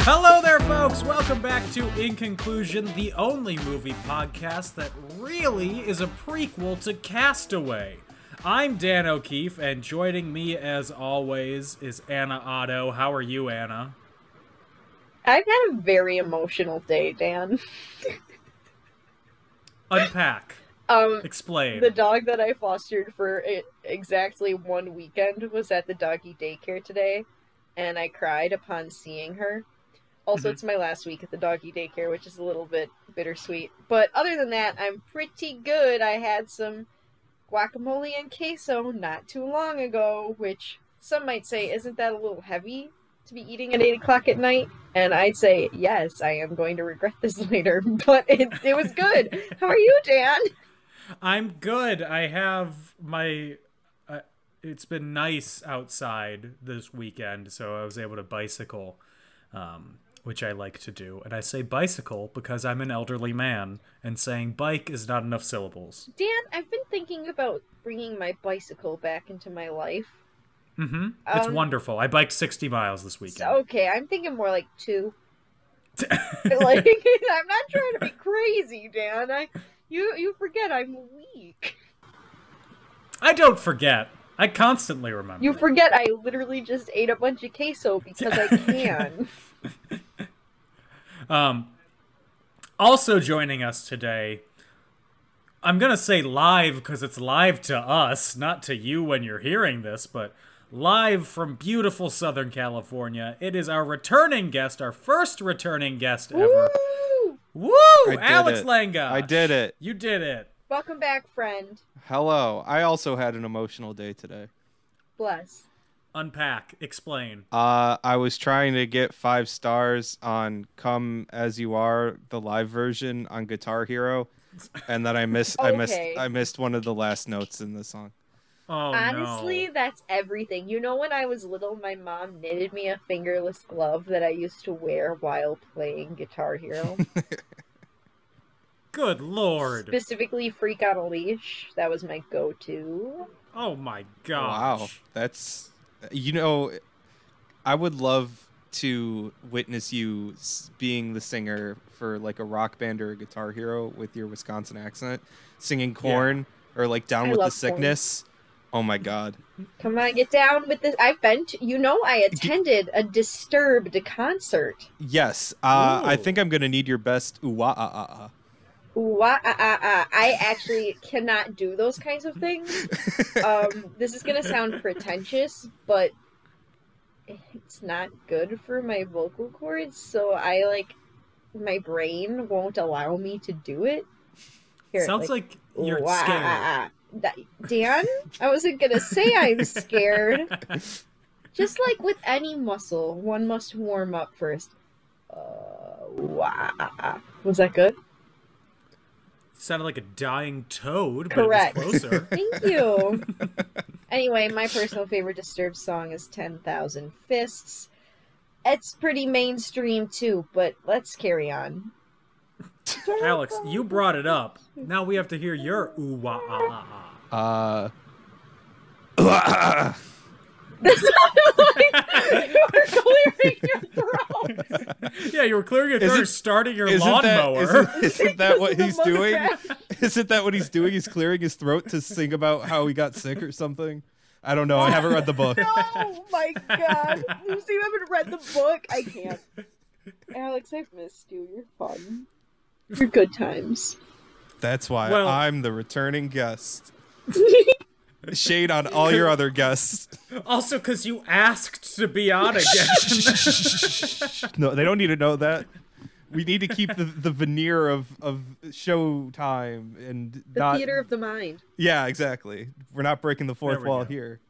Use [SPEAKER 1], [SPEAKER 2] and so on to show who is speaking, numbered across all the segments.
[SPEAKER 1] Hello there, folks. Welcome back to In Conclusion, the only movie podcast that really is a prequel to Castaway. I'm Dan O'Keefe, and joining me, as always, is Anna Otto. How are you, Anna?
[SPEAKER 2] I've had a very emotional day, Dan.
[SPEAKER 1] Unpack.
[SPEAKER 2] Um,
[SPEAKER 1] Explain.
[SPEAKER 2] the dog that I fostered for e- exactly one weekend was at the doggy daycare today, and I cried upon seeing her. Also, it's my last week at the doggy daycare, which is a little bit bittersweet. But other than that, I'm pretty good. I had some guacamole and queso not too long ago, which some might say isn't that a little heavy to be eating at 8 o'clock at night? And I'd say, yes, I am going to regret this later, but it, it was good. How are you, Dan?
[SPEAKER 1] I'm good. I have my. Uh, it's been nice outside this weekend, so I was able to bicycle, um, which I like to do. And I say bicycle because I'm an elderly man, and saying bike is not enough syllables.
[SPEAKER 2] Dan, I've been thinking about bringing my bicycle back into my life.
[SPEAKER 1] hmm it's
[SPEAKER 2] Um,
[SPEAKER 1] wonderful. I biked 60 miles this weekend.
[SPEAKER 2] So, okay, I'm thinking more like two. Like I'm not trying to be crazy, Dan. I you you forget I'm weak.
[SPEAKER 1] I don't forget. I constantly remember.
[SPEAKER 2] You forget I literally just ate a bunch of queso because I can.
[SPEAKER 1] Um, also joining us today, I'm gonna say live because it's live to us, not to you when you're hearing this, but live from beautiful Southern California. It is our returning guest, our first returning guest ever.
[SPEAKER 2] Woo!
[SPEAKER 1] Woo!
[SPEAKER 3] I did
[SPEAKER 1] Alex
[SPEAKER 3] it.
[SPEAKER 1] Langa.
[SPEAKER 3] I did it.
[SPEAKER 1] You did it.
[SPEAKER 2] Welcome back, friend.
[SPEAKER 3] Hello. I also had an emotional day today.
[SPEAKER 2] Bless.
[SPEAKER 1] Unpack. Explain.
[SPEAKER 3] Uh, I was trying to get five stars on "Come As You Are" the live version on Guitar Hero, and then I missed. I missed.
[SPEAKER 2] Okay.
[SPEAKER 3] I missed one of the last notes in the song.
[SPEAKER 1] Oh
[SPEAKER 2] Honestly,
[SPEAKER 1] no.
[SPEAKER 2] that's everything. You know, when I was little, my mom knitted me a fingerless glove that I used to wear while playing Guitar Hero.
[SPEAKER 1] Good lord.
[SPEAKER 2] Specifically, Freak on a Leash. That was my go to.
[SPEAKER 1] oh my
[SPEAKER 3] Wow,
[SPEAKER 1] gosh.
[SPEAKER 3] that's. You know, I would love to witness you s- being the singer for like a rock band or a Guitar Hero with your Wisconsin accent, singing "Corn" or like "Down
[SPEAKER 2] I
[SPEAKER 3] with the
[SPEAKER 2] love Korn.
[SPEAKER 3] Sickness." Oh my God.
[SPEAKER 2] Come on, get down with this. I've been, to, you know, I attended a Disturbed concert.
[SPEAKER 3] Yes, uh, I
[SPEAKER 1] Ooh.
[SPEAKER 3] think I'm gonna need your best ooh ah ah ah. ah.
[SPEAKER 2] Wah, ah, ah, ah. I actually cannot do those kinds of things. Um, this is going to sound pretentious, but it's not good for my vocal cords. So I like, my brain won't allow me to do it. Here,
[SPEAKER 1] Sounds like, you're
[SPEAKER 2] wah,
[SPEAKER 1] scared.
[SPEAKER 2] ah, ah. That- Dan, I wasn't gonna say I'm scared. Just like with any muscle, one must warm up first. Uh, wah, ah, ah. Was that good?
[SPEAKER 1] Sounded like a dying toad, but
[SPEAKER 2] Correct.
[SPEAKER 1] it was closer.
[SPEAKER 2] Thank you. anyway, my personal favorite Disturbed song is 10,000 Fists. It's pretty mainstream too, but let's carry on.
[SPEAKER 1] Alex, you brought it up. Now we have to hear your ooh wah ah ah ah.
[SPEAKER 3] Uh, ooh, ah, ah,
[SPEAKER 2] That sounded like you were clearing your throat.
[SPEAKER 1] Yeah, you were clearing your throat,
[SPEAKER 3] Isn't-
[SPEAKER 1] starting your
[SPEAKER 3] ah. Isn't that,
[SPEAKER 1] lawnmower.
[SPEAKER 3] isn't, isn't that what
[SPEAKER 2] The
[SPEAKER 3] he's
[SPEAKER 2] mother
[SPEAKER 3] doing?
[SPEAKER 2] crap.
[SPEAKER 3] Isn't that what he's doing? He's clearing his throat to sing about how he got sick or something. I don't know. I haven't read the book.
[SPEAKER 2] Oh my god. You see, I haven't read the book. I can't. Alex, I've missed you. You're fun. You're good times.
[SPEAKER 3] That's why
[SPEAKER 1] Well-
[SPEAKER 3] I'm the returning guest. Shade on all your other guests.
[SPEAKER 1] also, because you asked to be on again.
[SPEAKER 3] No, they don't need to know that. We need to keep the, the veneer of of showtime and
[SPEAKER 2] The
[SPEAKER 3] not
[SPEAKER 2] theater of the mind.
[SPEAKER 3] Yeah, exactly. We're not breaking the fourth
[SPEAKER 1] we
[SPEAKER 3] wall
[SPEAKER 1] go.
[SPEAKER 3] here.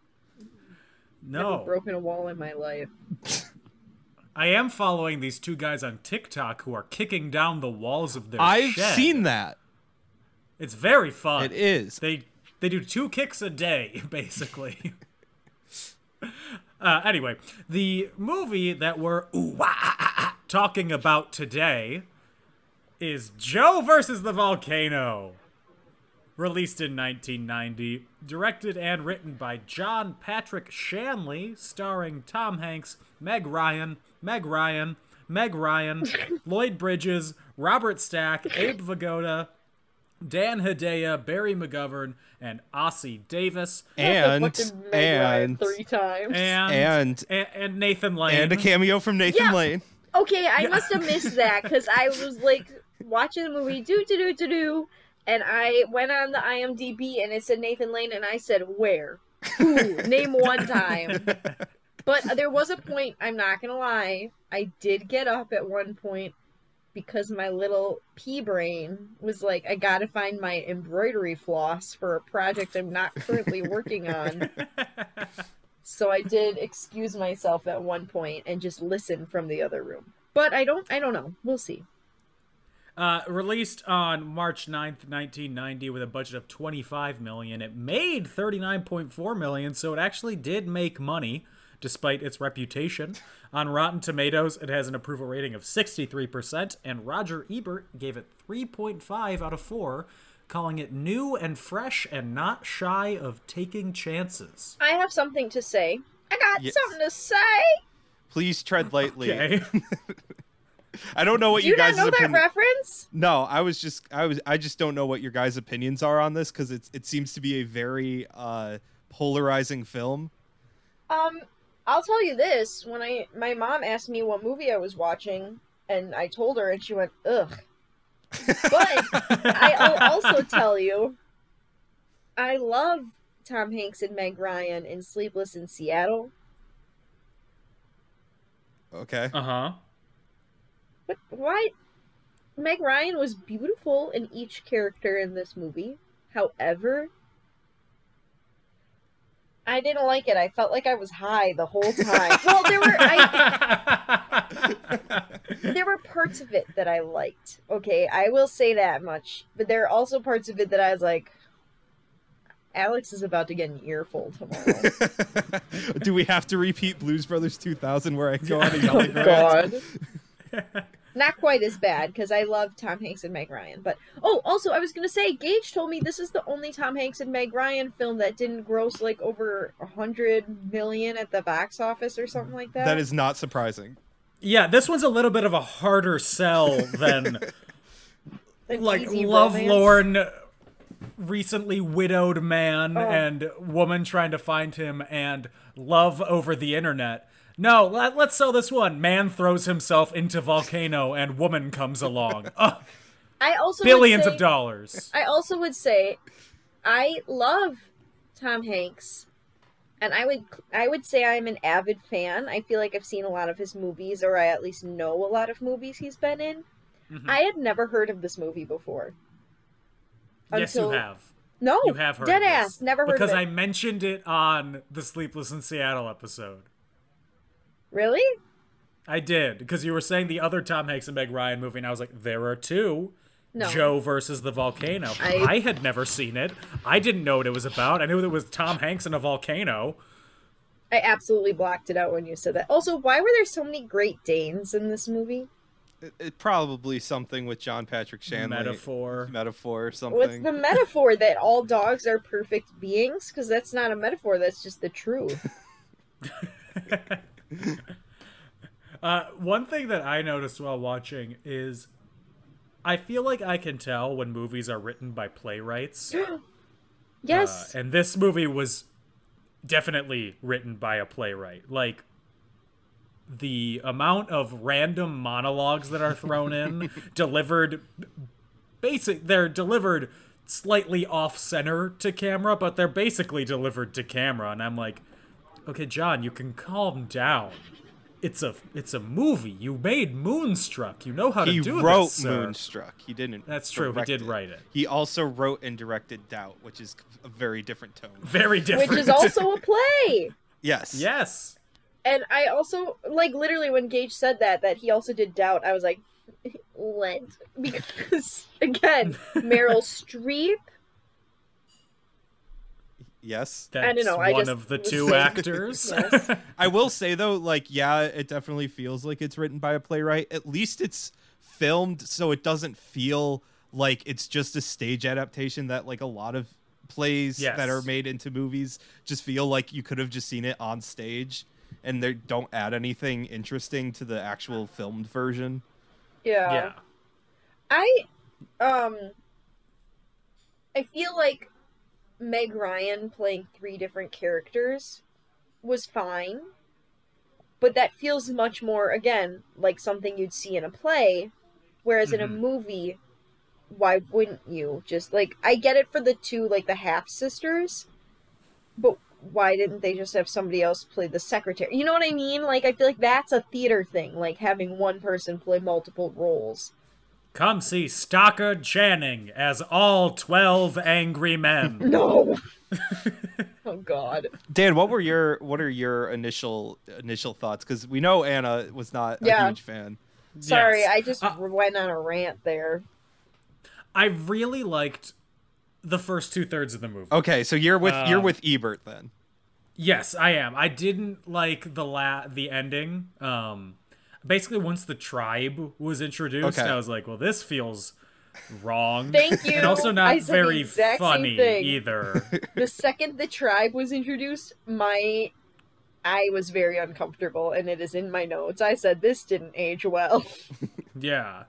[SPEAKER 2] Never
[SPEAKER 1] no,
[SPEAKER 2] broken a wall in my life.
[SPEAKER 1] I am following these two guys on TikTok who are kicking down the walls of their
[SPEAKER 3] I've
[SPEAKER 1] shed.
[SPEAKER 3] seen that.
[SPEAKER 1] It's very fun.
[SPEAKER 3] It is.
[SPEAKER 1] Uh, They they do two kicks a day, basically. uh, anyway, the movie that we're ooh, ah, ah, ah, ah, talking about today is Joe versus the Volcano, released in 1990, directed and written by John Patrick Shanley, starring Tom Hanks, Meg Ryan, Meg Ryan. Meg Ryan, Lloyd Bridges, Robert Stack, Abe Vigoda, Dan Hedaya, Barry McGovern, and Ossie Davis,
[SPEAKER 3] and
[SPEAKER 2] Fucking Meg Ryan
[SPEAKER 3] and
[SPEAKER 2] three times.
[SPEAKER 1] and
[SPEAKER 3] And-
[SPEAKER 1] and, and Nathan Lane.
[SPEAKER 3] and a cameo from Nathan
[SPEAKER 2] Yeah.
[SPEAKER 3] Lane.
[SPEAKER 2] Okay, I must have missed that because I was like watching the movie do do do do do, and I went on the IMDb and it said Nathan Lane, and I said where, Who? name one time. But there was a point. I'm not gonna lie. I did get up at one point because my little pea brain was like, I gotta find my embroidery floss for a project I'm not currently working on. So I did excuse myself at one point and just listen from the other room. But I don't I don't know. We'll see.
[SPEAKER 1] Uh, released on March 9th, 1990 with a budget of 25 million. It made 39.4 million, so it actually did make money despite its reputation. On Rotten Tomatoes, it has an approval rating of 63% and Roger Ebert gave it 3.5 out of 4, calling it new and fresh and not shy of taking chances.
[SPEAKER 2] I have something to say. I got
[SPEAKER 3] Yes.
[SPEAKER 2] something to say.
[SPEAKER 3] Please tread lightly.
[SPEAKER 1] Okay.
[SPEAKER 3] I don't know what
[SPEAKER 2] Do
[SPEAKER 3] you
[SPEAKER 2] you not
[SPEAKER 3] guys'
[SPEAKER 2] know
[SPEAKER 3] opinion.
[SPEAKER 2] that reference?
[SPEAKER 3] no, I was just I was I just don't know what your guys' opinions are on this because it's it seems to be a very uh polarizing film.
[SPEAKER 2] Um, I'll tell you this: when I my mom asked me what movie I was watching, and I told her, and she went, "Ugh." But I'll also tell you, I love Tom Hanks and Meg Ryan in Sleepless in Seattle.
[SPEAKER 3] Okay.
[SPEAKER 1] uh-huh.
[SPEAKER 2] But why? Meg Ryan was beautiful in each character in this movie. However, I didn't like it. I felt like I was high the whole time. well, there were I, there were parts of it that I liked. Okay, I will say that much. But there are also parts of it that I was like, Alex is about to get an earful tomorrow.
[SPEAKER 3] Do we have to repeat Blues Brothers 2000 where I go on
[SPEAKER 1] Oh,
[SPEAKER 3] a yelling rant?
[SPEAKER 2] Not quite as bad because I love Tom Hanks and Meg Ryan. But oh, also I was gonna say, Gage told me this is the only Tom Hanks and Meg Ryan film that didn't gross like over a hundred million at the box office or something like that.
[SPEAKER 3] That is not surprising.
[SPEAKER 1] Yeah, this one's a little bit of a harder sell than
[SPEAKER 2] An
[SPEAKER 1] like
[SPEAKER 2] easy romance.
[SPEAKER 1] lovelorn, recently widowed man
[SPEAKER 2] Oh.
[SPEAKER 1] and woman trying to find him and love over the internet. No, let, let's sell this one. Man throws himself into volcano and woman comes along. Ugh,
[SPEAKER 2] I also would
[SPEAKER 1] billions
[SPEAKER 2] say-
[SPEAKER 1] of dollars.
[SPEAKER 2] I also would say I love Tom Hanks. And I would I would say I'm an avid fan. I feel like I've seen a lot of his movies or I at least know a lot of movies he's been in.
[SPEAKER 1] Mm-hmm.
[SPEAKER 2] I had never heard of this movie before.
[SPEAKER 1] yes, you
[SPEAKER 2] until-
[SPEAKER 1] have.
[SPEAKER 2] No.
[SPEAKER 1] You have heard
[SPEAKER 2] dead
[SPEAKER 1] of this.
[SPEAKER 2] ass, never heard
[SPEAKER 1] because
[SPEAKER 2] of it.
[SPEAKER 1] I mentioned it on the Sleepless in Seattle episode.
[SPEAKER 2] Really?
[SPEAKER 1] I did because you were saying the other Tom Hanks and Meg Ryan movie, and I was like, there are two.
[SPEAKER 2] No.
[SPEAKER 1] Joe versus the volcano. I...
[SPEAKER 2] I-
[SPEAKER 1] had never seen it. I didn't know what it was about. I knew it was Tom Hanks and a volcano.
[SPEAKER 2] I absolutely blocked it out when you said that. Also, why were there so many great Danes in this movie?
[SPEAKER 3] It, it probably something with John Patrick Shanley
[SPEAKER 1] Metaphor.
[SPEAKER 3] metaphor or
[SPEAKER 2] What's
[SPEAKER 3] something.
[SPEAKER 2] the metaphor that all dogs are perfect beings? Because that's not a metaphor, that's just the truth.
[SPEAKER 1] Uh, one thing that I noticed while watching is I feel like I can tell when movies are written by playwrights. Uh,
[SPEAKER 2] Yes.
[SPEAKER 1] and this movie was definitely written by a playwright. Like the amount of random monologues that are thrown in, delivered basic they're delivered slightly off center to camera, but they're basically delivered to camera and I'm like, "Okay, John, you can calm down. It's a it's a movie. You made Moonstruck. You know how
[SPEAKER 3] he
[SPEAKER 1] to do
[SPEAKER 3] wrote
[SPEAKER 1] this, sir."
[SPEAKER 3] Moonstruck. He didn't.
[SPEAKER 1] That's true, he
[SPEAKER 3] direct
[SPEAKER 1] did write it.
[SPEAKER 3] He also wrote and directed Doubt, which is a very different tone.
[SPEAKER 1] Very different.
[SPEAKER 2] Which is also a play.
[SPEAKER 3] Yes.
[SPEAKER 1] Yes.
[SPEAKER 2] And I also like literally when Gage said that that he also did doubt. I was like, what? Because again, Meryl Streep.
[SPEAKER 3] Yes.
[SPEAKER 1] That's
[SPEAKER 2] I don't know,
[SPEAKER 1] one
[SPEAKER 2] I just
[SPEAKER 1] of the
[SPEAKER 2] was
[SPEAKER 1] two
[SPEAKER 2] thinking-
[SPEAKER 1] actors.
[SPEAKER 2] Yes.
[SPEAKER 3] I will say though, like, yeah, it definitely feels like it's written by a playwright. At least it's filmed, so it doesn't feel like it's just a stage adaptation that like a lot of plays
[SPEAKER 1] Yes.
[SPEAKER 3] that are made into movies just feel like you could have just seen it on stage and they don't add anything interesting to the actual filmed version.
[SPEAKER 2] Yeah.
[SPEAKER 1] yeah.
[SPEAKER 2] I um I feel like Meg Ryan playing three different characters was fine. But that feels much more again like something you'd see in a play whereas in a
[SPEAKER 1] Mhm.
[SPEAKER 2] movie why wouldn't you just like I get it for the two like the half sisters but why didn't they just have somebody else play the secretary? You know what I mean? Like I feel like that's a theater thing, like having one person play multiple roles.
[SPEAKER 1] Come see Stockard Channing as all 12 angry men.
[SPEAKER 2] No. oh God.
[SPEAKER 3] Dan, what were your what are your initial initial thoughts? Because we know Anna was not a
[SPEAKER 2] Yeah.
[SPEAKER 3] huge fan.
[SPEAKER 2] Sorry,
[SPEAKER 1] Yes.
[SPEAKER 2] I just
[SPEAKER 1] Uh,
[SPEAKER 2] went on a rant there.
[SPEAKER 1] I really liked the first two thirds of the movie.
[SPEAKER 3] Okay, so you're with you're
[SPEAKER 1] Um,
[SPEAKER 3] with Ebert then.
[SPEAKER 1] Yes, I am. I didn't like the la- the ending. Um, basically, once the tribe was introduced,
[SPEAKER 3] Okay.
[SPEAKER 1] I was like, well, this feels wrong.
[SPEAKER 2] Thank you.
[SPEAKER 1] And also
[SPEAKER 2] I
[SPEAKER 1] not
[SPEAKER 2] said the
[SPEAKER 1] very
[SPEAKER 2] exact same
[SPEAKER 1] funny
[SPEAKER 2] thing.
[SPEAKER 1] either.
[SPEAKER 2] The second the tribe was introduced, my I was very uncomfortable, and it is in my notes. I said this didn't age well.
[SPEAKER 1] yeah.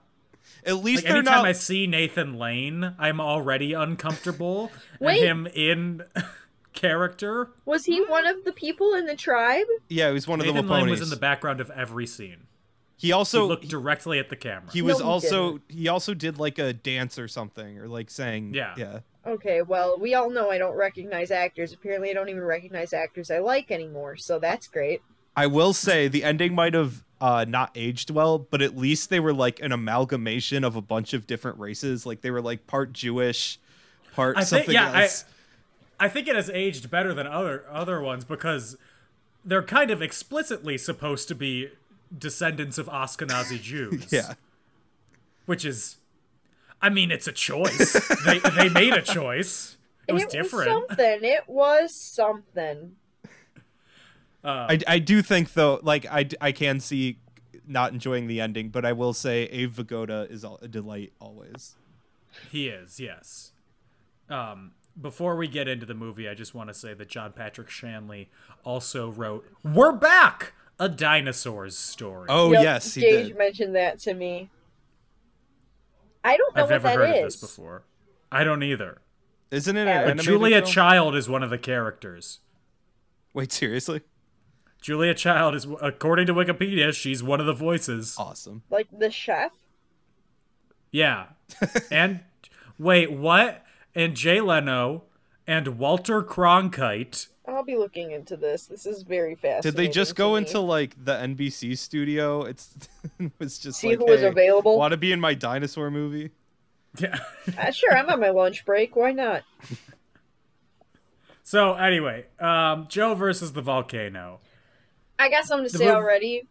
[SPEAKER 3] At least
[SPEAKER 1] Like,
[SPEAKER 3] they're
[SPEAKER 1] anytime
[SPEAKER 3] not
[SPEAKER 1] I see Nathan Lane, I'm already uncomfortable.
[SPEAKER 2] Wait.
[SPEAKER 1] And him in character.
[SPEAKER 2] Was he
[SPEAKER 3] Mm.
[SPEAKER 2] one of the people in the tribe?
[SPEAKER 3] Yeah, he was one of the
[SPEAKER 1] Nathan
[SPEAKER 3] Waponis.
[SPEAKER 1] Lane was in the background of every scene.
[SPEAKER 3] He
[SPEAKER 1] So
[SPEAKER 3] also
[SPEAKER 1] he looked
[SPEAKER 3] he,
[SPEAKER 1] directly at the camera.
[SPEAKER 3] he was
[SPEAKER 2] No, he
[SPEAKER 3] also he also did like a dance or something or like sang.
[SPEAKER 1] Yeah.
[SPEAKER 3] yeah.
[SPEAKER 2] Okay, well, we all know I don't recognize actors. Apparently, I don't even recognize actors I like anymore, so that's great.
[SPEAKER 3] I will say the ending might have uh, not aged well, but at least they were like an amalgamation of a bunch of different races. Like they were like part Jewish, part
[SPEAKER 1] I think-
[SPEAKER 3] something
[SPEAKER 1] yeah, I-
[SPEAKER 3] else.
[SPEAKER 1] I think it has aged better than other other ones because they're kind of explicitly supposed to be descendants of Ashkenazi Jews.
[SPEAKER 3] yeah,
[SPEAKER 1] Which is I mean it's a choice. they they made a choice. It was different.
[SPEAKER 2] something. It was something.
[SPEAKER 3] I, I do think though, like I, d- I can see not enjoying the ending, but I will say Abe Vigoda is al- a delight always.
[SPEAKER 1] He is, yes. Um, before we get into the movie, I just want to say that John Patrick Shanley also wrote We're Back! A Dinosaur's Story.
[SPEAKER 3] Oh
[SPEAKER 2] Yep,
[SPEAKER 3] yes, he
[SPEAKER 2] Gage
[SPEAKER 3] did.
[SPEAKER 2] mentioned that to me. I don't know
[SPEAKER 1] I've
[SPEAKER 2] what
[SPEAKER 1] never
[SPEAKER 2] that
[SPEAKER 1] heard
[SPEAKER 2] is.
[SPEAKER 1] of this before. I don't either.
[SPEAKER 3] Isn't it an
[SPEAKER 2] But
[SPEAKER 3] animated
[SPEAKER 1] Julia
[SPEAKER 3] film?
[SPEAKER 1] Child is one of the characters.
[SPEAKER 3] Wait, seriously?
[SPEAKER 1] Julia Child is, according to Wikipedia, she's one of the voices.
[SPEAKER 3] Awesome.
[SPEAKER 2] Like the chef?
[SPEAKER 1] Yeah. and wait, what? And Jay Leno and Walter Cronkite.
[SPEAKER 2] I'll be looking into this. This is very fast.
[SPEAKER 3] Did they just go into like the NBC studio? It's it was just
[SPEAKER 2] See
[SPEAKER 3] like,
[SPEAKER 2] who was
[SPEAKER 3] hey,
[SPEAKER 2] available?
[SPEAKER 3] Want to be in my dinosaur movie?
[SPEAKER 1] Yeah.
[SPEAKER 2] Uh, sure, I'm on my lunch break. Why not?
[SPEAKER 1] so anyway, um, Joe versus the volcano.
[SPEAKER 2] I got something to
[SPEAKER 1] The
[SPEAKER 2] say
[SPEAKER 1] mov-
[SPEAKER 2] already.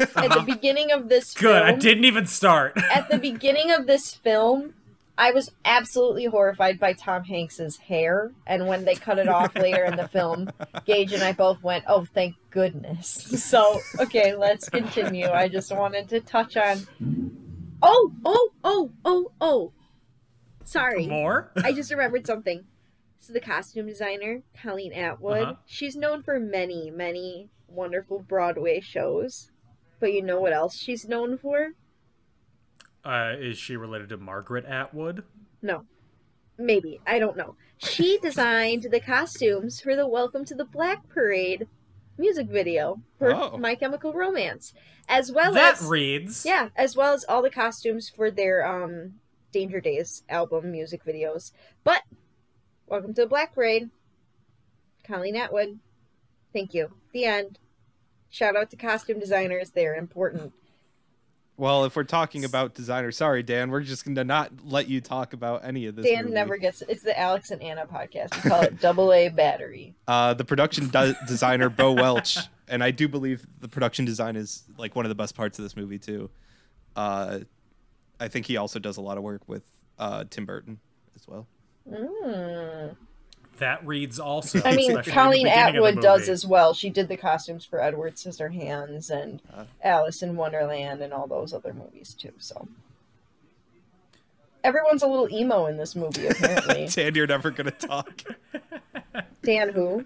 [SPEAKER 2] At the beginning of this
[SPEAKER 1] Good. I
[SPEAKER 2] film,
[SPEAKER 1] didn't even start.
[SPEAKER 2] at the beginning of this film, I was absolutely horrified by Tom Hanks's hair, and when they cut it off later in the film, Gage and I both went, "Oh, thank goodness." So, okay, let's continue. I just wanted to touch on. Oh, oh, oh, oh, oh. Sorry.
[SPEAKER 1] More?
[SPEAKER 2] I just remembered something. So the costume designer, Colleen Atwood,
[SPEAKER 1] Uh-huh.
[SPEAKER 2] she's known for many, many wonderful Broadway shows. But you know what else she's known for?
[SPEAKER 1] Uh, is she related to Margaret Atwood?
[SPEAKER 2] No. Maybe. I don't know. She designed the costumes for the Welcome to the Black Parade music video for
[SPEAKER 3] Oh.
[SPEAKER 2] My Chemical Romance. As well
[SPEAKER 1] that
[SPEAKER 2] as
[SPEAKER 1] reads.
[SPEAKER 2] Yeah, as well as all the costumes for their um Danger Days album music videos. But welcome to the Black Parade. Colleen Atwood. Thank you. The end. Shout out to costume designers, they're important.
[SPEAKER 3] Well, if we're talking about designer, sorry, Dan, we're just gonna not let you talk about any of this.
[SPEAKER 2] Dan
[SPEAKER 3] movie.
[SPEAKER 2] never gets it's the Alex and Anna podcast. We call it Double A Battery.
[SPEAKER 3] Uh, the production de- designer Bo Welch, and I do believe the production design is like one of the best parts of this movie too. Uh, I think he also does a lot of work with uh, Tim Burton as well.
[SPEAKER 2] Mm.
[SPEAKER 1] That reads also.
[SPEAKER 2] I
[SPEAKER 1] especially
[SPEAKER 2] mean,
[SPEAKER 1] in the
[SPEAKER 2] Colleen
[SPEAKER 1] beginning of the
[SPEAKER 2] Atwood does
[SPEAKER 1] movie.
[SPEAKER 2] as well. She did the costumes for Edward Scissorhands and
[SPEAKER 3] Uh.
[SPEAKER 2] Alice in Wonderland and all those other movies too. So everyone's a little emo in this movie, apparently.
[SPEAKER 3] Dan, you're never gonna talk.
[SPEAKER 2] Dan, who?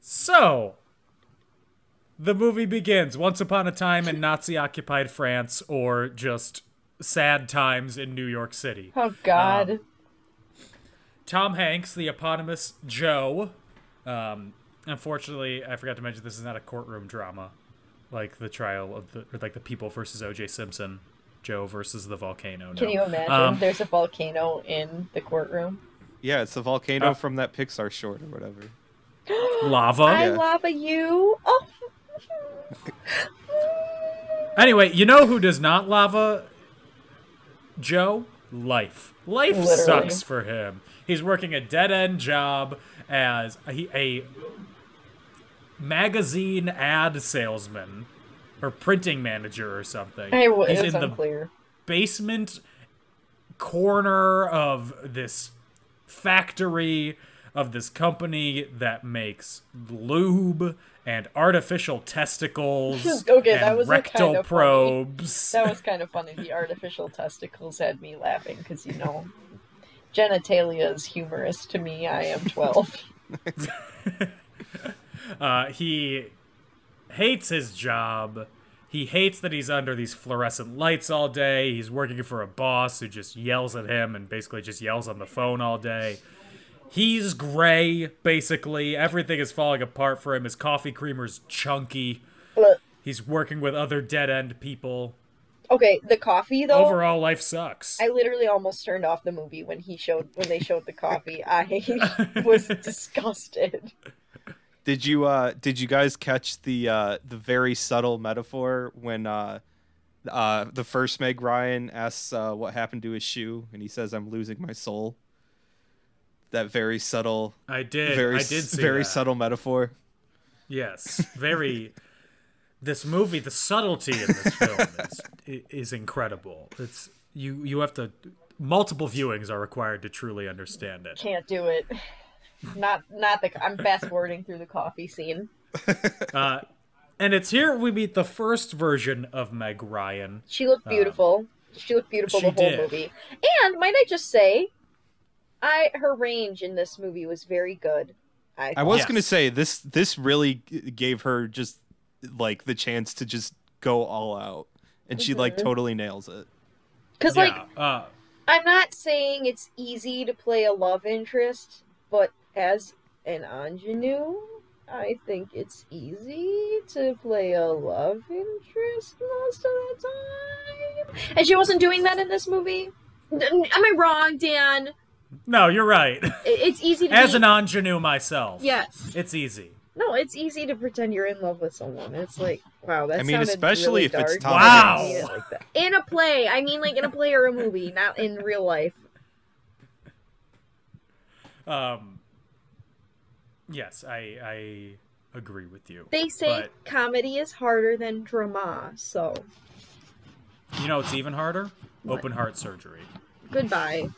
[SPEAKER 1] So, the movie begins once upon a time in Nazi occupied France or just sad times in New York City.
[SPEAKER 2] Oh God,
[SPEAKER 1] Um, Tom Hanks, the eponymous Joe. Um, unfortunately, I forgot to mention this is not a courtroom drama like the trial of the, or like the people versus O.J. Simpson. Joe versus the volcano.
[SPEAKER 2] can
[SPEAKER 1] no.
[SPEAKER 2] you imagine?
[SPEAKER 1] Um,
[SPEAKER 2] There's a volcano in the courtroom.
[SPEAKER 3] Yeah, it's the volcano
[SPEAKER 1] Uh,
[SPEAKER 3] from that Pixar short or whatever.
[SPEAKER 1] lava.
[SPEAKER 2] I
[SPEAKER 3] yeah.
[SPEAKER 2] lava you. Oh,
[SPEAKER 1] Anyway, you know who does not lava Joe? Life. Life
[SPEAKER 2] Literally.
[SPEAKER 1] sucks for him. He's working a dead end job as a, a magazine ad salesman or printing manager or something.
[SPEAKER 2] I w-
[SPEAKER 1] He's
[SPEAKER 2] it's
[SPEAKER 1] in the
[SPEAKER 2] unclear.
[SPEAKER 1] basement corner of this factory of this company that makes lube and artificial testicles
[SPEAKER 2] Okay,
[SPEAKER 1] and
[SPEAKER 2] that was a
[SPEAKER 1] rectal
[SPEAKER 2] kind of funny-
[SPEAKER 1] probes.
[SPEAKER 2] That was kind of funny. The artificial testicles had me laughing because you know, genitalia is humorous to me. I am twelve.
[SPEAKER 1] Uh, he hates his job. He hates that he's under these fluorescent lights all day. He's working for a boss who just yells at him and basically just yells on the phone all day. He's gray, basically. Everything is falling apart for him. His coffee creamer's chunky.
[SPEAKER 2] Look.
[SPEAKER 1] He's working with other dead end people.
[SPEAKER 2] Okay, the coffee though.
[SPEAKER 1] Overall, life sucks.
[SPEAKER 2] I literally almost turned off the movie when he showed when they showed the coffee. I was disgusted.
[SPEAKER 3] Did you uh did you guys catch the uh the very subtle metaphor when uh uh the first Meg Ryan asks uh what happened to his shoe and he says I'm losing my soul? That very subtle
[SPEAKER 1] I did.
[SPEAKER 3] very
[SPEAKER 1] I
[SPEAKER 3] s-
[SPEAKER 1] did see
[SPEAKER 3] very
[SPEAKER 1] that.
[SPEAKER 3] subtle metaphor.
[SPEAKER 1] Yes, very. this movie, the subtlety in this film is, i- is incredible. It's you. You have to. Multiple viewings are required to truly understand it.
[SPEAKER 2] Can't do it. Not not the. I'm fast forwarding through the coffee scene.
[SPEAKER 1] And it's here we meet the first version of Meg Ryan.
[SPEAKER 2] She looked beautiful. she looked beautiful
[SPEAKER 1] Uh, she
[SPEAKER 2] the whole
[SPEAKER 1] did.
[SPEAKER 2] movie. And might I just say, I her range in this movie was very good. I,
[SPEAKER 3] I was
[SPEAKER 1] Yes.
[SPEAKER 3] gonna say this this really g- gave her just like the chance to just go all out and she
[SPEAKER 2] Mm-hmm.
[SPEAKER 3] like totally nails it.
[SPEAKER 2] because like
[SPEAKER 1] uh,
[SPEAKER 2] I'm not saying it's easy to play a love interest, but as an ingenue, I think it's easy to play a love interest most of the time. And she wasn't doing that in this movie. N- Am I wrong, Dan? I-
[SPEAKER 1] no, you're right.
[SPEAKER 2] It's easy to
[SPEAKER 1] As
[SPEAKER 2] be-
[SPEAKER 1] an ingenue myself,
[SPEAKER 2] yes.
[SPEAKER 1] it's easy.
[SPEAKER 2] No, it's easy to pretend you're in love with someone. It's like wow, that.
[SPEAKER 3] I mean,
[SPEAKER 2] sounded
[SPEAKER 3] especially
[SPEAKER 2] really
[SPEAKER 3] if it's
[SPEAKER 2] dark.
[SPEAKER 3] Tom
[SPEAKER 1] Wow.
[SPEAKER 3] Hanks.
[SPEAKER 2] Yeah, like that. In a play, I mean, like in a play or a movie, not in real life.
[SPEAKER 1] Um, yes, I I agree with you.
[SPEAKER 2] They say
[SPEAKER 1] But-
[SPEAKER 2] comedy is harder than drama, so
[SPEAKER 1] You know, it's even harder. Open heart surgery.
[SPEAKER 2] goodbye.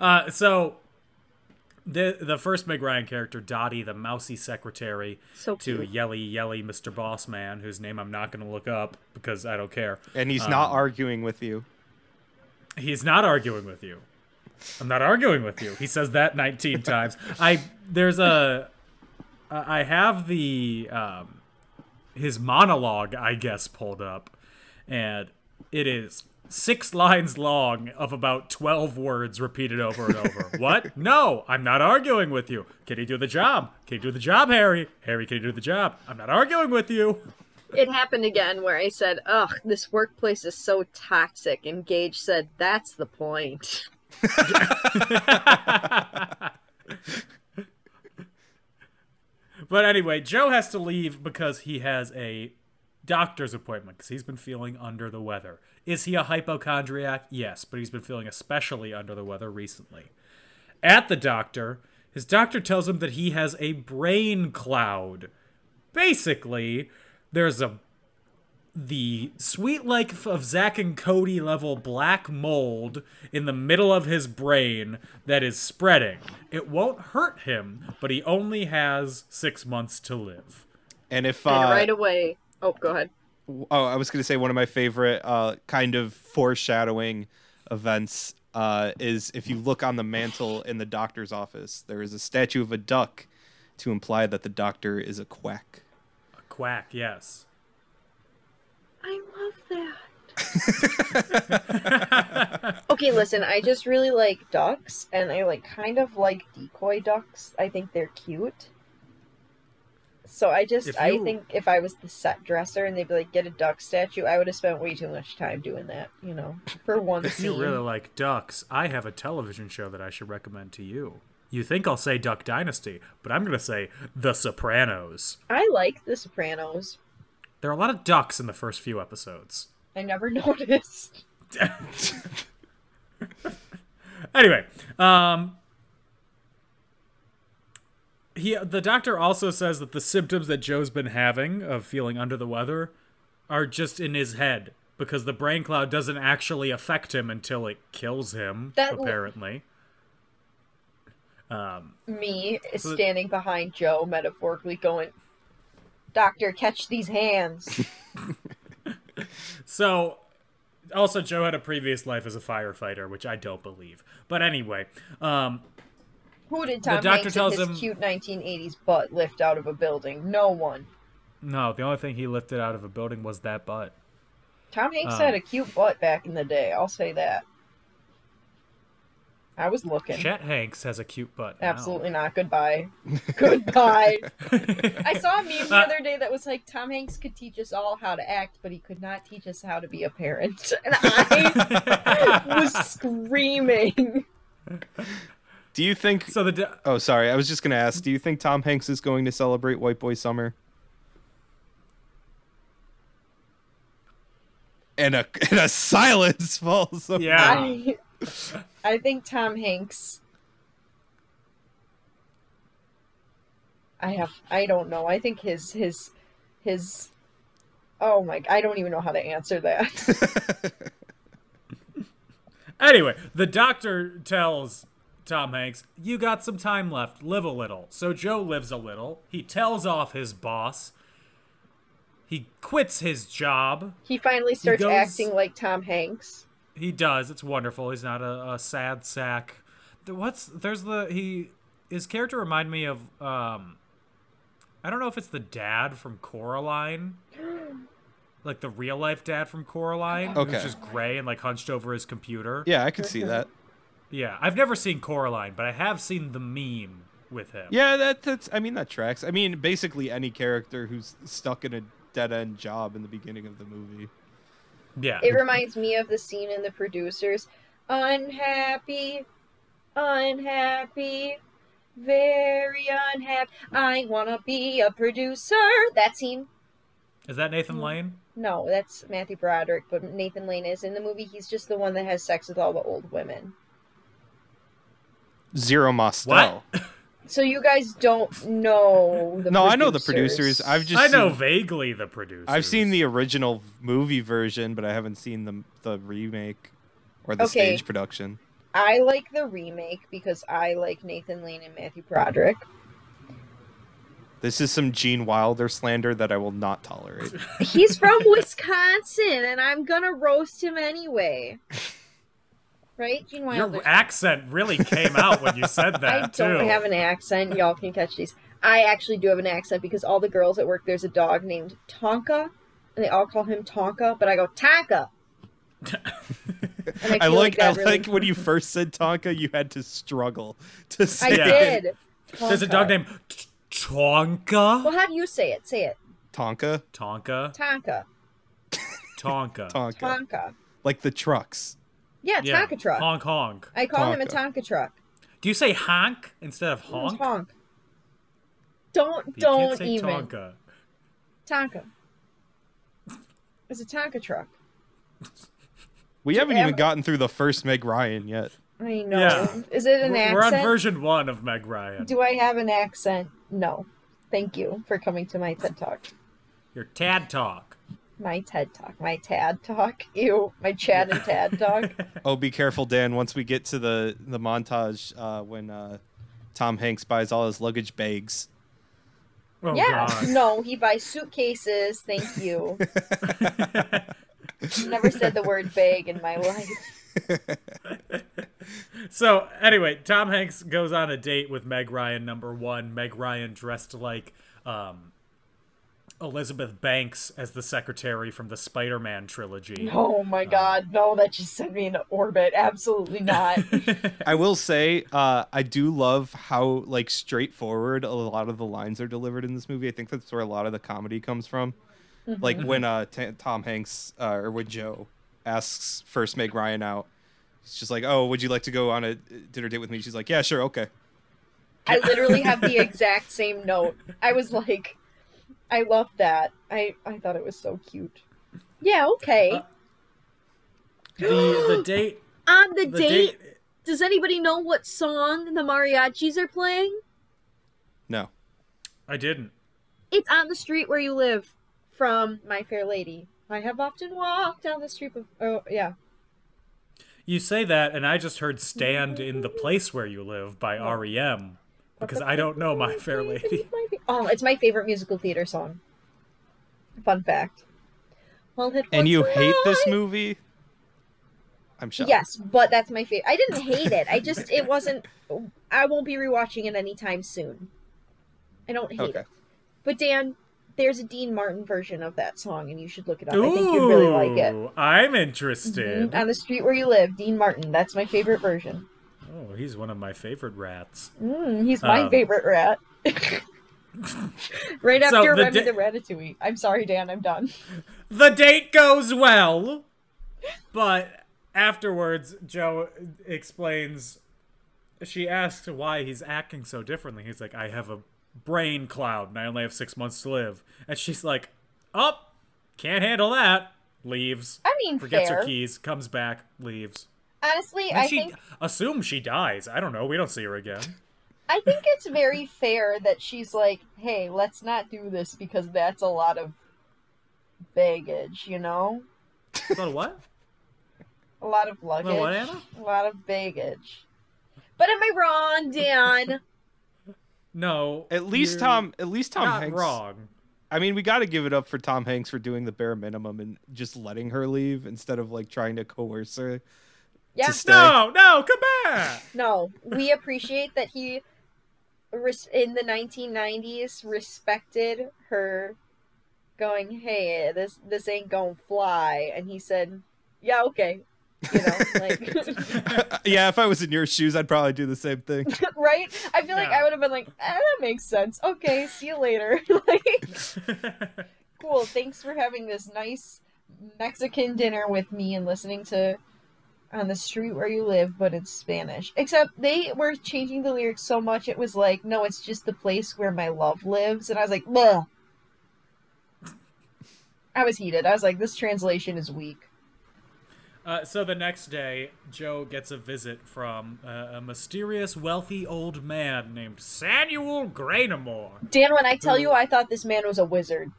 [SPEAKER 1] Uh, so the the first Meg Ryan character, Dottie, the mousy secretary
[SPEAKER 2] So
[SPEAKER 1] to
[SPEAKER 2] cute.
[SPEAKER 1] yelly yelly Mr. Boss Man, whose name I'm not going to look up because I don't care.
[SPEAKER 3] And he's not
[SPEAKER 1] Um.
[SPEAKER 3] arguing with you.
[SPEAKER 1] He's not arguing with you. I'm not arguing with you. He says that 19 times. I there's a I I have the um his monologue, I guess, pulled up and it is six lines long of about 12 words repeated over and over. what? No, I'm not arguing with you. Can he do the job? Can he do the job, Harry? Harry, can he do the job? I'm not arguing with you.
[SPEAKER 2] It happened again where I said, "Ugh, this workplace is so toxic." And Gage said, "That's the point."
[SPEAKER 1] But anyway, Joe has to leave because he has a doctor's appointment because he's been feeling under the weather. Is he a hypochondriac? Yes, but he's been feeling especially under the weather recently. At the doctor, his doctor tells him that he has a brain cloud. Basically, there's a the sweet life of Zack and Cody level black mold in the middle of his brain that is spreading. It won't hurt him, but he only has six months to live.
[SPEAKER 3] And if
[SPEAKER 2] And
[SPEAKER 3] uh,
[SPEAKER 2] right away. Oh, go ahead.
[SPEAKER 3] oh, I was going to say one of my favorite uh, kind of foreshadowing events uh, is if you look on the mantle in the doctor's office, there is a statue of a duck to imply that the doctor is a quack.
[SPEAKER 1] Quack, yes.
[SPEAKER 2] I love that. okay, listen, I just really like ducks and I like kind of like decoy ducks. I think they're cute. So I just
[SPEAKER 1] If
[SPEAKER 2] I
[SPEAKER 1] you-
[SPEAKER 2] think if I was the set dresser and they'd be like get a duck statue, I would have spent way too much time doing that, you know, for one
[SPEAKER 1] If you
[SPEAKER 2] scene.
[SPEAKER 1] really like ducks, I have a television show that I should recommend to you. You think I'll say Duck Dynasty, but I'm going to say The Sopranos.
[SPEAKER 2] I like The Sopranos.
[SPEAKER 1] There are a lot of ducks in the first few episodes.
[SPEAKER 2] I never noticed.
[SPEAKER 1] anyway, um, he the doctor also says that the symptoms that Joe's been having of feeling under the weather are just in his head because the brain cloud doesn't actually affect him until it kills him.
[SPEAKER 2] That-
[SPEAKER 1] apparently,
[SPEAKER 2] Me standing behind Joe metaphorically going, Doctor, catch these hands.
[SPEAKER 1] so. Also, Joe had a previous life as a firefighter, which I don't believe. But anyway, um,
[SPEAKER 2] Who did Tom
[SPEAKER 1] doctor
[SPEAKER 2] Hanks and
[SPEAKER 1] tells
[SPEAKER 2] his
[SPEAKER 1] him-
[SPEAKER 2] cute 1980s butt lift out of a building? No one.
[SPEAKER 1] no, the only thing he lifted out of a building was that butt.
[SPEAKER 2] Tom Hanks
[SPEAKER 1] Um.
[SPEAKER 2] had a cute butt back in the day. I'll say that. I was looking.
[SPEAKER 1] Chet Hanks has a cute butt. now.
[SPEAKER 2] Absolutely not. Goodbye. Goodbye. I saw a meme
[SPEAKER 1] Uh,
[SPEAKER 2] the other day that was like Tom Hanks could teach us all how to act, but he could not teach us how to be a parent. And I was screaming.
[SPEAKER 3] Do you think?
[SPEAKER 1] So the do-
[SPEAKER 3] oh, sorry. I was just going to ask. Do you think Tom Hanks is going to celebrate White Boy Summer? And a and a silence falls. over.
[SPEAKER 1] yeah.
[SPEAKER 2] I, I think Tom Hanks. I have. I don't know. I think his his his. Oh my! I don't even know how to answer that.
[SPEAKER 1] Anyway, the doctor tells Tom Hanks, You got some time left. Live a little. So Joe lives a little. He tells off his boss. He quits his job.
[SPEAKER 2] he finally starts
[SPEAKER 1] goes-
[SPEAKER 2] acting like Tom Hanks.
[SPEAKER 1] He does. It's wonderful. He's not a, a sad sack. Th- What's. There's the. He. His character remind me of. um I don't know if it's the dad from Coraline. Like the real life dad from Coraline.
[SPEAKER 3] Okay.
[SPEAKER 1] Who's just gray and like hunched over his computer.
[SPEAKER 3] Yeah, I could see that.
[SPEAKER 1] Yeah, I've never seen Coraline, but I have seen the meme with him.
[SPEAKER 3] Yeah, that that's. I mean, that tracks. I mean, basically any character who's stuck in a dead end job in the beginning of the movie.
[SPEAKER 1] yeah.
[SPEAKER 2] It reminds me of the scene in The Producers. Unhappy, unhappy, very unhappy. I wanna be a producer. That scene.
[SPEAKER 1] Is that Nathan Lane?
[SPEAKER 2] No, that's Matthew Broderick, but Nathan Lane is in the movie. He's just the one that has sex with all the old women.
[SPEAKER 3] Zero Mostel.
[SPEAKER 2] So you guys don't know the
[SPEAKER 3] No, I know the producers. I've just
[SPEAKER 1] I know
[SPEAKER 3] seen-
[SPEAKER 1] vaguely the producer.
[SPEAKER 3] I've seen the original movie version, but I haven't seen the the remake or the
[SPEAKER 2] Okay.
[SPEAKER 3] stage production.
[SPEAKER 2] I like the remake because I like Nathan Lane and Matthew Broderick.
[SPEAKER 3] This is some Gene Wilder slander that I will not tolerate.
[SPEAKER 2] He's from Wisconsin, and I'm gonna roast him anyway. Right, Gene Wilder?
[SPEAKER 1] Your accent really came out when you said that
[SPEAKER 2] Oh, I don't
[SPEAKER 1] too.
[SPEAKER 2] have an accent. Y'all can catch these. I actually do have an accent because all the girls at work, there's a dog named Tonka, and they all call him Tonka, but I go Taka. and
[SPEAKER 3] I
[SPEAKER 2] feel
[SPEAKER 3] like, I
[SPEAKER 2] that
[SPEAKER 3] like when you first said Tonka, you had to struggle to say
[SPEAKER 2] I
[SPEAKER 3] it.
[SPEAKER 2] did.
[SPEAKER 1] There's a
[SPEAKER 2] Tonka.
[SPEAKER 1] dog named T- Tonka.
[SPEAKER 2] Well, how do you say it? Say it.
[SPEAKER 3] Tonka,
[SPEAKER 1] Tonka.
[SPEAKER 2] Tonka.
[SPEAKER 1] Tonka.
[SPEAKER 3] Tonka,
[SPEAKER 2] Tonka.
[SPEAKER 3] like the trucks.
[SPEAKER 2] Yeah,
[SPEAKER 1] Yeah.
[SPEAKER 2] Tonka truck.
[SPEAKER 1] Honk honk.
[SPEAKER 2] I call him a
[SPEAKER 3] Tonka.
[SPEAKER 2] Tonka truck.
[SPEAKER 1] Do you say honk instead of honk?
[SPEAKER 2] Honk. Don't
[SPEAKER 1] You can't
[SPEAKER 2] don't
[SPEAKER 1] say
[SPEAKER 2] even
[SPEAKER 1] Tonka.
[SPEAKER 2] Tonka. was a Tonka truck.
[SPEAKER 3] We haven't even
[SPEAKER 2] Emma-
[SPEAKER 3] gotten through the first Meg Ryan yet.
[SPEAKER 2] I know.
[SPEAKER 1] Yeah.
[SPEAKER 2] Is it an
[SPEAKER 1] We're we're on
[SPEAKER 2] accent?
[SPEAKER 1] version one of Meg Ryan.
[SPEAKER 2] Do I have an accent? No. Thank you for coming to my TED Talk.
[SPEAKER 1] Your Tad Talk.
[SPEAKER 2] My TED Talk. My TAD Talk. Ew. My Chad and TAD Talk.
[SPEAKER 3] Oh, be careful, Dan. Once we get to the the montage uh, when uh, Tom Hanks buys all his luggage bags,
[SPEAKER 1] Oh,
[SPEAKER 2] yeah.
[SPEAKER 1] God.
[SPEAKER 2] No, he buys suitcases. Thank you. Never said the word bag in my life.
[SPEAKER 1] So anyway, Tom Hanks goes on a date with Meg Ryan. Number one, Meg Ryan dressed like um, Elizabeth Banks as the secretary from the Spider-Man trilogy.
[SPEAKER 2] Oh my god. No, that just sent me into orbit. Absolutely not.
[SPEAKER 3] I will say uh, I do love how like straightforward a lot of the lines are delivered in this movie. I think that's where a lot of the comedy comes from. Like when uh, Ta Tom Hanks uh, or when Joe asks first Meg Ryan out, he's just like, "Oh, would you like to go on a dinner date with me?" She's like, "Yeah, sure, okay."
[SPEAKER 2] I literally have the exact same note. I was like, I love that. I, I thought it was so cute. Yeah, okay.
[SPEAKER 1] The the date
[SPEAKER 2] On the,
[SPEAKER 1] the
[SPEAKER 2] date,
[SPEAKER 1] date
[SPEAKER 2] does anybody know what song the mariachis are playing?
[SPEAKER 3] No,
[SPEAKER 1] I didn't.
[SPEAKER 2] It's on the street where you live from My Fair Lady. I have often walked down the street of oh yeah.
[SPEAKER 1] You say that, and I just heard "Stand in the Place Where You Live" by REM because I don't know My Fair
[SPEAKER 2] Um,
[SPEAKER 1] Lady.
[SPEAKER 2] My fa- Oh, it's my favorite musical theater song. Fun fact. Well, it
[SPEAKER 3] and
[SPEAKER 2] was
[SPEAKER 3] you
[SPEAKER 2] a
[SPEAKER 3] hate this
[SPEAKER 2] lie.
[SPEAKER 3] movie. I'm shocked.
[SPEAKER 2] Yes, but that's my favorite. I didn't hate it. I just it wasn't. I won't be rewatching it anytime soon. I don't hate
[SPEAKER 3] Okay.
[SPEAKER 2] it. But Dan, there's a Dean Martin version of that song, and you should look it up. I think you'd really like it.
[SPEAKER 1] Ooh, I'm interested.
[SPEAKER 2] Mhm, On the street where you live, Dean Martin. That's my favorite version.
[SPEAKER 1] Oh, he's one of my favorite rats.
[SPEAKER 2] Mm, he's my
[SPEAKER 1] Um,
[SPEAKER 2] favorite rat. right
[SPEAKER 1] So
[SPEAKER 2] after
[SPEAKER 1] the
[SPEAKER 2] Remy
[SPEAKER 1] da-
[SPEAKER 2] the Ratatouille. I'm sorry, Dan. I'm done.
[SPEAKER 1] the date goes well, but afterwards, Joe explains. She asked why he's acting so differently. He's like, "I have a brain cloud, and I only have six months to live." And she's like, "Oh, can't handle that." Leaves.
[SPEAKER 2] I mean,
[SPEAKER 1] forgets
[SPEAKER 2] fair.
[SPEAKER 1] her keys, comes back, leaves.
[SPEAKER 2] Honestly,
[SPEAKER 1] And
[SPEAKER 2] I
[SPEAKER 1] she
[SPEAKER 2] think
[SPEAKER 1] assumes she dies. I don't know. We don't see her again.
[SPEAKER 2] I think it's very fair that she's like, "Hey, let's not do this because that's a lot of baggage, you know,
[SPEAKER 1] But what?
[SPEAKER 2] a lot of luggage,
[SPEAKER 1] Well, what, Anna?
[SPEAKER 2] a lot of baggage." But am I wrong, Dan?
[SPEAKER 1] No.
[SPEAKER 3] At least
[SPEAKER 1] you're
[SPEAKER 3] Tom. At least Tom
[SPEAKER 1] Not
[SPEAKER 3] Hanks.
[SPEAKER 1] wrong.
[SPEAKER 3] I mean, we got to give it up for Tom Hanks for doing the bare minimum and just letting her leave instead of like trying to coerce her
[SPEAKER 2] yeah,
[SPEAKER 3] to stay.
[SPEAKER 1] No, no, come back.
[SPEAKER 2] no, we appreciate that he, res- in the 1990s, respected her, going, "Hey, this this ain't gonna fly," and he said, "Yeah, okay," you know, like.
[SPEAKER 3] yeah, if I was in your shoes, I'd probably do the same thing.
[SPEAKER 2] right? I feel like
[SPEAKER 1] Yeah.
[SPEAKER 2] I would have been like, ah, that makes sense. Okay, see you later. like, cool. Thanks for having this nice Mexican dinner with me and listening to on the street where you live, but in Spanish. Except they were changing the lyrics so much it was like, no, it's just the place where my love lives, and I was like, Bleh. I was heated. I was like, this translation is weak.
[SPEAKER 1] Uh, so the next day, Joe gets a visit from uh, a mysterious, wealthy old man named Samuel Granamore.
[SPEAKER 2] Dan, when I tell you
[SPEAKER 1] Mm.
[SPEAKER 2] I thought this man was a wizard.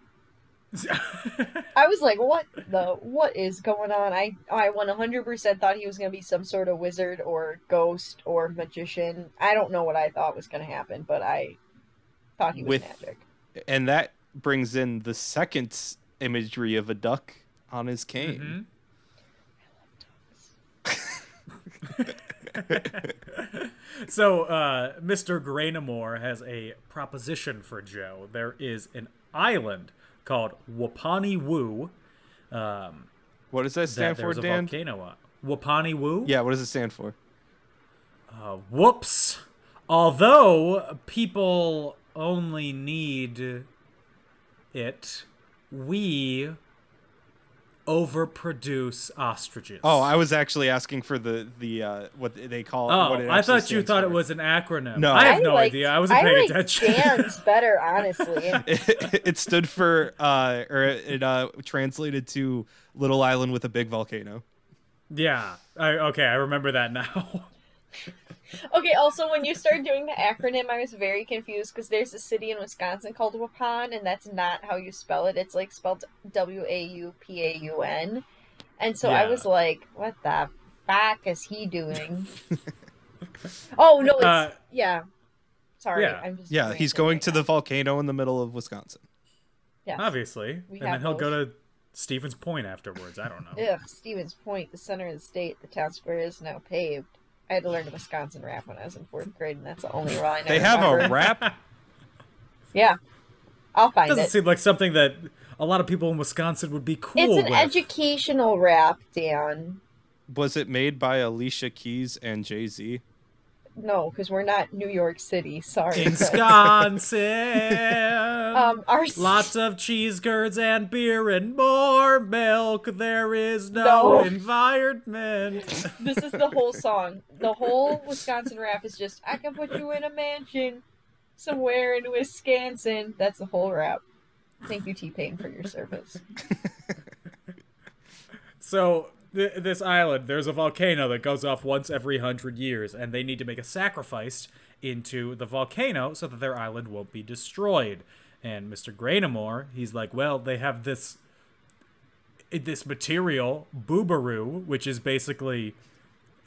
[SPEAKER 2] I was like, "What the? What is going on?" I I 100% thought he was going to be some sort of wizard or ghost or magician. I don't know what I thought was going to happen, but I thought he was
[SPEAKER 3] With-
[SPEAKER 2] magic.
[SPEAKER 3] And that brings in the second imagery of a duck on his cane.
[SPEAKER 1] Mhm. so uh, Mr. Granamore has a proposition for Joe. There is an island called Wapani Woo um,
[SPEAKER 3] What does that
[SPEAKER 1] that
[SPEAKER 3] stand for,
[SPEAKER 1] there's a
[SPEAKER 3] Dan?
[SPEAKER 1] volcano on. Wapani Woo?
[SPEAKER 3] Yeah, what does it stand for?
[SPEAKER 1] Uh, whoops. Although people only need it, we overproduce ostriches.
[SPEAKER 3] Oh, I was actually asking for the the uh, what they call.
[SPEAKER 1] Oh,
[SPEAKER 3] what it
[SPEAKER 1] I
[SPEAKER 3] actually
[SPEAKER 1] thought you
[SPEAKER 3] stands
[SPEAKER 1] thought
[SPEAKER 3] for.
[SPEAKER 1] it was an acronym.
[SPEAKER 3] No.
[SPEAKER 1] I have
[SPEAKER 2] I
[SPEAKER 1] no
[SPEAKER 2] liked-
[SPEAKER 1] idea. I wasn't
[SPEAKER 2] I
[SPEAKER 1] paying
[SPEAKER 2] like
[SPEAKER 1] attention.
[SPEAKER 2] dance better, honestly.
[SPEAKER 3] it, it stood for uh, or it uh, translated to little island with a big volcano.
[SPEAKER 1] yeah. I, okay, I remember that now.
[SPEAKER 2] Okay, also when you started doing the acronym, I was very confused because there's a city in Wisconsin called Wapan, and that's not how you spell it. It's like spelled W A U P A U N. And so I
[SPEAKER 1] Yeah.
[SPEAKER 2] was like, what the fuck is he doing? oh, no, it's.
[SPEAKER 1] Uh,
[SPEAKER 2] yeah. Sorry.
[SPEAKER 1] yeah.
[SPEAKER 2] I'm just
[SPEAKER 3] Yeah, he's
[SPEAKER 2] ranting
[SPEAKER 3] going
[SPEAKER 2] right
[SPEAKER 3] to
[SPEAKER 2] now.
[SPEAKER 3] the volcano in the middle of Wisconsin.
[SPEAKER 2] Yes.
[SPEAKER 1] Obviously.
[SPEAKER 2] We
[SPEAKER 1] and then
[SPEAKER 2] have
[SPEAKER 1] he'll go
[SPEAKER 2] those.
[SPEAKER 1] to Stevens Point afterwards. I don't know.
[SPEAKER 2] Ugh, Stevens Point, the center of the state, the town square is now paved. I had to learn a Wisconsin rap when I was in fourth grade, and that's the only rhyme I
[SPEAKER 3] They have a
[SPEAKER 2] remember.
[SPEAKER 3] rap.
[SPEAKER 2] Yeah, I'll
[SPEAKER 1] It
[SPEAKER 2] find
[SPEAKER 1] doesn't
[SPEAKER 2] it.
[SPEAKER 1] seem like something that a lot of people in Wisconsin would be cool
[SPEAKER 2] It's an
[SPEAKER 1] with.
[SPEAKER 2] educational rap, Dan.
[SPEAKER 3] Was it made by Alicia Keys and Jay Z?
[SPEAKER 2] No, because we're not New York City. Sorry.
[SPEAKER 1] in
[SPEAKER 2] but-
[SPEAKER 1] Wisconsin.
[SPEAKER 2] um, our
[SPEAKER 1] Lots of cheese curds and beer and more milk. There is no,
[SPEAKER 2] No.
[SPEAKER 1] environment.
[SPEAKER 2] this is the whole song. The whole Wisconsin rap is just I can put you in a mansion somewhere in Wisconsin. That's the whole rap. Thank you, T Pain, for your service.
[SPEAKER 1] So th- this island, there's a volcano that goes off once every hundred years, and they need to make a sacrifice into the volcano so that their island won't be destroyed. And Mr. Granamore, he's like, well, they have this this material boobaroo, which is basically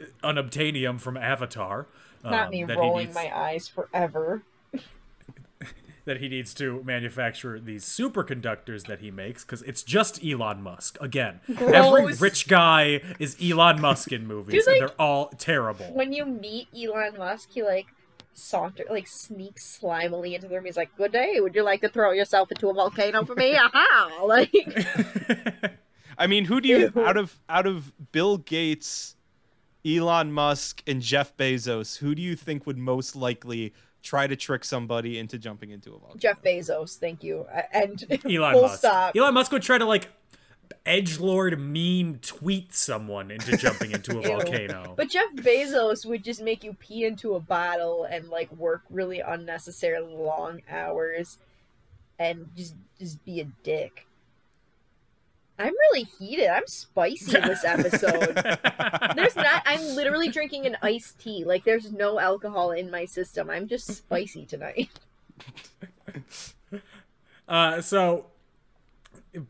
[SPEAKER 1] uh, unobtainium from Avatar.
[SPEAKER 2] Not
[SPEAKER 1] um,
[SPEAKER 2] me
[SPEAKER 1] that he
[SPEAKER 2] rolling
[SPEAKER 1] needs-
[SPEAKER 2] my eyes forever.
[SPEAKER 1] that he needs to manufacture these superconductors that he makes because it's just Elon Musk again. Every
[SPEAKER 2] Gross.
[SPEAKER 1] rich guy is Elon Musk in movies,
[SPEAKER 2] like-
[SPEAKER 1] and they're all terrible.
[SPEAKER 2] When you meet Elon Musk, he like saunter, like sneaks slimily into the room. He's like, "Good day. Would you like to throw yourself into a volcano for me? Aha!" Like.
[SPEAKER 3] I mean, who do you
[SPEAKER 2] Ew.
[SPEAKER 3] out of out of Bill Gates, Elon Musk, and Jeff Bezos? Who do you think would most likely try to trick somebody into jumping into a volcano?
[SPEAKER 2] Jeff Bezos, thank you. Uh, And
[SPEAKER 1] Elon
[SPEAKER 2] full
[SPEAKER 1] Musk.
[SPEAKER 2] stop.
[SPEAKER 1] Elon Musk would try to like edge lord meme tweet someone into jumping into a
[SPEAKER 2] Ew.
[SPEAKER 1] volcano.
[SPEAKER 2] But Jeff Bezos would just make you pee into a bottle and like work really unnecessarily long hours and just just be a dick. I'm really heated. I'm spicy this episode. There's not I'm literally drinking an iced tea. Like there's no alcohol in my system. I'm just spicy tonight.
[SPEAKER 1] Uh, so,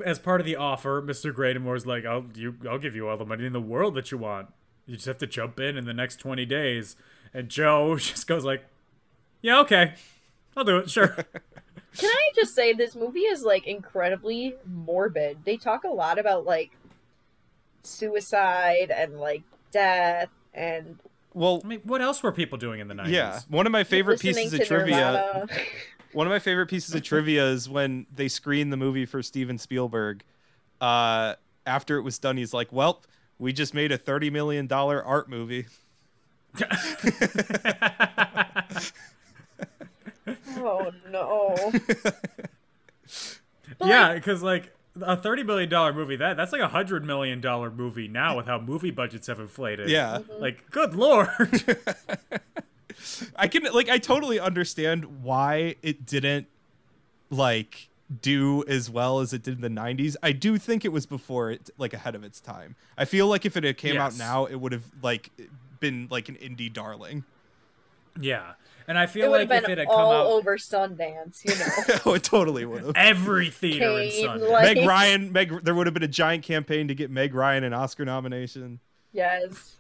[SPEAKER 1] as part of the offer, Mr. Gradymore's like, "I'll you, I'll give you all the money in the world that you want. You just have to jump in in the next twenty days." And Joe just goes like, "Yeah, okay, I'll do it. Sure."
[SPEAKER 2] Can I just say this movie is like incredibly morbid. They talk a lot about like suicide and like death and
[SPEAKER 3] Well,
[SPEAKER 1] I mean, what else were people doing in the nineties?
[SPEAKER 3] yeah. One of my favorite
[SPEAKER 2] listening
[SPEAKER 3] pieces of
[SPEAKER 2] to
[SPEAKER 3] trivia.
[SPEAKER 2] Nirvana.
[SPEAKER 3] One of my favorite pieces of trivia is when they screened the movie for Steven Spielberg. Uh, after it was done, he's like, "Well, we just made a thirty million dollar art movie."
[SPEAKER 2] Oh no.
[SPEAKER 1] yeah, because like a thirty million dollar movie that that's like a hundred million dollar movie now with how movie budgets have inflated.
[SPEAKER 3] Yeah,
[SPEAKER 2] Mm-hmm.
[SPEAKER 1] like good lord.
[SPEAKER 3] I can like I totally understand why it didn't like do as well as it did in the 90s. I do think it was before it like ahead of its time. I feel like if it had came out
[SPEAKER 1] Yes.
[SPEAKER 3] now, it would have like been like an indie darling.
[SPEAKER 1] yeah, and I feel
[SPEAKER 2] It would
[SPEAKER 1] like
[SPEAKER 2] have
[SPEAKER 1] if it
[SPEAKER 2] been
[SPEAKER 1] had come
[SPEAKER 2] all
[SPEAKER 1] out.
[SPEAKER 2] over Sundance, you know.
[SPEAKER 3] oh, it totally would have.
[SPEAKER 1] Every theater in
[SPEAKER 2] Kane,
[SPEAKER 1] Sunday.
[SPEAKER 2] like-
[SPEAKER 3] Meg Ryan, Meg, there would have been a giant campaign to get Meg Ryan an Oscar nomination.
[SPEAKER 2] yes.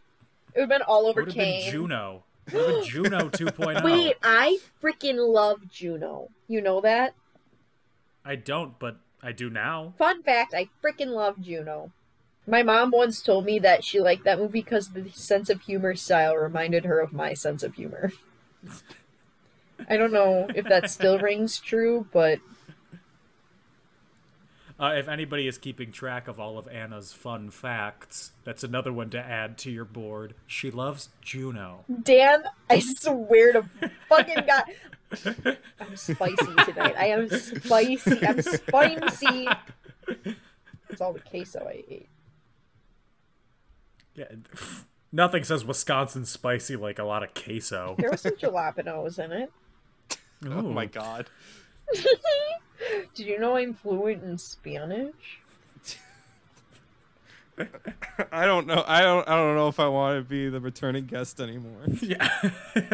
[SPEAKER 2] It would have been all over
[SPEAKER 1] Would have been
[SPEAKER 2] Kane.
[SPEAKER 1] Juno. Would have been Juno oh? 2.0.
[SPEAKER 2] Wait, I freaking love Juno. You know that?
[SPEAKER 1] I don't, but I do now.
[SPEAKER 2] Fun fact, I freaking love Juno. My mom once told me that she liked that movie because the sense of humor style reminded her of my sense of humor. I don't know if that still rings true, but
[SPEAKER 1] Uh, if anybody is keeping track of all of Anna's fun facts, that's another one to add to your board. She loves Juno.
[SPEAKER 2] Dan, I swear to fucking God. I'm spicy tonight. I am spicy. I'm spicy. It's all the queso I ate.
[SPEAKER 1] Yeah. Nothing says Wisconsin spicy like a lot of queso.
[SPEAKER 2] There was some jalapenos in it.
[SPEAKER 3] Oh
[SPEAKER 1] Ooh.
[SPEAKER 3] my god.
[SPEAKER 2] Did you know I'm fluent in Spanish?
[SPEAKER 3] I don't know. I don't. I don't know if I want to be the returning guest anymore.
[SPEAKER 1] Yeah.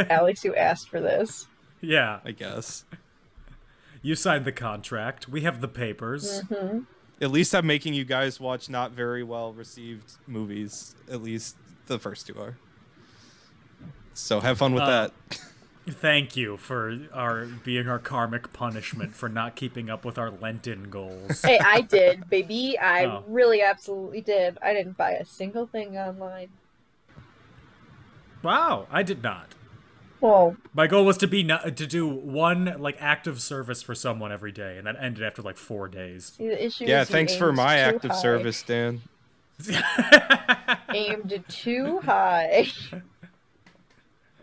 [SPEAKER 2] Alex, who asked for this.
[SPEAKER 1] yeah.
[SPEAKER 3] I guess.
[SPEAKER 1] You signed the contract. We have the papers.
[SPEAKER 3] At least I'm making you guys watch not very well received movies. At least the first two are. So have fun with
[SPEAKER 1] Uh,
[SPEAKER 3] that.
[SPEAKER 1] Thank you for our being our karmic punishment for not keeping up with our Lenten goals.
[SPEAKER 2] Hey, I did, baby. I
[SPEAKER 1] Oh.
[SPEAKER 2] really absolutely did. I didn't buy a single thing online.
[SPEAKER 1] wow, I did not.
[SPEAKER 2] Well,
[SPEAKER 1] My goal was to be not, to do one like act of service for someone every day, and that ended after like four days.
[SPEAKER 2] see, the issue
[SPEAKER 3] Yeah,
[SPEAKER 2] is you
[SPEAKER 3] thanks for
[SPEAKER 2] aimed
[SPEAKER 3] my
[SPEAKER 2] too
[SPEAKER 3] act of
[SPEAKER 2] high.
[SPEAKER 3] service, Dan.
[SPEAKER 2] Aimed too high.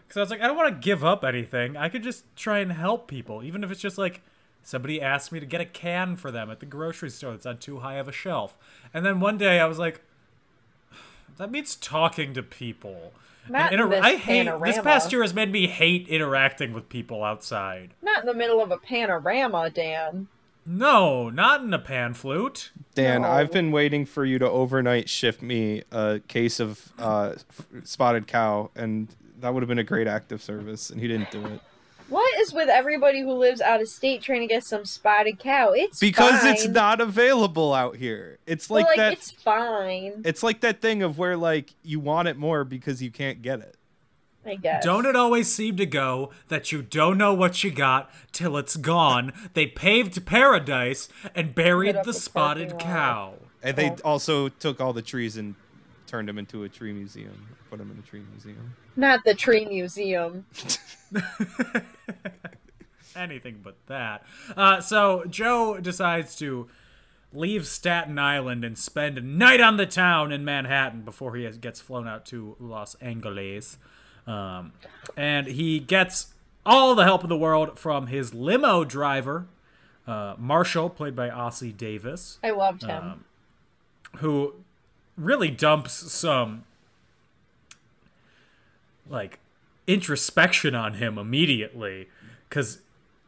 [SPEAKER 1] Because I was like, I don't want to give up anything. I could just try and help people, even if it's just like somebody asked me to get a can for them at the grocery store that's on too high of a shelf. And then one day I was like, that means talking to people.
[SPEAKER 2] Not
[SPEAKER 1] And
[SPEAKER 2] in this
[SPEAKER 1] I hate this
[SPEAKER 2] panorama.
[SPEAKER 1] past year has made me hate interacting with people outside.
[SPEAKER 2] Not in the middle of a panorama, Dan.
[SPEAKER 1] No, not in a pan flute.
[SPEAKER 3] Dan, I've
[SPEAKER 2] No.
[SPEAKER 3] been waiting for you to overnight shift me a case of uh, f- spotted cow, and that would have been a great act of service, and he didn't do it
[SPEAKER 2] What is with everybody who lives out of state trying to get some spotted cow? It's
[SPEAKER 3] because it's
[SPEAKER 2] fine.
[SPEAKER 3] not available out here. It's
[SPEAKER 2] Well,
[SPEAKER 3] like,
[SPEAKER 2] like,
[SPEAKER 3] that.
[SPEAKER 2] It's fine.
[SPEAKER 3] It's like that thing of where like you want it more because you can't get it.
[SPEAKER 2] I guess.
[SPEAKER 1] Don't it always seem to go that you don't know what you got till it's gone? They paved paradise and buried
[SPEAKER 2] up
[SPEAKER 1] the
[SPEAKER 2] the
[SPEAKER 1] spotted
[SPEAKER 2] parking lot.
[SPEAKER 1] cow.
[SPEAKER 3] And they also took all the trees and turned them into a tree museum. Put them in a tree museum.
[SPEAKER 2] Not the tree museum.
[SPEAKER 1] Anything but that. Uh, so Joe decides to leave Staten Island and spend a night on the town in Manhattan before he has, gets flown out to Los Angeles. Um, and he gets all the help in the world from his limo driver, uh, Marshall, played by Ossie Davis.
[SPEAKER 2] I loved him.
[SPEAKER 1] who really dumps some like introspection on him immediately cuz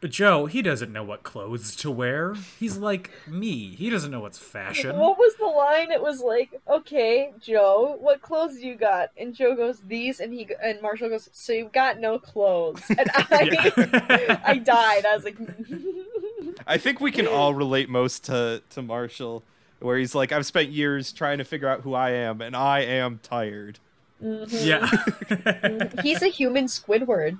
[SPEAKER 1] Joe, he doesn't know what clothes to wear. He's like me. He doesn't know what's fashion.
[SPEAKER 2] What was the line? It was like, "Okay, Joe, what clothes you got?" And Joe goes, "These," and he go- and Marshall goes, "So you've got no clothes?" And I, I died. I was like,
[SPEAKER 3] I think we can all relate most to to Marshall, where he's like, I've spent years trying to figure out who I am, and I am tired.
[SPEAKER 1] yeah.
[SPEAKER 2] "He's a human Squidward."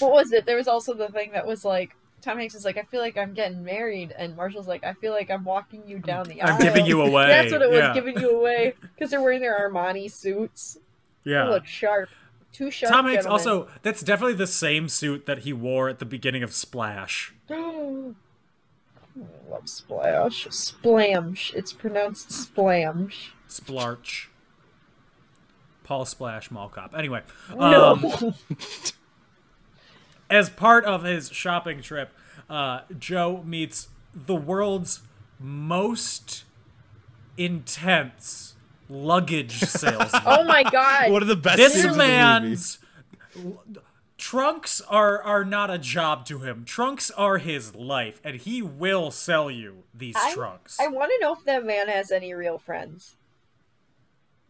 [SPEAKER 2] what was it? There was also the thing that was like, Tom Hanks is like, "I feel like I'm getting married," and Marshall's like, "I feel like I'm walking you down the aisle."
[SPEAKER 1] I'm giving you away.
[SPEAKER 2] That's what it was,
[SPEAKER 1] Yeah.
[SPEAKER 2] giving you away, because they're wearing their Armani suits.
[SPEAKER 1] Yeah.
[SPEAKER 2] They look sharp, too sharp.
[SPEAKER 1] Uh, Tom Hanks
[SPEAKER 2] gentlemen.
[SPEAKER 1] also that's definitely the same suit that he wore at the beginning of Splash.
[SPEAKER 2] Love splash. Splamsh. It's pronounced splamsh.
[SPEAKER 1] Splarch. Paul Splash Mall Cop. Anyway,
[SPEAKER 2] No.
[SPEAKER 1] um, as part of his shopping trip, uh, Joe meets the world's most intense luggage salesman.
[SPEAKER 2] oh my god.
[SPEAKER 3] One of the best
[SPEAKER 1] this
[SPEAKER 3] scenes in the movie.
[SPEAKER 1] man's trunks are are not a job to him. Trunks are his life, and he will sell you these
[SPEAKER 2] I-
[SPEAKER 1] trunks.
[SPEAKER 2] I want to know if that man has any real friends.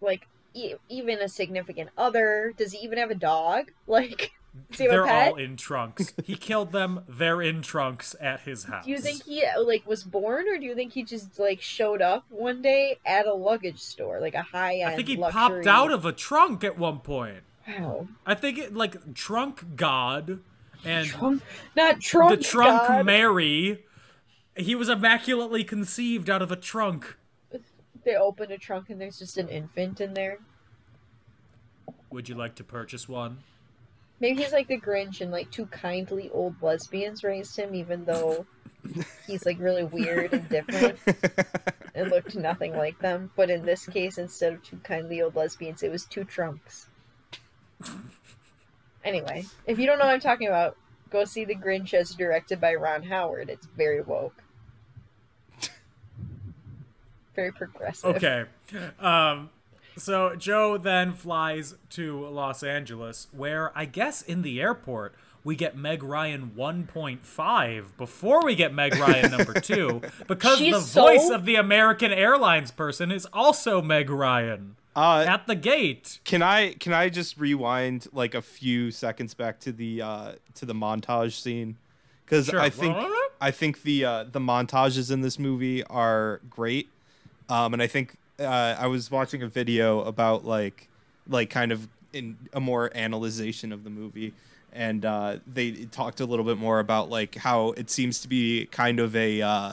[SPEAKER 2] Like, e- even a significant other. Does he even have a dog? Like, does he have
[SPEAKER 1] They're
[SPEAKER 2] a pet?
[SPEAKER 1] all in trunks. He killed them. They're in trunks at his house.
[SPEAKER 2] do you think he like was born, or do you think he just like showed up one day at a luggage store, like a high end?
[SPEAKER 1] I think he popped out of a trunk at one point.
[SPEAKER 2] wow,
[SPEAKER 1] I think it like trunk god and
[SPEAKER 2] trunk, not
[SPEAKER 1] the
[SPEAKER 2] trunk.
[SPEAKER 1] trunk
[SPEAKER 2] God.
[SPEAKER 1] Mary. He was immaculately conceived out of a trunk,
[SPEAKER 2] they open a trunk and there's just an infant in there.
[SPEAKER 1] Would you like to purchase one?
[SPEAKER 2] Maybe he's like the Grinch and like two kindly old lesbians raised him, even though he's like really weird and different and looked nothing like them. But in this case, instead of two kindly old lesbians, it was two trunks. Anyway, if you don't know what I'm talking about, go see The Grinch as directed by Ron Howard. It's very woke. Very progressive.
[SPEAKER 1] Okay. Um, so Joe then flies to Los Angeles, where I guess in the airport we get Meg Ryan 1.5 before we get Meg Ryan number two, because
[SPEAKER 2] She's
[SPEAKER 1] the
[SPEAKER 2] so-
[SPEAKER 1] voice of the American Airlines person is also Meg Ryan
[SPEAKER 3] Uh,
[SPEAKER 1] at the gate.
[SPEAKER 3] Can I can I just rewind like a few seconds back to the uh, to the montage scene? Because
[SPEAKER 1] Sure.
[SPEAKER 3] I think I think the uh, the montages in this movie are great, um, and I think uh, I was watching a video about like like kind of in a more analyzation of the movie, and uh, they talked a little bit more about like how it seems to be kind of a uh,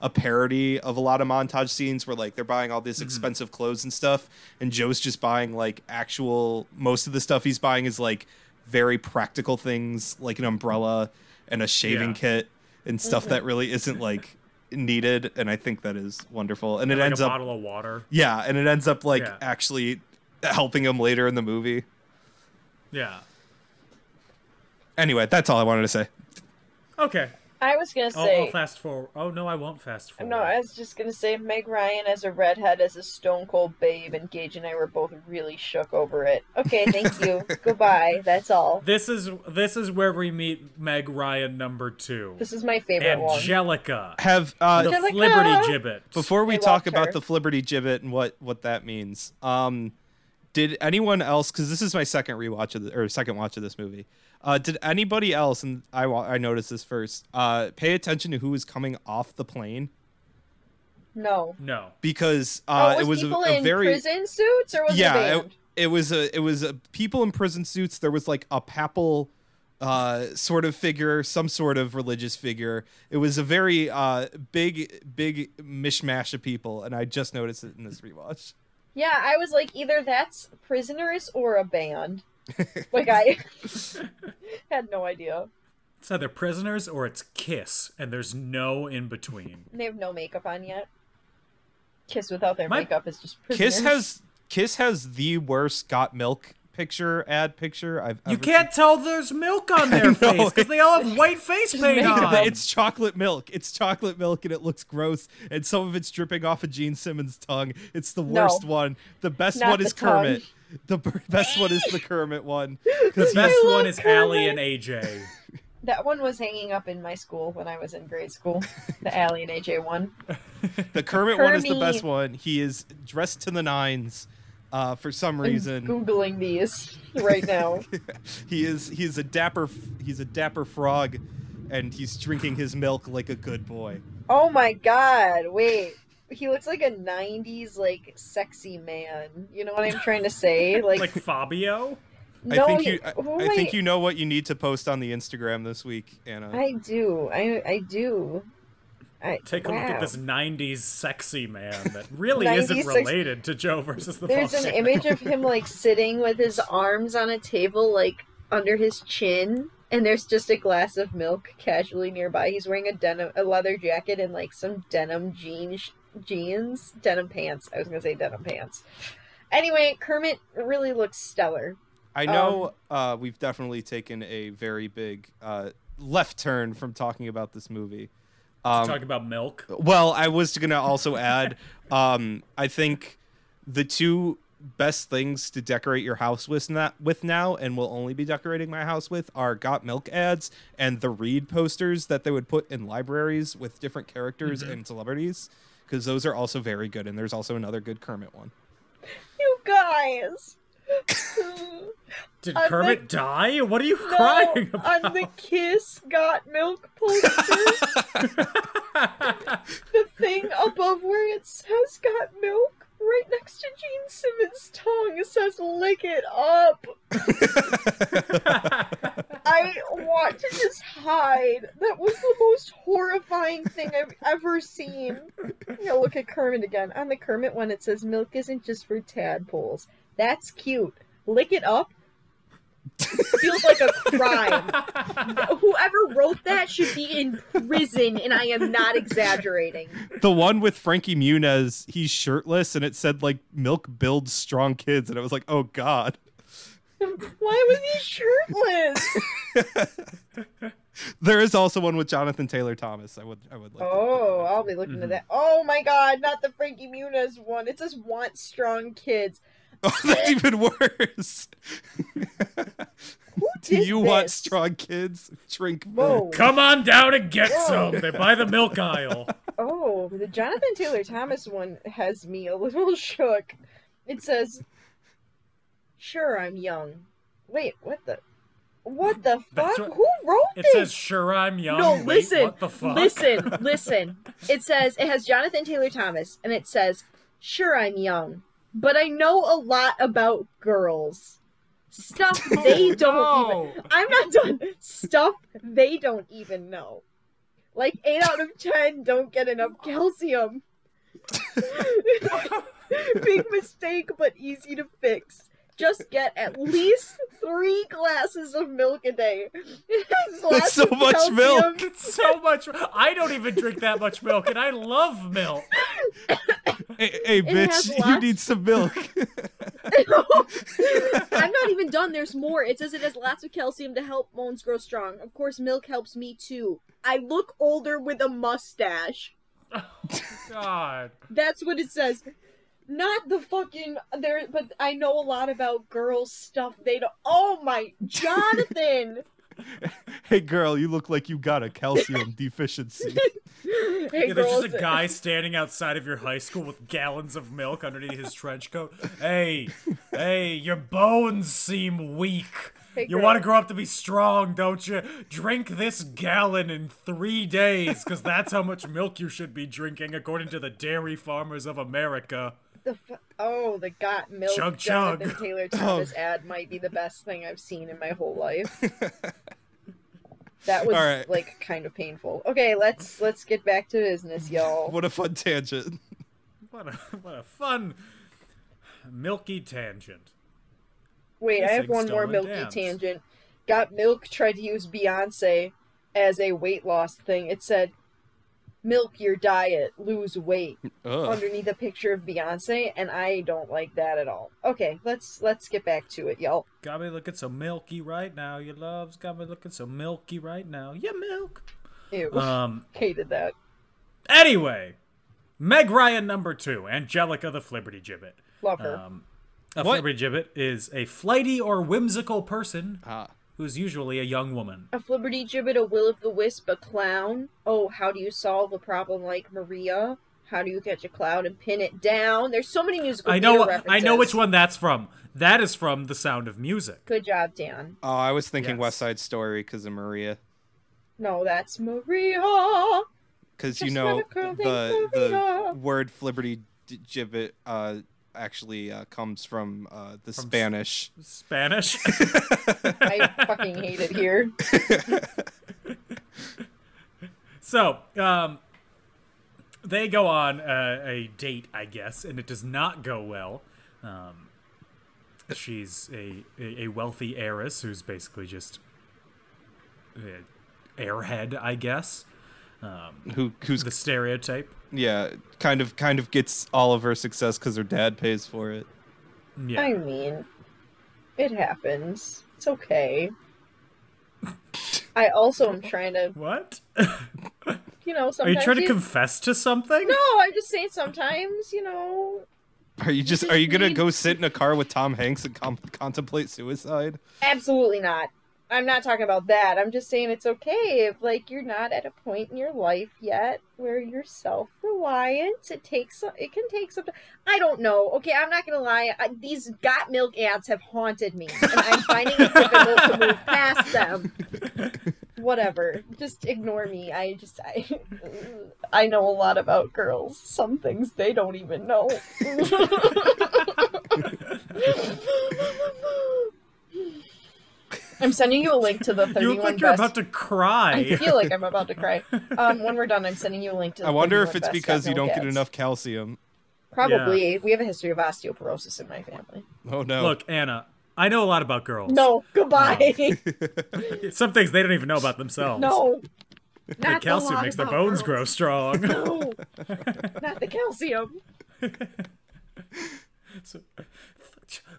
[SPEAKER 3] a parody of a lot of montage scenes where like they're buying all this expensive clothes and stuff, and Joe's just buying like actual most of the stuff he's buying is like very practical things like an umbrella and a shaving
[SPEAKER 1] Yeah.
[SPEAKER 3] kit and stuff that really isn't like needed and i think that is wonderful and it
[SPEAKER 1] Like
[SPEAKER 3] ends
[SPEAKER 1] a
[SPEAKER 3] up
[SPEAKER 1] bottle of water.
[SPEAKER 3] yeah and it ends up like
[SPEAKER 1] Yeah.
[SPEAKER 3] actually helping him later in the movie
[SPEAKER 1] Yeah.
[SPEAKER 3] anyway that's all i wanted to say
[SPEAKER 1] Okay.
[SPEAKER 2] I was gonna
[SPEAKER 1] I'll, I'll
[SPEAKER 2] say
[SPEAKER 1] fast forward. Oh no, I won't fast forward.
[SPEAKER 2] no. I was just gonna say Meg Ryan as a redhead, as a stone cold babe, and Gage and I were both really shook over it. Okay, thank you. Goodbye. That's all.
[SPEAKER 1] This is this is where we meet Meg Ryan number two,
[SPEAKER 2] This is my favorite one.
[SPEAKER 1] Angelica,
[SPEAKER 3] have uh
[SPEAKER 1] the
[SPEAKER 2] Angelica!
[SPEAKER 1] Liberty Gibbet.
[SPEAKER 3] before we
[SPEAKER 2] I
[SPEAKER 3] talk
[SPEAKER 2] loved
[SPEAKER 3] about
[SPEAKER 2] her.
[SPEAKER 3] the flibberty gibbet and what what that means um did anyone else because this is my second rewatch of the, or second watch of this movie uh did anybody else and i wa- i noticed this first uh pay attention to who was coming off the plane
[SPEAKER 2] no.
[SPEAKER 1] no,
[SPEAKER 3] because uh
[SPEAKER 2] oh,
[SPEAKER 3] it was a,
[SPEAKER 2] people
[SPEAKER 3] a
[SPEAKER 2] in
[SPEAKER 3] very
[SPEAKER 2] prison suits or was it
[SPEAKER 3] yeah
[SPEAKER 2] a
[SPEAKER 3] it,
[SPEAKER 2] band?
[SPEAKER 3] it was a it was a people in prison suits there was like a papal uh sort of figure some sort of religious figure it was a very uh big big mishmash of people and i just noticed it in this rewatch
[SPEAKER 2] Yeah, I was like, either that's prisoners or a band. like I had no idea.
[SPEAKER 1] it's either prisoners or it's Kiss, and there's no in between.
[SPEAKER 2] They have no makeup on yet. Kiss without their
[SPEAKER 1] My-
[SPEAKER 2] makeup is just prisoners.
[SPEAKER 3] kiss has kiss has the worst got milk picture ad picture i've
[SPEAKER 1] You
[SPEAKER 3] ever
[SPEAKER 1] can't tell there's milk on their
[SPEAKER 3] Uh, know,
[SPEAKER 1] face because they all have white face paint
[SPEAKER 2] makeup.
[SPEAKER 1] on.
[SPEAKER 3] it's chocolate milk. It's chocolate milk, and it looks gross. And some of it's dripping off of Gene Simmons' tongue. It's the worst one. The best
[SPEAKER 2] Not
[SPEAKER 3] one
[SPEAKER 2] the
[SPEAKER 3] is Kermit. The b- best one is the Kermit one.
[SPEAKER 1] the best
[SPEAKER 2] I love
[SPEAKER 1] one is
[SPEAKER 2] Kermit.
[SPEAKER 1] Allie and AJ.
[SPEAKER 2] That one was hanging up in my school when I was in grade school. The Allie and AJ one.
[SPEAKER 3] The Kermit one is the
[SPEAKER 2] Kermit.
[SPEAKER 3] best one. He is dressed to the nines. Uh, for some reason,
[SPEAKER 2] Googling these right now.
[SPEAKER 3] he is he is a dapper f- he's a dapper frog, and he's drinking his milk like a good boy.
[SPEAKER 2] oh my god, wait. He looks like a 90s like sexy man. You know what I'm trying to say? Like,
[SPEAKER 1] Like Fabio.
[SPEAKER 2] no,
[SPEAKER 3] I think
[SPEAKER 2] he-
[SPEAKER 3] you I,
[SPEAKER 2] who
[SPEAKER 3] I
[SPEAKER 2] am
[SPEAKER 3] think you know what you need to post on the Instagram this week, Anna.
[SPEAKER 2] I do. I I do. I,
[SPEAKER 1] Take a look
[SPEAKER 2] wow.
[SPEAKER 1] at this '90s sexy man that really
[SPEAKER 2] 90s
[SPEAKER 1] isn't
[SPEAKER 2] sex-
[SPEAKER 1] related to Joe versus the
[SPEAKER 2] There's an
[SPEAKER 1] Volcano.
[SPEAKER 2] image of him like sitting with his arms on a table, like under his chin, and there's just a glass of milk casually nearby. He's wearing a denim, a leather jacket, and like some denim jeans, jeans, denim pants. I was gonna say denim pants. Anyway, Kermit really looks stellar.
[SPEAKER 3] I
[SPEAKER 2] Um,
[SPEAKER 3] know uh, we've definitely taken a very big uh, left turn from talking about this movie. Um,
[SPEAKER 1] Talk about milk.
[SPEAKER 3] Well, I was going to also add um, I think the two best things to decorate your house with, na- with now and will only be decorating my house with are Got Milk ads and the Read posters that they would put in libraries with different characters and celebrities because those are also very good. And there's also another good Kermit one.
[SPEAKER 2] You guys.
[SPEAKER 1] Did
[SPEAKER 2] I'm
[SPEAKER 1] Kermit
[SPEAKER 2] like-
[SPEAKER 1] die? What are you
[SPEAKER 2] No,
[SPEAKER 1] crying about?
[SPEAKER 2] on the Kiss Got Milk poster, the thing above where it says Got Milk, right next to Gene Simmons' tongue, says Lick It Up. I want to just hide. That was the most horrifying thing I've ever seen. I'm gonna look at Kermit again. On the Kermit one, it says Milk isn't just for tadpoles. That's cute. Lick It Up feels like a crime. Whoever wrote that should be in prison, and I am not exaggerating.
[SPEAKER 3] the one with Frankie Muniz, he's shirtless and it said like milk builds strong kids and I was like, "Oh god."
[SPEAKER 2] Why was he shirtless?
[SPEAKER 3] There is also one with Jonathan Taylor Thomas. I would I would like. to-
[SPEAKER 2] Oh, I'll be looking
[SPEAKER 1] Mhm.
[SPEAKER 2] at that. Oh my god, not the Frankie Muniz one. It says want strong kids.
[SPEAKER 3] Oh, that's even worse. Do
[SPEAKER 2] did
[SPEAKER 3] you want
[SPEAKER 2] this?
[SPEAKER 3] strong kids? Drink
[SPEAKER 2] Whoa.
[SPEAKER 3] milk.
[SPEAKER 1] Come on down and get
[SPEAKER 2] Whoa.
[SPEAKER 1] some. They buy the milk aisle.
[SPEAKER 2] Oh, the Jonathan Taylor Thomas one has me a little shook. It says, "Sure, I'm young." Wait, what the, what the
[SPEAKER 1] That's
[SPEAKER 2] fuck?
[SPEAKER 1] what-
[SPEAKER 2] Who wrote
[SPEAKER 1] It
[SPEAKER 2] this?
[SPEAKER 1] says, "Sure, I'm young."
[SPEAKER 2] no,
[SPEAKER 1] Wait,
[SPEAKER 2] listen,
[SPEAKER 1] what the fuck?
[SPEAKER 2] listen, listen. It says it has Jonathan Taylor Thomas, and it says, "Sure, I'm young, but I know a lot about girls." Stuff they don't even
[SPEAKER 1] No.
[SPEAKER 2] I'm not done. Stuff they don't even know. Like eight out of ten don't get enough calcium. Big mistake, but easy to fix. Just get at least three glasses of milk a day.
[SPEAKER 3] That's so much milk.
[SPEAKER 1] It's so much. I don't even drink that much milk, and I love milk.
[SPEAKER 3] Hey, hey,
[SPEAKER 2] has
[SPEAKER 3] bitch, you
[SPEAKER 2] lots-
[SPEAKER 3] need some milk.
[SPEAKER 2] I'm not even done. There's more. It says it has lots of calcium to help bones grow strong. Of course, milk helps me too. I look older with a mustache.
[SPEAKER 1] God.
[SPEAKER 2] That's what it says. Not the fucking there, but I know a lot about girls stuff. They don't. Oh my, Jonathan!
[SPEAKER 3] hey, girl, you look like you got a calcium deficiency.
[SPEAKER 2] hey
[SPEAKER 1] Yeah, there's just a guy standing outside of your high school with gallons of milk underneath his trench coat. Hey, hey, your bones seem weak.
[SPEAKER 2] Hey,
[SPEAKER 1] you want to
[SPEAKER 2] girl.
[SPEAKER 1] grow up to be strong, don't you? Drink this gallon in three days, because that's how much milk you should be drinking, according to the Dairy Farmers of America.
[SPEAKER 2] The fu- oh, the got milk.
[SPEAKER 1] Chug,
[SPEAKER 2] Jonathan
[SPEAKER 1] chug. Oh.
[SPEAKER 2] Taylor Thomas ad might be the best thing I've seen in my whole life. that was
[SPEAKER 3] All right.
[SPEAKER 2] like kind of painful. Okay, let's let's get back to business, y'all.
[SPEAKER 3] what a fun tangent.
[SPEAKER 1] What a, what a fun, milky tangent.
[SPEAKER 2] Wait,
[SPEAKER 1] This
[SPEAKER 2] I have
[SPEAKER 1] thing's
[SPEAKER 2] one more
[SPEAKER 1] stolen
[SPEAKER 2] milky
[SPEAKER 1] dance.
[SPEAKER 2] tangent. Got milk tried to use Beyonce as a weight loss thing. It said, "Milk your diet, lose weight."
[SPEAKER 3] Ugh.
[SPEAKER 2] Underneath a picture of Beyonce, and I don't like that at all. Okay, let's let's get back to it, y'all.
[SPEAKER 1] Got me looking so milky right now. Your love's got me looking so milky right now. Your milk.
[SPEAKER 2] Ew,
[SPEAKER 1] Um.
[SPEAKER 2] hated that.
[SPEAKER 1] Anyway, Meg Ryan number two, Angelica the Flibberty Gibbet.
[SPEAKER 2] Love her.
[SPEAKER 1] Um, a
[SPEAKER 3] What?
[SPEAKER 1] Flibberty Gibbet is a flighty or whimsical person
[SPEAKER 3] Ah.
[SPEAKER 1] who's usually a young woman.
[SPEAKER 2] a flibberty gibbet, a will of the wisp, a clown. Oh, how do you solve a problem like Maria? How do you catch a cloud and pin it down? There's so many musical.
[SPEAKER 1] I know.
[SPEAKER 2] theater
[SPEAKER 1] I know
[SPEAKER 2] references.
[SPEAKER 1] which one that's from. That is from The Sound of Music.
[SPEAKER 2] Good job, Dan.
[SPEAKER 3] Oh, I was thinking
[SPEAKER 1] Yes.
[SPEAKER 3] West Side Story because of Maria.
[SPEAKER 2] No, that's Maria.
[SPEAKER 3] Because you
[SPEAKER 2] Just
[SPEAKER 3] know
[SPEAKER 2] let a girl
[SPEAKER 3] the
[SPEAKER 2] think Maria.
[SPEAKER 3] the word flibberty d- gibbet uh, actually uh, comes from uh, the
[SPEAKER 1] From s-
[SPEAKER 3] Spanish.
[SPEAKER 1] Spanish.
[SPEAKER 2] I fucking hate it here.
[SPEAKER 1] So, um, they go on a, a date, I guess, and it does not go well. Um, she's a, a a wealthy heiress who's basically just a airhead, I guess.
[SPEAKER 3] Who who's
[SPEAKER 1] The stereotype.
[SPEAKER 3] yeah kind of kind of gets all of her success because her dad pays for it.
[SPEAKER 1] Yeah.
[SPEAKER 2] I mean, it happens. It's okay. I also am trying to,
[SPEAKER 1] What?
[SPEAKER 2] Oh, you
[SPEAKER 1] Are
[SPEAKER 2] know,
[SPEAKER 1] you
[SPEAKER 2] sometimes.
[SPEAKER 1] trying to confess to something?
[SPEAKER 2] No, I'm just saying sometimes, you know.
[SPEAKER 3] Are you just
[SPEAKER 2] just
[SPEAKER 3] are you gonna
[SPEAKER 2] need-
[SPEAKER 3] go sit in a car with Tom Hanks and com- contemplate suicide?
[SPEAKER 2] Absolutely not. I'm not talking about that. I'm just saying it's okay if, like, you're not at a point in your life yet where you're self-reliant. It takes, it can take some. I don't know. Okay, I'm not gonna lie. I, these got milk ads have haunted me, and I'm finding it difficult to move past them. Whatever. Just ignore me. I just, I, I know a lot about girls. Some things they don't even know. I'm sending you a link to the 31
[SPEAKER 1] You look like you're
[SPEAKER 2] best.
[SPEAKER 1] about to cry.
[SPEAKER 2] I feel like I'm about to cry. Um, when we're done, I'm sending you a link to. The
[SPEAKER 3] I wonder
[SPEAKER 2] 31
[SPEAKER 3] if it's
[SPEAKER 2] best
[SPEAKER 3] because you
[SPEAKER 2] got milk
[SPEAKER 3] don't get
[SPEAKER 2] ads.
[SPEAKER 3] enough calcium.
[SPEAKER 2] Probably. We have a history of osteoporosis in my family.
[SPEAKER 3] Oh no!
[SPEAKER 1] Look, Anna, I know a lot about girls.
[SPEAKER 2] No, goodbye.
[SPEAKER 1] Some things they don't even know about themselves.
[SPEAKER 2] no.
[SPEAKER 1] The
[SPEAKER 2] Not
[SPEAKER 1] calcium
[SPEAKER 2] lot
[SPEAKER 1] makes their
[SPEAKER 2] about
[SPEAKER 1] bones grow
[SPEAKER 2] girls.
[SPEAKER 1] strong.
[SPEAKER 2] No. Not the calcium.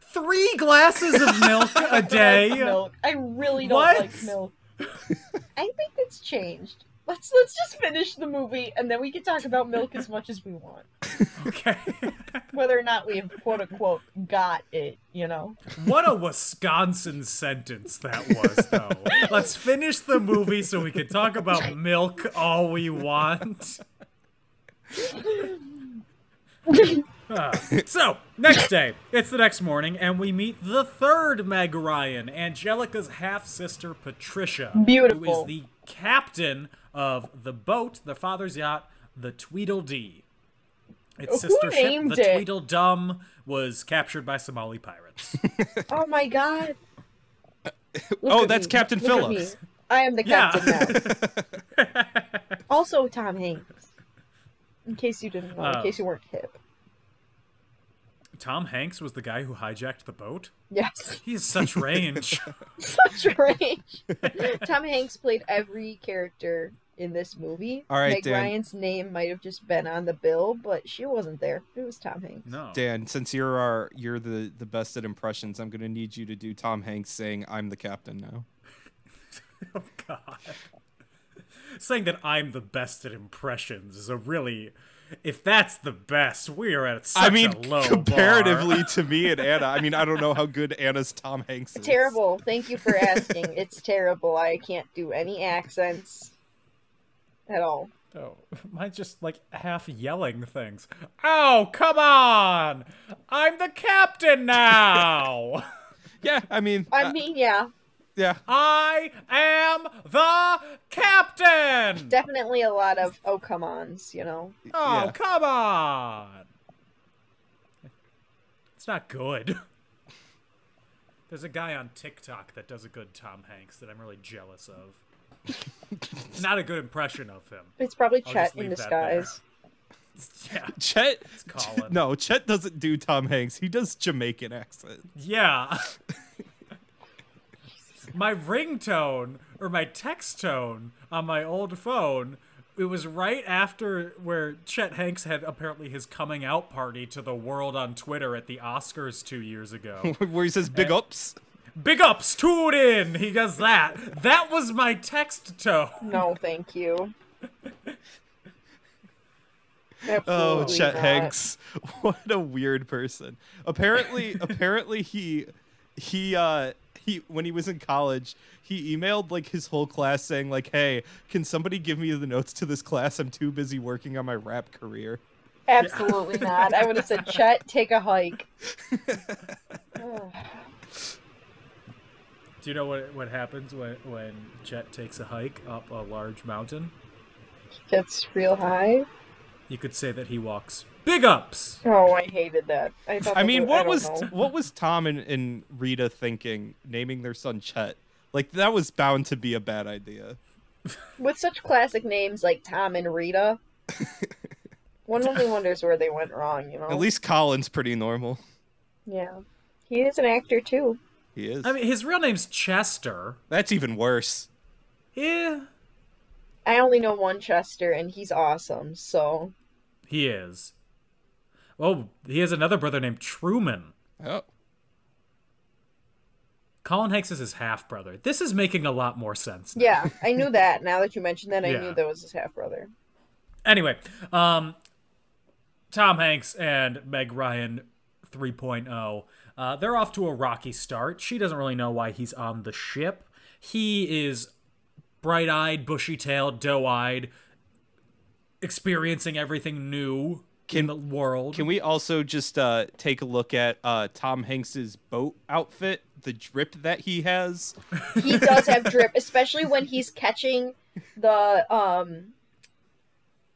[SPEAKER 1] Three glasses of milk a day.
[SPEAKER 2] Milk. I really don't
[SPEAKER 1] What?
[SPEAKER 2] like milk. I think changed. Let's let's just finish the movie and then we can talk about milk as much as we want.
[SPEAKER 1] Okay.
[SPEAKER 2] Whether or not we have quote unquote got it, you know.
[SPEAKER 1] what a Wisconsin sentence that was, though. Let's finish the movie so we can talk about milk all we want. Ah. so, next day, it's the next morning, and we meet the third Meg Ryan, Angelica's half sister Patricia. Who
[SPEAKER 2] Beautiful.
[SPEAKER 1] is the captain of the boat, the father's yacht, the Tweedledee. Its
[SPEAKER 2] Who
[SPEAKER 1] sister ship,
[SPEAKER 2] named
[SPEAKER 1] the
[SPEAKER 2] it?
[SPEAKER 1] Tweedledum, was captured by Somali pirates.
[SPEAKER 2] Oh my god.
[SPEAKER 3] Oh,
[SPEAKER 2] at
[SPEAKER 3] that's
[SPEAKER 2] me.
[SPEAKER 3] Captain
[SPEAKER 2] Look at
[SPEAKER 3] Phillips.
[SPEAKER 2] me. I am the
[SPEAKER 1] Yeah.
[SPEAKER 2] captain now. also Tom Hanks. In case you didn't know, in
[SPEAKER 1] Oh.
[SPEAKER 2] case you weren't hip.
[SPEAKER 1] Tom Hanks was the guy who hijacked the boat.
[SPEAKER 2] Yes.
[SPEAKER 1] He has such range.
[SPEAKER 2] Such range. Tom Hanks played every character in this movie.
[SPEAKER 3] All right,
[SPEAKER 2] Meg
[SPEAKER 3] Dan.
[SPEAKER 2] Ryan's name might have just been on the bill, but she wasn't there. It was Tom Hanks.
[SPEAKER 1] No.
[SPEAKER 3] Dan, since you're our you're the the best at impressions, I'm gonna need you to do Tom Hanks saying "I'm the captain" now.
[SPEAKER 1] Oh God. Saying that I'm the best at impressions is a really, if that's the best, we are at such
[SPEAKER 3] I mean,
[SPEAKER 1] a low
[SPEAKER 3] comparatively
[SPEAKER 1] bar.
[SPEAKER 3] to me and Anna, I mean, I don't know how good Anna's Tom Hanks is.
[SPEAKER 2] Terrible. Thank you for asking. it's terrible. I can't do any accents at all.
[SPEAKER 1] Oh, mine's just like half yelling things. Oh, come on! I'm the captain now.
[SPEAKER 3] Yeah, I mean,
[SPEAKER 2] I
[SPEAKER 3] uh,
[SPEAKER 2] mean, yeah,
[SPEAKER 3] yeah.
[SPEAKER 1] I am the captain.
[SPEAKER 2] definitely a lot of oh come ons, you know.
[SPEAKER 1] Oh,
[SPEAKER 3] yeah.
[SPEAKER 1] come on! It's not good. There's a guy on TikTok that does a good Tom Hanks that I'm really jealous of. not a good impression of him.
[SPEAKER 2] It's probably
[SPEAKER 1] I'll
[SPEAKER 2] Chet
[SPEAKER 1] just
[SPEAKER 2] in
[SPEAKER 1] leave that there.
[SPEAKER 2] disguise.
[SPEAKER 1] Yeah,
[SPEAKER 3] Chet,
[SPEAKER 1] Colin.
[SPEAKER 3] no, Chet doesn't do Tom Hanks. He does Jamaican accent.
[SPEAKER 1] yeah. my ringtone or my text tone on my old phone. It was right after where Chet Hanks had apparently his coming out party to the world on Twitter at the Oscars two years ago.
[SPEAKER 3] Where he says "big ups."
[SPEAKER 1] Big ups, tune in. He does that. That was my text tone.
[SPEAKER 2] No, thank you.
[SPEAKER 3] Oh,
[SPEAKER 2] Absolutely
[SPEAKER 3] Chet
[SPEAKER 2] not.
[SPEAKER 3] Hanks. What a weird person. Apparently, apparently he he uh he when he was in college, he emailed like his whole class saying like, "Hey, can somebody give me the notes to this class? I'm too busy working on my rap career."
[SPEAKER 2] Absolutely not. I would have said, Chet, take a hike.
[SPEAKER 1] Do you know what what happens when when Chet takes a hike up a large mountain?
[SPEAKER 2] Gets real high.
[SPEAKER 1] You could say that he walks big ups.
[SPEAKER 2] Oh, I hated that. I, thought
[SPEAKER 3] I
[SPEAKER 2] that
[SPEAKER 3] mean,
[SPEAKER 2] was-
[SPEAKER 3] what
[SPEAKER 2] don't
[SPEAKER 3] was
[SPEAKER 2] know.
[SPEAKER 3] what was Tom and, and Rita thinking naming their son Chet? Like that was bound to be a bad idea.
[SPEAKER 2] with such classic names like Tom and Rita? One only wonders where they went wrong, you know.
[SPEAKER 3] At least Colin's pretty normal.
[SPEAKER 2] yeah, he is an actor too.
[SPEAKER 3] He is.
[SPEAKER 1] I mean, his real name's Chester.
[SPEAKER 3] That's even worse.
[SPEAKER 1] Yeah,
[SPEAKER 2] I only know one Chester, and he's awesome. So
[SPEAKER 1] he is. Oh, he has another brother named Truman.
[SPEAKER 3] Oh.
[SPEAKER 1] Colin Hanks is his half brother. This is making a lot more sense. now.
[SPEAKER 2] yeah, I knew that. Now that you mentioned that, I
[SPEAKER 1] Yeah.
[SPEAKER 2] knew that was his half brother.
[SPEAKER 1] Anyway, um, Tom Hanks and Meg Ryan 3.0, uh, they're off to a rocky start. She doesn't really know why he's on the ship. He is bright eyed, bushy tailed, doe eyed, experiencing everything new in the world.
[SPEAKER 3] Can we also just uh, take a look at uh, Tom Hanks's boat outfit, the drip that he has?
[SPEAKER 2] He does have drip, especially when he's catching the um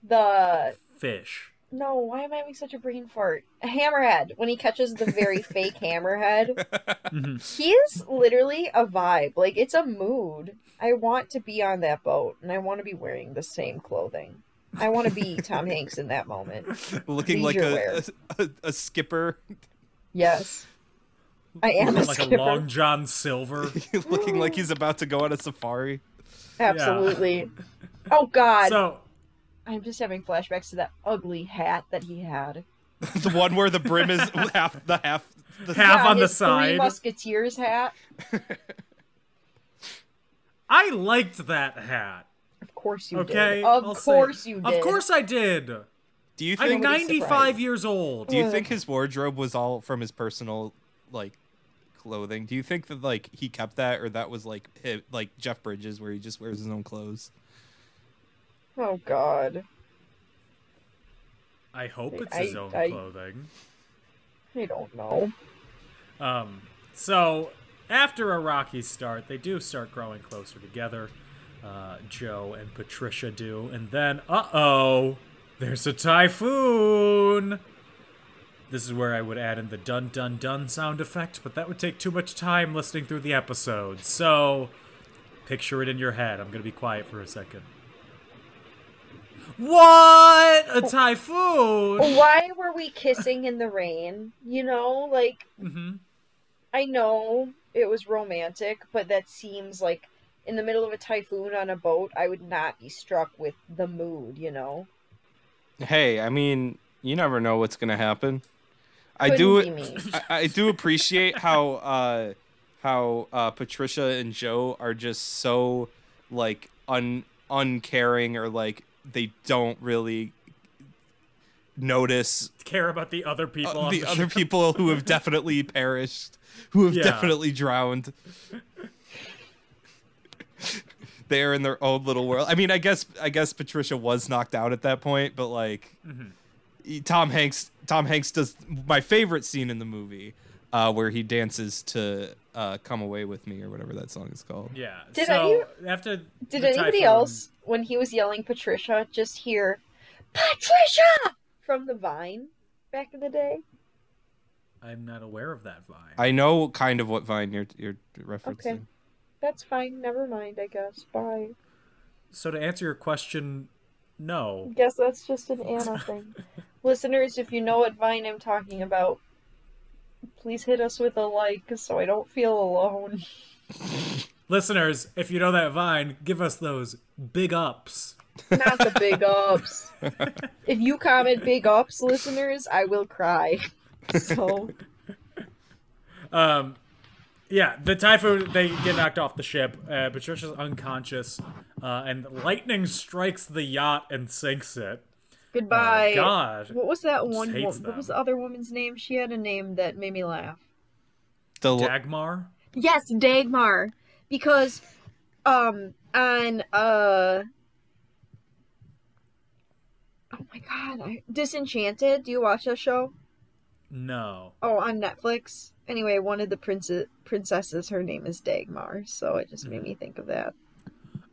[SPEAKER 2] the
[SPEAKER 1] Fish.
[SPEAKER 2] no. Why am I having such a brain fart? A hammerhead when he catches the very fake hammerhead.
[SPEAKER 1] Mhm.
[SPEAKER 2] He is literally a vibe. Like it's a mood. I want to be on that boat and I want to be wearing the same clothing. I want to be Tom Hanks in that moment.
[SPEAKER 3] Looking like
[SPEAKER 2] Leisure
[SPEAKER 3] a,
[SPEAKER 2] wear.
[SPEAKER 3] a, a skipper,
[SPEAKER 2] Yes. I am a
[SPEAKER 1] like
[SPEAKER 2] skipper.
[SPEAKER 1] a Long John Silver.
[SPEAKER 3] looking like he's about to go on a safari.
[SPEAKER 2] Absolutely. Oh god.
[SPEAKER 1] so,
[SPEAKER 2] I'm just having flashbacks to that ugly hat that he had.
[SPEAKER 3] the one where the brim is half the half. The,
[SPEAKER 1] half
[SPEAKER 2] Yeah,
[SPEAKER 1] on the
[SPEAKER 2] his Three
[SPEAKER 1] side.
[SPEAKER 2] Musketeers hat.
[SPEAKER 1] I liked that hat.
[SPEAKER 2] Of course you
[SPEAKER 1] Okay.
[SPEAKER 2] did. Of
[SPEAKER 1] I'll say-
[SPEAKER 2] course you did.
[SPEAKER 1] Of course I did.
[SPEAKER 3] Do you
[SPEAKER 1] I'm
[SPEAKER 3] think?
[SPEAKER 2] nobody-
[SPEAKER 1] 95 years old.
[SPEAKER 3] do you think his wardrobe was all from his personal like clothing? Do you think that like he kept that, or that was like hi- like Jeff Bridges, where he just wears his own clothes?
[SPEAKER 2] Oh God,
[SPEAKER 1] I hope it's
[SPEAKER 2] I-
[SPEAKER 1] his own
[SPEAKER 2] I-
[SPEAKER 1] clothing.
[SPEAKER 2] I don't know.
[SPEAKER 1] Um, so after a rocky start, they do start growing closer together. Uh, Joe and Patricia do, and then uh oh, there's a typhoon. This is where I would add in the dun dun dun sound effect, but that would take too much time listening through the episode. So picture it in your head. I'm gonna be quiet for a second. What a typhoon!
[SPEAKER 2] Why were we kissing in the rain? You know, like
[SPEAKER 1] hmm
[SPEAKER 2] I know it was romantic, but that seems like in the middle of a typhoon on a boat, I would not be struck with the mood. You know,
[SPEAKER 3] Hey, I mean, you never know what's gonna happen. I
[SPEAKER 2] Couldn't
[SPEAKER 3] do
[SPEAKER 2] be me.
[SPEAKER 3] I, I do appreciate how uh how uh Patricia and Joe are just so like un uncaring or like they don't really notice
[SPEAKER 1] Care about the other people.
[SPEAKER 3] uh,
[SPEAKER 1] on
[SPEAKER 3] the
[SPEAKER 1] the
[SPEAKER 3] other people who have definitely perished, who have
[SPEAKER 1] Yeah.
[SPEAKER 3] definitely drowned. they are in their own little world. I mean, I guess I guess Patricia was knocked out at that point, but like
[SPEAKER 1] Mm-hmm.
[SPEAKER 3] y- Tom Hanks, Tom Hanks does my favorite scene in the movie, uh, where he dances to uh, "Come Away with Me" or whatever that song is called.
[SPEAKER 1] Yeah.
[SPEAKER 2] Did
[SPEAKER 1] so after
[SPEAKER 2] did
[SPEAKER 1] the
[SPEAKER 2] anybody
[SPEAKER 1] typhoon-
[SPEAKER 2] else when he was yelling Patricia just hear Patricia from the vine back in the day?
[SPEAKER 1] I'm not aware of that vine.
[SPEAKER 3] I know kind of what Vine you're you're referencing.
[SPEAKER 2] Okay. That's fine. Never mind. I guess. Bye.
[SPEAKER 1] So to answer your question, no.
[SPEAKER 2] Guess that's just an Anna thing. Listeners, if you know what Vine I'm talking about, please hit us with a like so I don't feel alone.
[SPEAKER 1] Listeners, if you know that vine, give us those big ups.
[SPEAKER 2] Not the big ups. if you comment big ups, listeners, I will cry. So
[SPEAKER 1] Um, yeah, the typhoon, they get knocked off the ship. Uh, Patricia's unconscious, uh, and lightning strikes the yacht and sinks it.
[SPEAKER 2] goodbye.
[SPEAKER 1] Oh, God.
[SPEAKER 2] What was that one?
[SPEAKER 1] hates
[SPEAKER 2] Wo- what was
[SPEAKER 1] them.
[SPEAKER 2] the other woman's name? She had a name that made me laugh.
[SPEAKER 3] The,
[SPEAKER 1] Dagmar?
[SPEAKER 2] Yes, Dagmar. Because um on uh Oh my god, I Disenchanted, do you watch that show?
[SPEAKER 1] No.
[SPEAKER 2] Oh, on Netflix. Anyway, one of the princes princesses, her name is Dagmar, so it just made me think of that.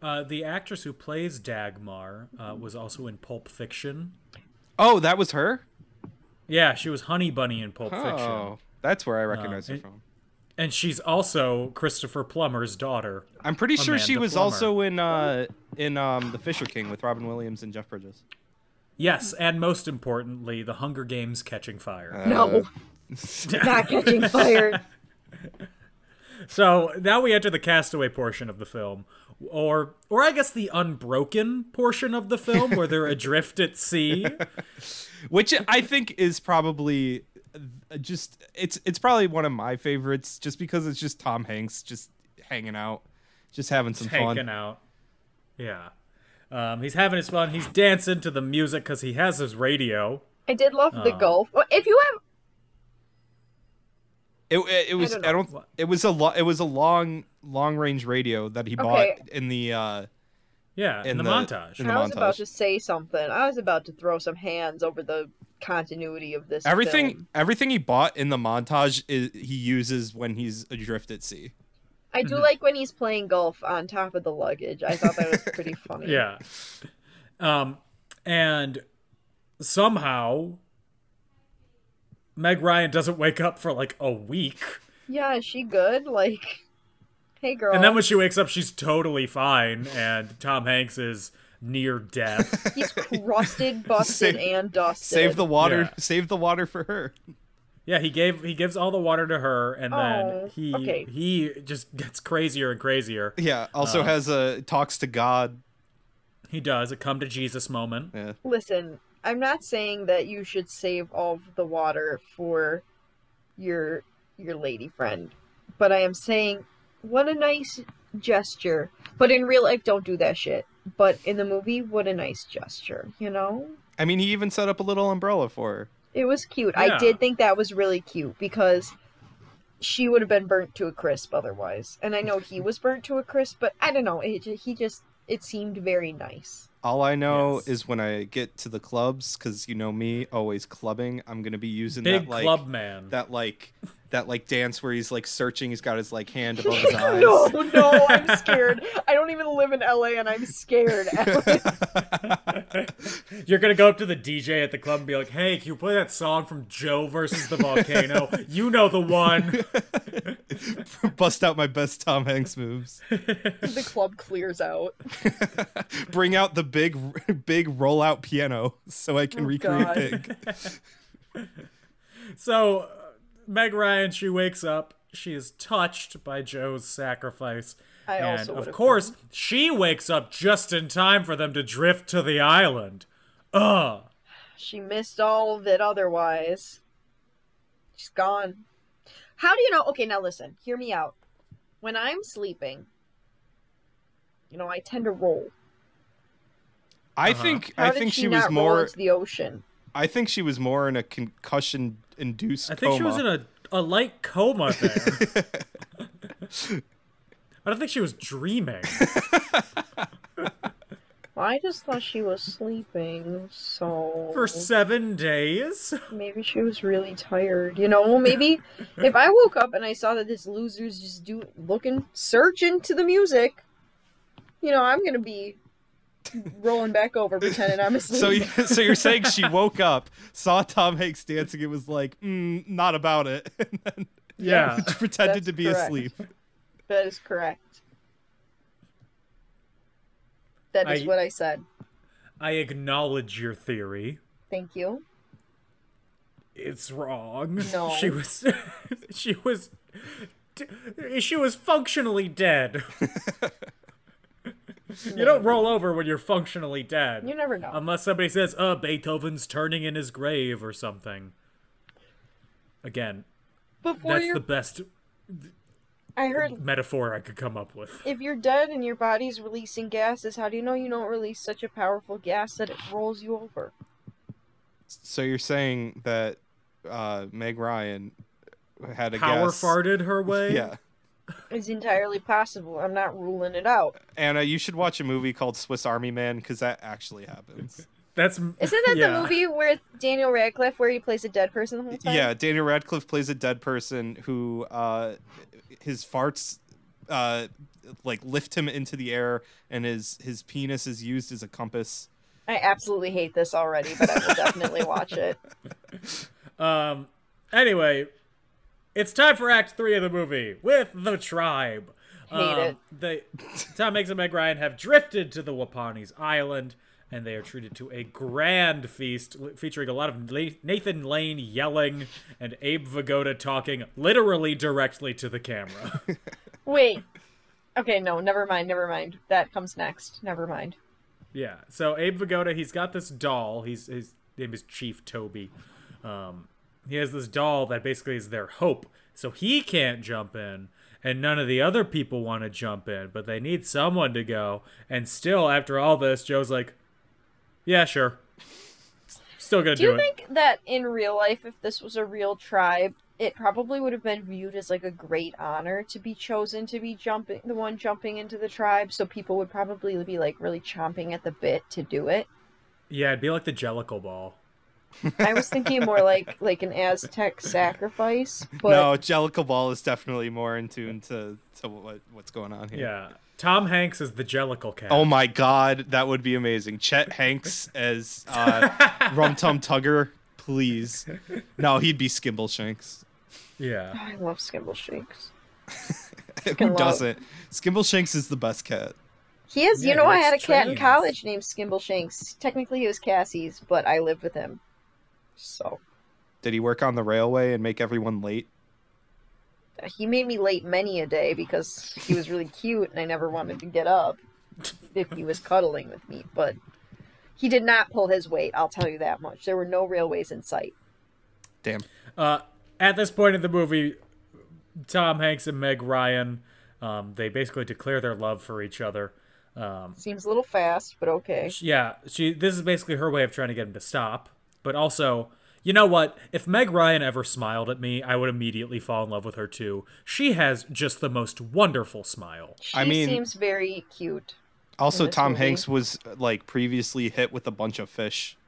[SPEAKER 1] Uh, the actress who plays Dagmar uh, was also in Pulp Fiction.
[SPEAKER 3] oh, that was her.
[SPEAKER 1] Yeah, she was Honey Bunny in Pulp Fiction.
[SPEAKER 3] Oh, that's where I recognize her
[SPEAKER 1] it-
[SPEAKER 3] from.
[SPEAKER 1] Uh, And she's also Christopher Plummer's daughter.
[SPEAKER 3] I'm pretty sure she
[SPEAKER 1] Amanda
[SPEAKER 3] was
[SPEAKER 1] Plummer.
[SPEAKER 3] also in uh in um The Fisher King with Robin Williams and Jeff Bridges.
[SPEAKER 1] Yes,
[SPEAKER 3] Mm-hmm.
[SPEAKER 1] and most importantly, the Hunger Games catching fire.
[SPEAKER 2] No. Not catching fire.
[SPEAKER 1] So now we enter the castaway portion of the film, or or I guess the unbroken portion of the film where they're adrift at sea.
[SPEAKER 3] Which I think is probably uh, just it's it's probably one of my favorites just because it's just Tom Hanks just hanging out, just having some fun.
[SPEAKER 1] taken out. Yeah. Um, he's having his fun. He's dancing to the music because he has his radio.
[SPEAKER 2] I did love the Gulf. Well, If you have
[SPEAKER 3] It, it, it was I
[SPEAKER 2] don't
[SPEAKER 3] don't,
[SPEAKER 2] know.
[SPEAKER 3] it was a lo- it was a long long range radio that he bought
[SPEAKER 2] Okay.
[SPEAKER 3] in the uh
[SPEAKER 1] Yeah, in,
[SPEAKER 3] In
[SPEAKER 1] the,
[SPEAKER 3] the-
[SPEAKER 1] montage.
[SPEAKER 3] in the
[SPEAKER 2] I was about
[SPEAKER 3] montage.
[SPEAKER 2] to say something. I was about to throw some hands over the continuity of this
[SPEAKER 3] everything
[SPEAKER 2] film.
[SPEAKER 3] everything he bought in the montage is, he uses when he's adrift at sea.
[SPEAKER 2] I do like when he's playing golf on top of the luggage. I thought that was pretty funny.
[SPEAKER 1] Yeah. Um, and somehow Meg Ryan doesn't wake up for like a week.
[SPEAKER 2] Yeah, is she good? Like, hey, girl.
[SPEAKER 1] And then when she wakes up, she's totally fine, and Tom Hanks is near death.
[SPEAKER 2] he's crusted, busted,
[SPEAKER 3] Save-
[SPEAKER 2] and dusted.
[SPEAKER 3] Save the water,
[SPEAKER 1] Yeah.
[SPEAKER 3] save the water for her.
[SPEAKER 1] yeah, he gave he gives all the water to her, and
[SPEAKER 2] Oh,
[SPEAKER 1] then he
[SPEAKER 2] okay.
[SPEAKER 1] he just gets crazier and crazier.
[SPEAKER 3] Yeah.
[SPEAKER 1] Uh,
[SPEAKER 3] Also has a talks to God.
[SPEAKER 1] He does a come to Jesus moment.
[SPEAKER 3] Yeah.
[SPEAKER 2] Listen, I'm not saying that you should save all of the water for your your lady friend, but I am saying what a nice gesture. But in real life, don't do that shit. But in the movie, what a nice gesture, you know?
[SPEAKER 3] I mean, he even set up a little umbrella for her.
[SPEAKER 2] It was cute. I
[SPEAKER 1] Yeah.
[SPEAKER 2] did think that was really cute because she would have been burnt to a crisp otherwise. And I know he was burnt to a crisp, but I don't know. It, he just it seemed very nice.
[SPEAKER 3] All I know
[SPEAKER 1] Yes.
[SPEAKER 3] is when I get to the clubs, because you know me, always clubbing. I'm gonna be using
[SPEAKER 1] Big
[SPEAKER 3] that like
[SPEAKER 1] club man.
[SPEAKER 3] that like that like dance where he's like searching. He's got his like hand above his eyes.
[SPEAKER 2] No, no, I'm scared. I don't even live in LA and I'm scared.
[SPEAKER 1] You're gonna go up to the DJ at the club and be like, "Hey, can you play that song from Joe versus the volcano? you know the one."
[SPEAKER 3] Bust out my best Tom Hanks moves.
[SPEAKER 2] the club clears out.
[SPEAKER 3] Bring out the big big rollout piano so I can
[SPEAKER 2] Oh,
[SPEAKER 3] recreate
[SPEAKER 2] God.
[SPEAKER 3] Big.
[SPEAKER 1] So uh, Meg Ryan, she wakes up. She is touched by Joe's sacrifice.
[SPEAKER 2] I
[SPEAKER 1] and
[SPEAKER 2] also
[SPEAKER 1] of
[SPEAKER 2] would've
[SPEAKER 1] course, she wakes up just in time for them to drift to the island. Ugh.
[SPEAKER 2] She missed all of it otherwise. She's gone. How do you know? Okay, now listen. Hear me out. When I'm sleeping, you know, I tend to roll.
[SPEAKER 3] I
[SPEAKER 1] Uh-huh.
[SPEAKER 3] think
[SPEAKER 2] How
[SPEAKER 3] I
[SPEAKER 2] did
[SPEAKER 3] think she,
[SPEAKER 2] she
[SPEAKER 3] was
[SPEAKER 2] not roll
[SPEAKER 3] more.
[SPEAKER 2] into the ocean.
[SPEAKER 3] I think she was more in a concussion induced.
[SPEAKER 1] I think she was in a, a light coma there. I don't think she was dreaming.
[SPEAKER 2] Well, I just thought she was sleeping, so
[SPEAKER 1] For seven days?
[SPEAKER 2] maybe she was really tired. You know, maybe if I woke up and I saw that this loser's just do looking searching to the music, you know, I'm gonna be rolling back over pretending I'm asleep.
[SPEAKER 3] So, you, so you're saying she woke up, saw Tom Hanks dancing, and was like, mm, "Not about it," and then
[SPEAKER 1] Yeah.
[SPEAKER 3] pretended to
[SPEAKER 2] That's
[SPEAKER 3] be
[SPEAKER 2] correct.
[SPEAKER 3] asleep.
[SPEAKER 2] That is correct. That is
[SPEAKER 1] I-
[SPEAKER 2] what I said.
[SPEAKER 1] I acknowledge your theory.
[SPEAKER 2] Thank you.
[SPEAKER 1] It's wrong.
[SPEAKER 2] No.
[SPEAKER 1] She was she was she was functionally dead. you don't roll over when you're functionally dead.
[SPEAKER 2] You never know.
[SPEAKER 1] Unless somebody says, "Uh, Beethoven's turning in his grave" or something. Again,
[SPEAKER 2] Before
[SPEAKER 1] that's
[SPEAKER 2] you,
[SPEAKER 1] the best
[SPEAKER 2] I heard
[SPEAKER 1] metaphor I could come up with.
[SPEAKER 2] if you're dead and your body's releasing gases, how do you know you don't release such a powerful gas that it rolls you over?
[SPEAKER 3] So you're saying that uh, Meg Ryan had a
[SPEAKER 1] Power
[SPEAKER 3] gas-
[SPEAKER 1] farted her way.
[SPEAKER 3] Yeah,
[SPEAKER 2] It's entirely possible. I'm not ruling it out.
[SPEAKER 3] Anna, you should watch a movie called Swiss Army Man because that actually happens.
[SPEAKER 1] That's
[SPEAKER 2] Isn't that
[SPEAKER 1] yeah.
[SPEAKER 2] the movie with Daniel Radcliffe where he plays a dead person the whole time?
[SPEAKER 3] Yeah, Daniel Radcliffe plays a dead person who uh, his farts uh, like lift him into the air, and his his penis is used as a compass.
[SPEAKER 2] I absolutely hate this already, but I will definitely watch it.
[SPEAKER 1] Um, anyway, it's time for Act Three of the movie with the tribe. Um,
[SPEAKER 2] Hate it.
[SPEAKER 1] They, Tom Hanks and Meg Ryan have drifted to the Wapani's Island, and they are treated to a grand feast li- featuring a lot of La- Nathan Lane yelling and Abe Vigoda talking literally directly to the camera.
[SPEAKER 2] Wait. Okay, no, never mind, never mind. That comes next. Never mind.
[SPEAKER 1] yeah. So Abe Vigoda, he's got this doll. He's his name is Chief Toby. Um, he has this doll that basically is their hope. So he can't jump in, and none of the other people want to jump in, but they need someone to go. And still, after all this, Joe's like, "Yeah, sure, still gonna
[SPEAKER 2] Do
[SPEAKER 1] do,
[SPEAKER 2] you
[SPEAKER 1] it."
[SPEAKER 2] think that in real life, if this was a real tribe, it probably would have been viewed as like a great honor to be chosen to be jumping the one jumping into the tribe? So people would probably be like really chomping at the bit to do it.
[SPEAKER 1] yeah, it'd be like the Jellicle Ball.
[SPEAKER 2] I was thinking more like like an Aztec sacrifice, but
[SPEAKER 3] no, Jellicle Ball is definitely more in tune to, to what, what's going on here.
[SPEAKER 1] Yeah, Tom Hanks is the Jellicle cat.
[SPEAKER 3] Oh my God, that would be amazing. Chet Hanks as uh, Rum Tum Tugger, please. No, he'd be Skimble Shanks.
[SPEAKER 1] yeah,
[SPEAKER 2] I love Skimble Shakes.
[SPEAKER 3] Who
[SPEAKER 2] love.
[SPEAKER 3] doesn't? Skimble Shanks is the best cat.
[SPEAKER 2] He is,
[SPEAKER 1] Yeah,
[SPEAKER 2] you know,
[SPEAKER 1] he
[SPEAKER 2] I had a
[SPEAKER 1] likes
[SPEAKER 2] cat in
[SPEAKER 1] trains.
[SPEAKER 2] college named Skimble Shanks. Technically, he was Cassie's, but I lived with him. So
[SPEAKER 3] Did he work on the railway and make everyone late?
[SPEAKER 2] he made me late many a day because he was really cute and I never wanted to get up if he was cuddling with me, but he did not pull his weight, I'll tell you that much. There were no railways in sight.
[SPEAKER 3] Damn.
[SPEAKER 1] Uh, at this point in the movie, Tom Hanks and Meg Ryan, um, they basically declare their love for each other. Um,
[SPEAKER 2] Seems a little fast, but okay.
[SPEAKER 1] sh- yeah, she. This is basically her way of trying to get him to stop. But also, you know what? If Meg Ryan ever smiled at me, I would immediately fall in love with her too. She has just the most wonderful smile.
[SPEAKER 2] She
[SPEAKER 3] I mean-
[SPEAKER 2] seems very cute.
[SPEAKER 3] Also,
[SPEAKER 2] in this
[SPEAKER 3] Tom
[SPEAKER 2] movie.
[SPEAKER 3] Hanks was uh, like previously hit with a bunch of fish.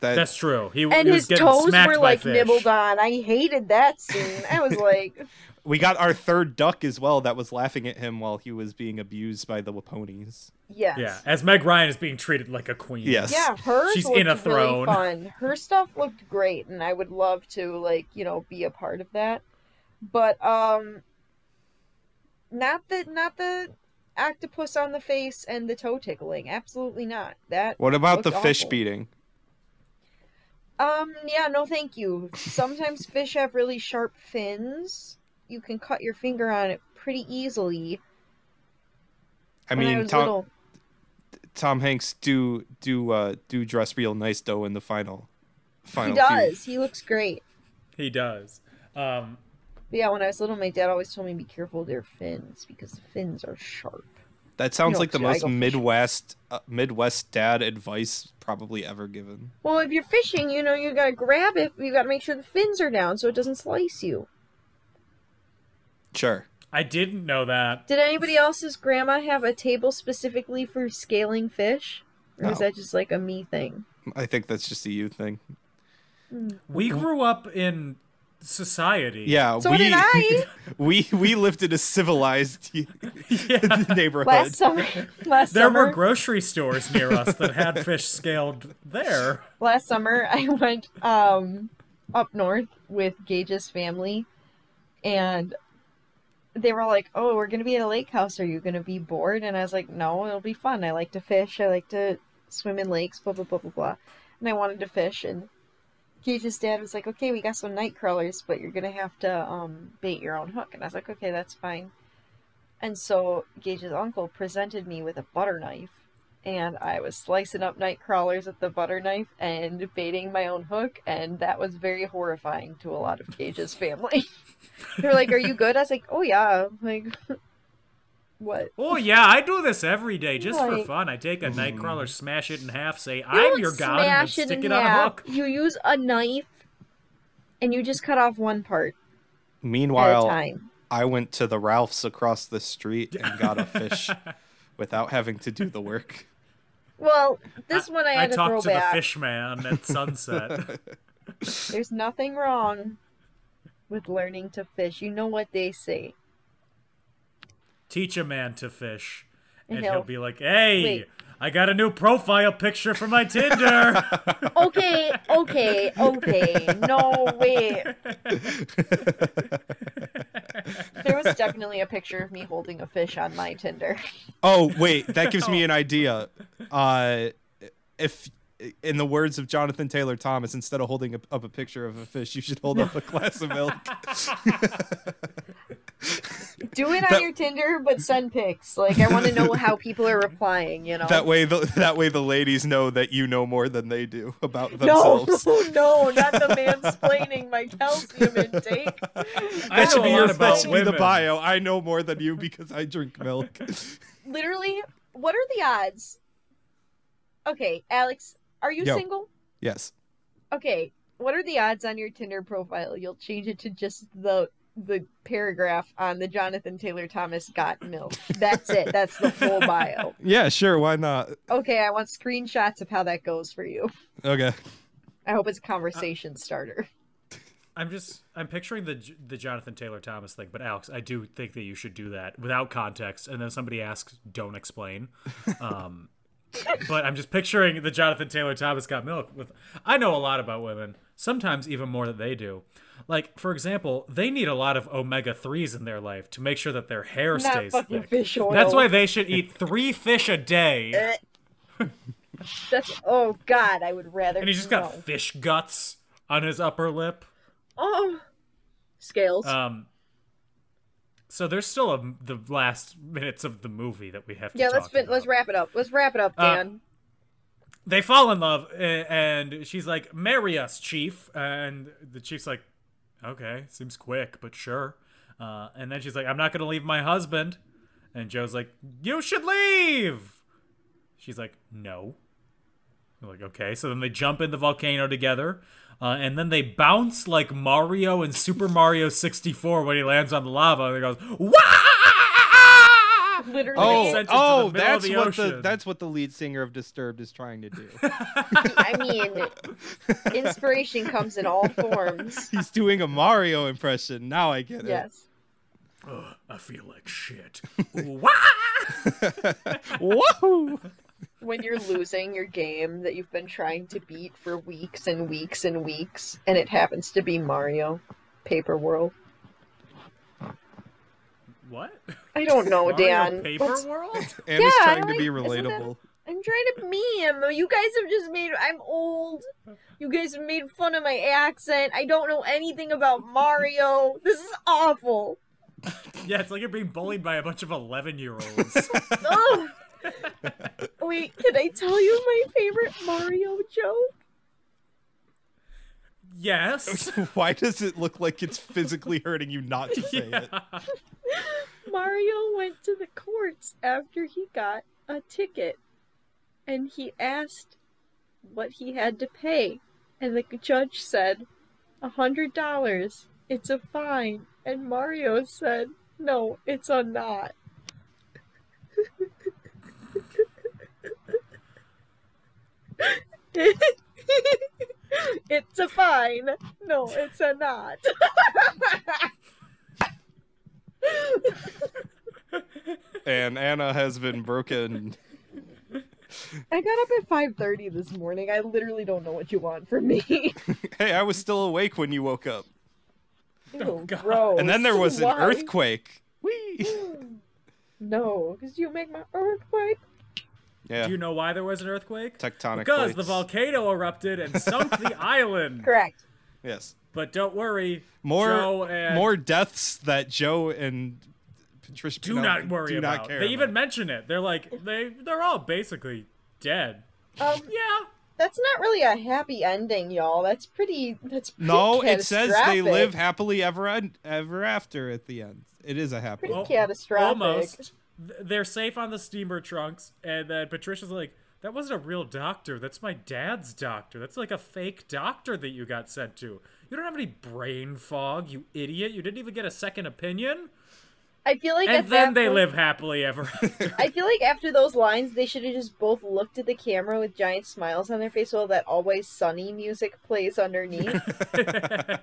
[SPEAKER 3] That
[SPEAKER 1] That's true. He,
[SPEAKER 2] And
[SPEAKER 1] he was
[SPEAKER 2] his
[SPEAKER 1] getting
[SPEAKER 2] toes
[SPEAKER 1] smacked
[SPEAKER 2] were
[SPEAKER 1] by
[SPEAKER 2] like
[SPEAKER 1] fish.
[SPEAKER 2] nibbled on. I hated that scene. I was like,
[SPEAKER 3] we got our third duck as well. That was laughing at him while he was being abused by the ponies.
[SPEAKER 2] yes.
[SPEAKER 1] Yeah, as Meg Ryan is being treated like a queen.
[SPEAKER 3] Yes.
[SPEAKER 2] Yeah, hers
[SPEAKER 1] She's
[SPEAKER 2] looked
[SPEAKER 1] in a throne.
[SPEAKER 2] really fun. Her stuff looked great, and I would love to like you know be a part of that. But um, not the not the octopus on the face and the toe tickling. Absolutely not. That
[SPEAKER 3] What about the
[SPEAKER 2] Looked
[SPEAKER 3] fish
[SPEAKER 2] awful.
[SPEAKER 3] beating?
[SPEAKER 2] um yeah no thank you. Sometimes fish have really sharp fins. You can cut your finger on it pretty easily.
[SPEAKER 3] I
[SPEAKER 2] when
[SPEAKER 3] mean,
[SPEAKER 2] I was
[SPEAKER 3] Tom
[SPEAKER 2] little,
[SPEAKER 3] Tom Hanks do do uh, do dress real nice though in the final. Final
[SPEAKER 2] he
[SPEAKER 3] few-
[SPEAKER 2] does. He looks great.
[SPEAKER 1] He does. Um,
[SPEAKER 2] But yeah, when I was little, my dad always told me be careful of their fins because the fins are sharp.
[SPEAKER 3] That sounds
[SPEAKER 2] No,
[SPEAKER 3] like the
[SPEAKER 2] see, I
[SPEAKER 3] most
[SPEAKER 2] go fishing.
[SPEAKER 3] Midwest uh, Midwest dad advice probably ever given.
[SPEAKER 2] Well, if you're fishing, you know you gotta grab it. You gotta make sure the fins are down so it doesn't slice you.
[SPEAKER 3] Sure.
[SPEAKER 1] I didn't know that.
[SPEAKER 2] Did anybody else's grandma have a table specifically for scaling fish, or is
[SPEAKER 3] No.
[SPEAKER 2] that just like a me thing?
[SPEAKER 3] I think that's just a you thing.
[SPEAKER 1] We grew up in society.
[SPEAKER 3] Yeah,
[SPEAKER 2] So
[SPEAKER 3] we
[SPEAKER 2] did I.
[SPEAKER 3] we we lived in a civilized neighborhood.
[SPEAKER 2] Last summer, last
[SPEAKER 1] There
[SPEAKER 2] summer,
[SPEAKER 1] were grocery stores near us that had fish scaled there.
[SPEAKER 2] last summer I went um up north with Gage's family, and they were like, "Oh, we're gonna be at a lake house. Are you gonna be bored?" And I was like, "No, it'll be fun. I like to fish. I like to swim in lakes. Blah blah blah blah blah." And I wanted to fish, and Gage's dad was like, "Okay, we got some night crawlers, but you're gonna have to um bait your own hook." And I was like, "Okay, that's fine." And so Gage's uncle presented me with a butter knife, and I was slicing up night crawlers with the butter knife and baiting my own hook, and that was very horrifying to a lot of Gage's family. they were like, "Are you good?" I was like, "Oh yeah." Like, what?
[SPEAKER 1] Oh yeah, I do this every day just for
[SPEAKER 2] Like-
[SPEAKER 1] fun. I take a nightcrawler, smash it in half, say I'm
[SPEAKER 2] don't
[SPEAKER 1] your god, and then
[SPEAKER 2] smash it
[SPEAKER 1] stick it,
[SPEAKER 2] in
[SPEAKER 1] on a
[SPEAKER 2] half.
[SPEAKER 1] hook.
[SPEAKER 2] You use a knife, and you just cut off one part at a
[SPEAKER 3] Meanwhile,
[SPEAKER 2] time.
[SPEAKER 3] I went to the Ralphs across the street and got a fish without having to do the work.
[SPEAKER 2] Well, this one I
[SPEAKER 1] I
[SPEAKER 2] had to throw
[SPEAKER 1] talked to the
[SPEAKER 2] back.
[SPEAKER 1] fish man at sunset.
[SPEAKER 2] There's nothing wrong with learning to fish. You know what they say.
[SPEAKER 1] Teach a man to fish,
[SPEAKER 2] And
[SPEAKER 1] and he'll
[SPEAKER 2] he'll-
[SPEAKER 1] be like, "Hey,
[SPEAKER 2] Wait.
[SPEAKER 1] I got a new profile picture for my Tinder."
[SPEAKER 2] Okay, okay, okay. No, wait. There was definitely a picture of me holding a fish on my Tinder.
[SPEAKER 3] Oh wait, that gives me an idea. Uh, if in the words of Jonathan Taylor Thomas, instead of holding up- up a picture of a fish, you should hold up a glass of milk.
[SPEAKER 2] Do it on
[SPEAKER 3] That-
[SPEAKER 2] your Tinder, but send pics. Like, I want to know how people are replying, you know?
[SPEAKER 3] That way, the, that way, the ladies know that you know more than they do about
[SPEAKER 2] no,
[SPEAKER 3] themselves.
[SPEAKER 2] no, not the mansplaining my calcium intake.
[SPEAKER 1] I
[SPEAKER 3] That should
[SPEAKER 1] know
[SPEAKER 3] be
[SPEAKER 1] a
[SPEAKER 3] your
[SPEAKER 1] lot
[SPEAKER 3] that
[SPEAKER 1] about
[SPEAKER 3] should be the
[SPEAKER 1] women.
[SPEAKER 3] bio. I know more than you because I drink milk.
[SPEAKER 2] Literally, what are the odds? Okay, Alex, are you
[SPEAKER 3] Yo.
[SPEAKER 2] single?
[SPEAKER 3] yes.
[SPEAKER 2] Okay, what are the odds on your Tinder profile you'll change it to just the the paragraph on the Jonathan Taylor Thomas got milk? That's it. That's the whole bio.
[SPEAKER 3] Yeah, sure, why not?
[SPEAKER 2] Okay, I want screenshots of how that goes for you.
[SPEAKER 3] Okay.
[SPEAKER 2] I hope it's a conversation starter.
[SPEAKER 1] I'm just I'm picturing the J- the Jonathan Taylor Thomas thing, but Alex, I do think that you should do that without context, and then somebody asks, "Don't explain." Um, but I'm just picturing the Jonathan Taylor Thomas got milk with. I know a lot about women, sometimes even more than they do. Like for example, they need a lot of omega threes in their life to make sure that their hair
[SPEAKER 2] Not
[SPEAKER 1] stays
[SPEAKER 2] fucking
[SPEAKER 1] thick.
[SPEAKER 2] fish oil.
[SPEAKER 1] That's why they should eat three fish a day,
[SPEAKER 2] That's oh god, I would rather.
[SPEAKER 1] and he's just got
[SPEAKER 2] know.
[SPEAKER 1] fish guts on his upper lip.
[SPEAKER 2] oh scales.
[SPEAKER 1] Um, so there's still a, the last minutes of the movie that we have to
[SPEAKER 2] yeah,
[SPEAKER 1] talk
[SPEAKER 2] let's fin-
[SPEAKER 1] about.
[SPEAKER 2] let's wrap it up. Let's wrap it up,
[SPEAKER 1] Uh,
[SPEAKER 2] Dan.
[SPEAKER 1] They fall in love, a- and she's like, "Marry us, chief." And the chief's like, "Okay, seems quick, but sure." Uh, and then she's like, "I'm not gonna leave my husband." And Joe's like, "You should leave." She's like, "No." I'm like, okay. So then they jump in the volcano together, uh, and then they bounce like Mario in Super Mario 64 when he lands on the lava, and he goes, "Wah!"
[SPEAKER 2] Literally,
[SPEAKER 3] Oh,
[SPEAKER 1] sent it to the middle
[SPEAKER 3] oh,
[SPEAKER 1] of
[SPEAKER 3] that's
[SPEAKER 1] the
[SPEAKER 3] what the
[SPEAKER 1] ocean.
[SPEAKER 3] that's what the lead singer of Disturbed is trying to do.
[SPEAKER 2] I mean, inspiration comes in all forms.
[SPEAKER 3] He's doing a Mario impression. Now I get
[SPEAKER 2] Yes.
[SPEAKER 1] I feel like shit. Wah!
[SPEAKER 3] it. Woohoo!
[SPEAKER 2] When you're losing your game that you've been trying to beat for weeks and weeks and weeks, and it happens to be Mario Paper World.
[SPEAKER 1] What?
[SPEAKER 2] I don't know,
[SPEAKER 1] Mario
[SPEAKER 2] Dan.
[SPEAKER 1] Paper
[SPEAKER 2] What's-
[SPEAKER 1] World?
[SPEAKER 3] Anna's
[SPEAKER 2] Yeah, I
[SPEAKER 3] trying to be
[SPEAKER 2] like- isn't that-
[SPEAKER 3] relatable.
[SPEAKER 2] I'm trying to meme. You guys have just made. I'm old. You guys have made fun of my accent. I don't know anything about Mario. This is awful.
[SPEAKER 1] yeah, it's like you're being bullied by a bunch of 11 year olds.
[SPEAKER 2] Oh. Wait, can I tell you my favorite Mario joke?
[SPEAKER 1] yes.
[SPEAKER 3] Why does it look like it's physically hurting you not to say it?
[SPEAKER 2] Mario went to the courts after he got a ticket and he asked what he had to pay. And the judge said, "A $100. It's a fine. And Mario said, No, it's a not. it's a fine. No, it's a not.
[SPEAKER 3] And Anna has been broken.
[SPEAKER 2] I got up at five thirty this morning. I literally don't know what you want from me.
[SPEAKER 3] Hey, I was still awake when you woke up.
[SPEAKER 2] Ew,
[SPEAKER 1] God.
[SPEAKER 2] Oh, gross.
[SPEAKER 3] Oh, And then there was an
[SPEAKER 2] Why?
[SPEAKER 3] earthquake. Whee!
[SPEAKER 2] No, because you make my earthquake.
[SPEAKER 3] Yeah.
[SPEAKER 1] Do you know why there was an earthquake?
[SPEAKER 3] Tectonic
[SPEAKER 1] Because
[SPEAKER 3] plates.
[SPEAKER 1] the volcano erupted and sunk the island.
[SPEAKER 2] Correct.
[SPEAKER 3] Yes.
[SPEAKER 1] But don't worry.
[SPEAKER 3] More
[SPEAKER 1] Joe and
[SPEAKER 3] more deaths that Joe and Patricia
[SPEAKER 1] do
[SPEAKER 3] Pinelli
[SPEAKER 1] not worry
[SPEAKER 3] do
[SPEAKER 1] about.
[SPEAKER 3] Not care
[SPEAKER 1] they even
[SPEAKER 3] about.
[SPEAKER 1] mention it. They're like they they're all basically dead.
[SPEAKER 2] Um,
[SPEAKER 1] Yeah.
[SPEAKER 2] that's not really a happy ending, y'all. That's pretty. That's pretty
[SPEAKER 3] No, it says they
[SPEAKER 2] catastrophic.
[SPEAKER 3] live happily ever en- ever after at the end. It is a happy.
[SPEAKER 2] Pretty
[SPEAKER 1] Al-
[SPEAKER 2] catastrophic.
[SPEAKER 1] Almost. Th- They're safe on the steamer trunks, and then Patricia's like, "That wasn't a real doctor. That's my dad's doctor. That's like a fake doctor that you got sent to. You don't have any brain fog, you idiot. You didn't even get a second opinion."
[SPEAKER 2] I feel like at
[SPEAKER 1] And then
[SPEAKER 2] that
[SPEAKER 1] they
[SPEAKER 2] point-
[SPEAKER 1] live happily ever after.
[SPEAKER 2] I feel like after those lines, they should have just both looked at the camera with giant smiles on their face while that always sunny music plays underneath.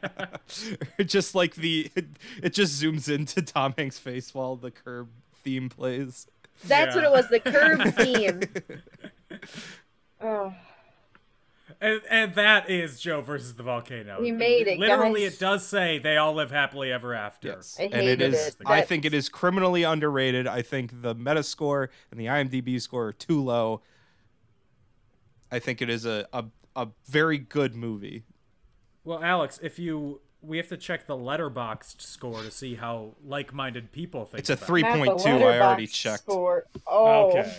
[SPEAKER 3] just like the it, it just zooms into Tom Hanks' face while the curb theme plays.
[SPEAKER 2] That's what
[SPEAKER 1] Yeah.
[SPEAKER 2] it was. The curb theme. Oh.
[SPEAKER 1] and, and that is Joe versus the volcano.
[SPEAKER 2] We made it,
[SPEAKER 1] Literally,
[SPEAKER 2] guys.
[SPEAKER 1] it does say they all live happily ever after.
[SPEAKER 2] I
[SPEAKER 3] and it
[SPEAKER 2] hated
[SPEAKER 3] is.
[SPEAKER 2] it.
[SPEAKER 3] I
[SPEAKER 2] That-
[SPEAKER 3] think it is criminally underrated. I think the meta score and the IMDb score are too low. I think it is a a, a very good movie.
[SPEAKER 1] Well, Alex, if you we have to check the letterboxed score to see how like-minded people think.
[SPEAKER 3] It's a
[SPEAKER 1] about it.
[SPEAKER 3] three
[SPEAKER 2] Not the
[SPEAKER 3] point two. I already
[SPEAKER 2] Letterboxd
[SPEAKER 3] checked.
[SPEAKER 2] Score. Oh,
[SPEAKER 1] Okay.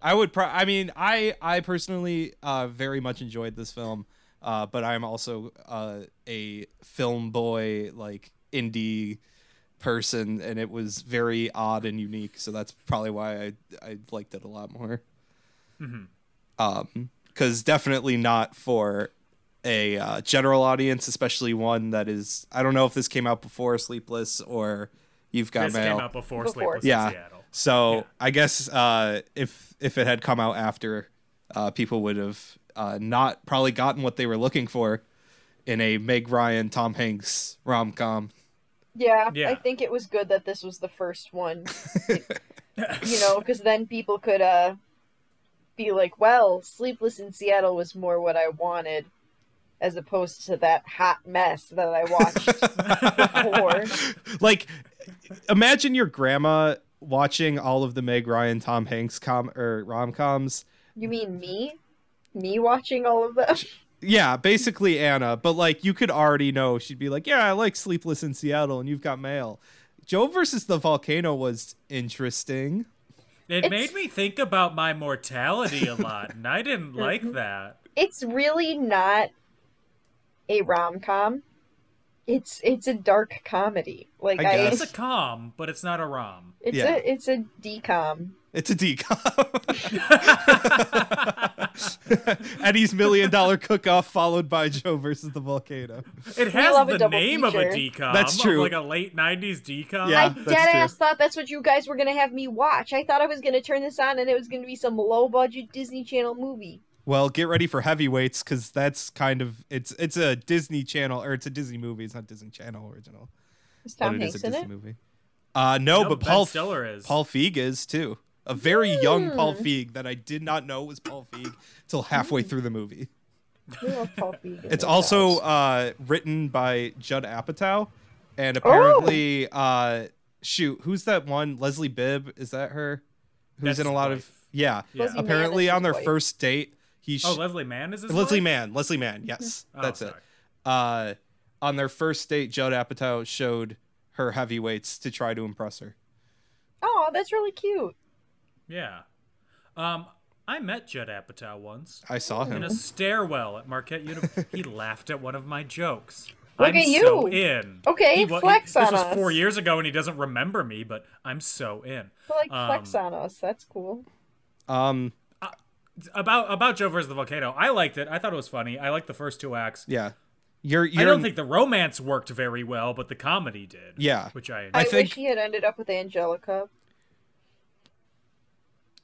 [SPEAKER 3] I would. Pro- I mean, I I personally uh, very much enjoyed this film, uh, but I'm also uh, a film boy, like indie person, and it was very odd and unique. So that's probably why I I liked it a lot more.
[SPEAKER 1] Mm-hmm.
[SPEAKER 3] Um, because definitely not for a uh, general audience, especially one that is. I don't know if this came out before Sleepless or You've Got
[SPEAKER 1] This
[SPEAKER 3] Mail.
[SPEAKER 1] came out before,
[SPEAKER 2] Before.
[SPEAKER 1] Sleepless
[SPEAKER 3] Yeah.
[SPEAKER 1] in Seattle.
[SPEAKER 3] So I guess uh, if if it had come out after, uh, people would have uh, not probably gotten what they were looking for in a Meg Ryan Tom Hanks rom com.
[SPEAKER 2] yeah,
[SPEAKER 1] Yeah.
[SPEAKER 2] I think it was good that this was the first one. you know, because then people could uh be like, "Well, Sleepless in Seattle was more what I wanted." As opposed to that hot mess that I watched before.
[SPEAKER 3] Like, imagine your grandma watching all of the Meg Ryan Tom Hanks com er, or rom coms.
[SPEAKER 2] You mean me? Me watching all of them?
[SPEAKER 3] Yeah, basically Anna, but like you could already know she'd be like, "Yeah, I like Sleepless in Seattle, and You've Got Mail." Joe versus the volcano was interesting.
[SPEAKER 1] It
[SPEAKER 2] It's-
[SPEAKER 1] made me think about my mortality a lot, and I didn't like that.
[SPEAKER 2] It's really not a rom com. it's it's a dark comedy. Like
[SPEAKER 3] I
[SPEAKER 2] I,
[SPEAKER 3] guess.
[SPEAKER 1] It's a com, but it's not a rom.
[SPEAKER 2] it's
[SPEAKER 3] Yeah.
[SPEAKER 2] a it's a decom.
[SPEAKER 3] It's a decom. Eddie's million dollar cook off followed by Joe versus the volcano.
[SPEAKER 1] It
[SPEAKER 2] love
[SPEAKER 1] has
[SPEAKER 2] a
[SPEAKER 1] the
[SPEAKER 2] double
[SPEAKER 1] name of a
[SPEAKER 2] feature.
[SPEAKER 1] decom.
[SPEAKER 3] That's
[SPEAKER 1] of
[SPEAKER 3] true.
[SPEAKER 1] Like a late '90s decom.
[SPEAKER 3] Yeah,
[SPEAKER 2] I
[SPEAKER 3] that's
[SPEAKER 2] dead ass
[SPEAKER 3] true.
[SPEAKER 2] thought that's what you guys were gonna have me watch. I thought I was gonna turn this on and it was gonna be some low budget Disney Channel movie.
[SPEAKER 3] Well, get ready for heavyweights because that's kind of it's it's a Disney Channel or it's a Disney movie. It's not Disney Channel original.
[SPEAKER 2] Was
[SPEAKER 3] but
[SPEAKER 2] Tom
[SPEAKER 3] it is
[SPEAKER 2] Hanks
[SPEAKER 3] a
[SPEAKER 2] in
[SPEAKER 3] Disney
[SPEAKER 2] it?
[SPEAKER 3] movie. Uh, no,
[SPEAKER 1] No,
[SPEAKER 3] but
[SPEAKER 1] Ben
[SPEAKER 3] Paul F-
[SPEAKER 1] Stiller is.
[SPEAKER 3] Paul Feig is too. A very young Paul
[SPEAKER 2] Hmm.
[SPEAKER 3] Feig that I did not know was Paul Feig till halfway through the movie.
[SPEAKER 2] We love Paul Feig in
[SPEAKER 3] It's
[SPEAKER 2] this
[SPEAKER 3] also
[SPEAKER 2] house.
[SPEAKER 3] uh, written by Judd Apatow, and apparently,
[SPEAKER 2] Oh!
[SPEAKER 3] uh, shoot, who's that one? Leslie Bibb is that her? Who's
[SPEAKER 1] That's
[SPEAKER 3] in a
[SPEAKER 1] his
[SPEAKER 3] lot of
[SPEAKER 1] wife.
[SPEAKER 3] yeah?
[SPEAKER 1] Yeah.
[SPEAKER 2] Leslie Mann
[SPEAKER 3] Apparently,
[SPEAKER 2] is
[SPEAKER 3] on
[SPEAKER 2] his
[SPEAKER 3] their
[SPEAKER 2] wife.
[SPEAKER 3] first date, he sh-
[SPEAKER 1] Oh, Leslie Mann is his
[SPEAKER 3] Leslie
[SPEAKER 1] wife?
[SPEAKER 3] Mann, Leslie Mann, yes,
[SPEAKER 2] Mm-hmm.
[SPEAKER 1] Oh,
[SPEAKER 3] that's
[SPEAKER 1] sorry.
[SPEAKER 3] it. Uh, on their first date, Judd Apatow showed her heavyweights to try to impress her.
[SPEAKER 2] Oh, that's really cute.
[SPEAKER 1] Yeah. Um, I met Judd Apatow once
[SPEAKER 3] I
[SPEAKER 2] Oh.
[SPEAKER 3] saw
[SPEAKER 1] in
[SPEAKER 3] him.
[SPEAKER 1] a stairwell at Marquette University. he laughed at one of my jokes.
[SPEAKER 2] Look
[SPEAKER 1] I'm
[SPEAKER 2] at you.
[SPEAKER 1] so in.
[SPEAKER 2] Okay,
[SPEAKER 1] He wa-
[SPEAKER 2] flex
[SPEAKER 1] he,
[SPEAKER 2] on
[SPEAKER 1] This was
[SPEAKER 2] us.
[SPEAKER 1] four years ago, and he doesn't remember me, but I'm so in.
[SPEAKER 2] But, like flex
[SPEAKER 1] Um,
[SPEAKER 2] on us. That's cool.
[SPEAKER 3] Um,
[SPEAKER 1] About about Joe versus the volcano, I liked it. I thought it was funny. I liked the first two acts.
[SPEAKER 3] yeah, you're. you're
[SPEAKER 1] I don't think the romance worked very well, but the comedy did.
[SPEAKER 3] Yeah.
[SPEAKER 1] which I,
[SPEAKER 2] I,
[SPEAKER 3] I think-
[SPEAKER 2] wish he had ended up with Angelica.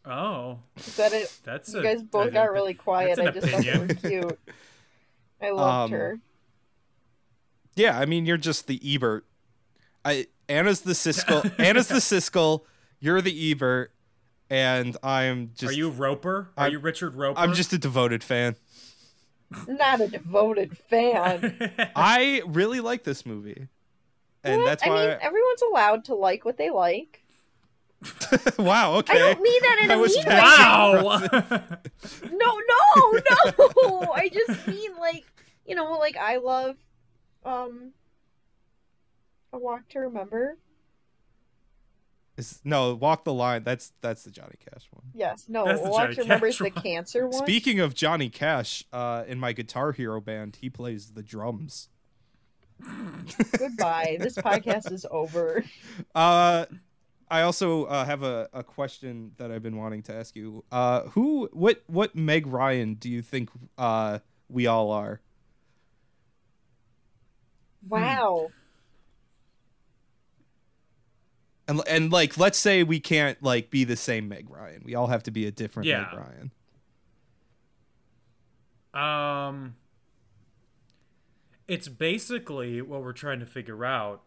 [SPEAKER 1] oh,
[SPEAKER 2] Is that it?
[SPEAKER 1] that's
[SPEAKER 2] you
[SPEAKER 1] a,
[SPEAKER 2] guys both
[SPEAKER 1] that-
[SPEAKER 2] got really quiet.
[SPEAKER 1] that's an
[SPEAKER 2] I just thought
[SPEAKER 1] opinion.
[SPEAKER 2] they were cute. I loved
[SPEAKER 3] Um,
[SPEAKER 2] her.
[SPEAKER 3] Yeah, I mean, you're just the Ebert. I Anna's the Siskel. Anna's the Siskel. You're the Ebert, and I'm just.
[SPEAKER 1] Are you Roper? Are
[SPEAKER 3] I'm-
[SPEAKER 1] you Richard Roper?
[SPEAKER 3] I'm just a devoted fan.
[SPEAKER 2] Not a devoted fan.
[SPEAKER 3] I really like this movie, and
[SPEAKER 2] What?
[SPEAKER 3] that's
[SPEAKER 2] I mean,
[SPEAKER 3] why.
[SPEAKER 2] everyone's allowed to like what they like.
[SPEAKER 3] wow.
[SPEAKER 2] I
[SPEAKER 3] Okay.
[SPEAKER 2] don't mean that in
[SPEAKER 3] I
[SPEAKER 2] a
[SPEAKER 3] was
[SPEAKER 2] mean way.
[SPEAKER 1] wow.
[SPEAKER 2] No, no, no. I just mean like you know, like I love um A Walk to Remember.
[SPEAKER 3] Is- no, walk the line. That's that's the Johnny Cash one.
[SPEAKER 2] Yes, no,
[SPEAKER 1] That's
[SPEAKER 2] A
[SPEAKER 1] the
[SPEAKER 2] Walk
[SPEAKER 1] Johnny
[SPEAKER 2] to Remember is
[SPEAKER 1] Cash
[SPEAKER 2] the cancer one.
[SPEAKER 3] Speaking of Johnny Cash, uh, in my Guitar Hero band, he plays the drums.
[SPEAKER 2] Goodbye. This podcast is over.
[SPEAKER 3] Uh, I also uh, have a, a question that I've been wanting to ask you. Uh, who, what, what Meg Ryan do you think uh, we all are?
[SPEAKER 2] Wow.
[SPEAKER 3] Hmm. And and like, let's say we can't like be the same Meg Ryan. We all have to be a different
[SPEAKER 1] Yeah.
[SPEAKER 3] Meg Ryan.
[SPEAKER 1] um, it's basically what we're trying to figure out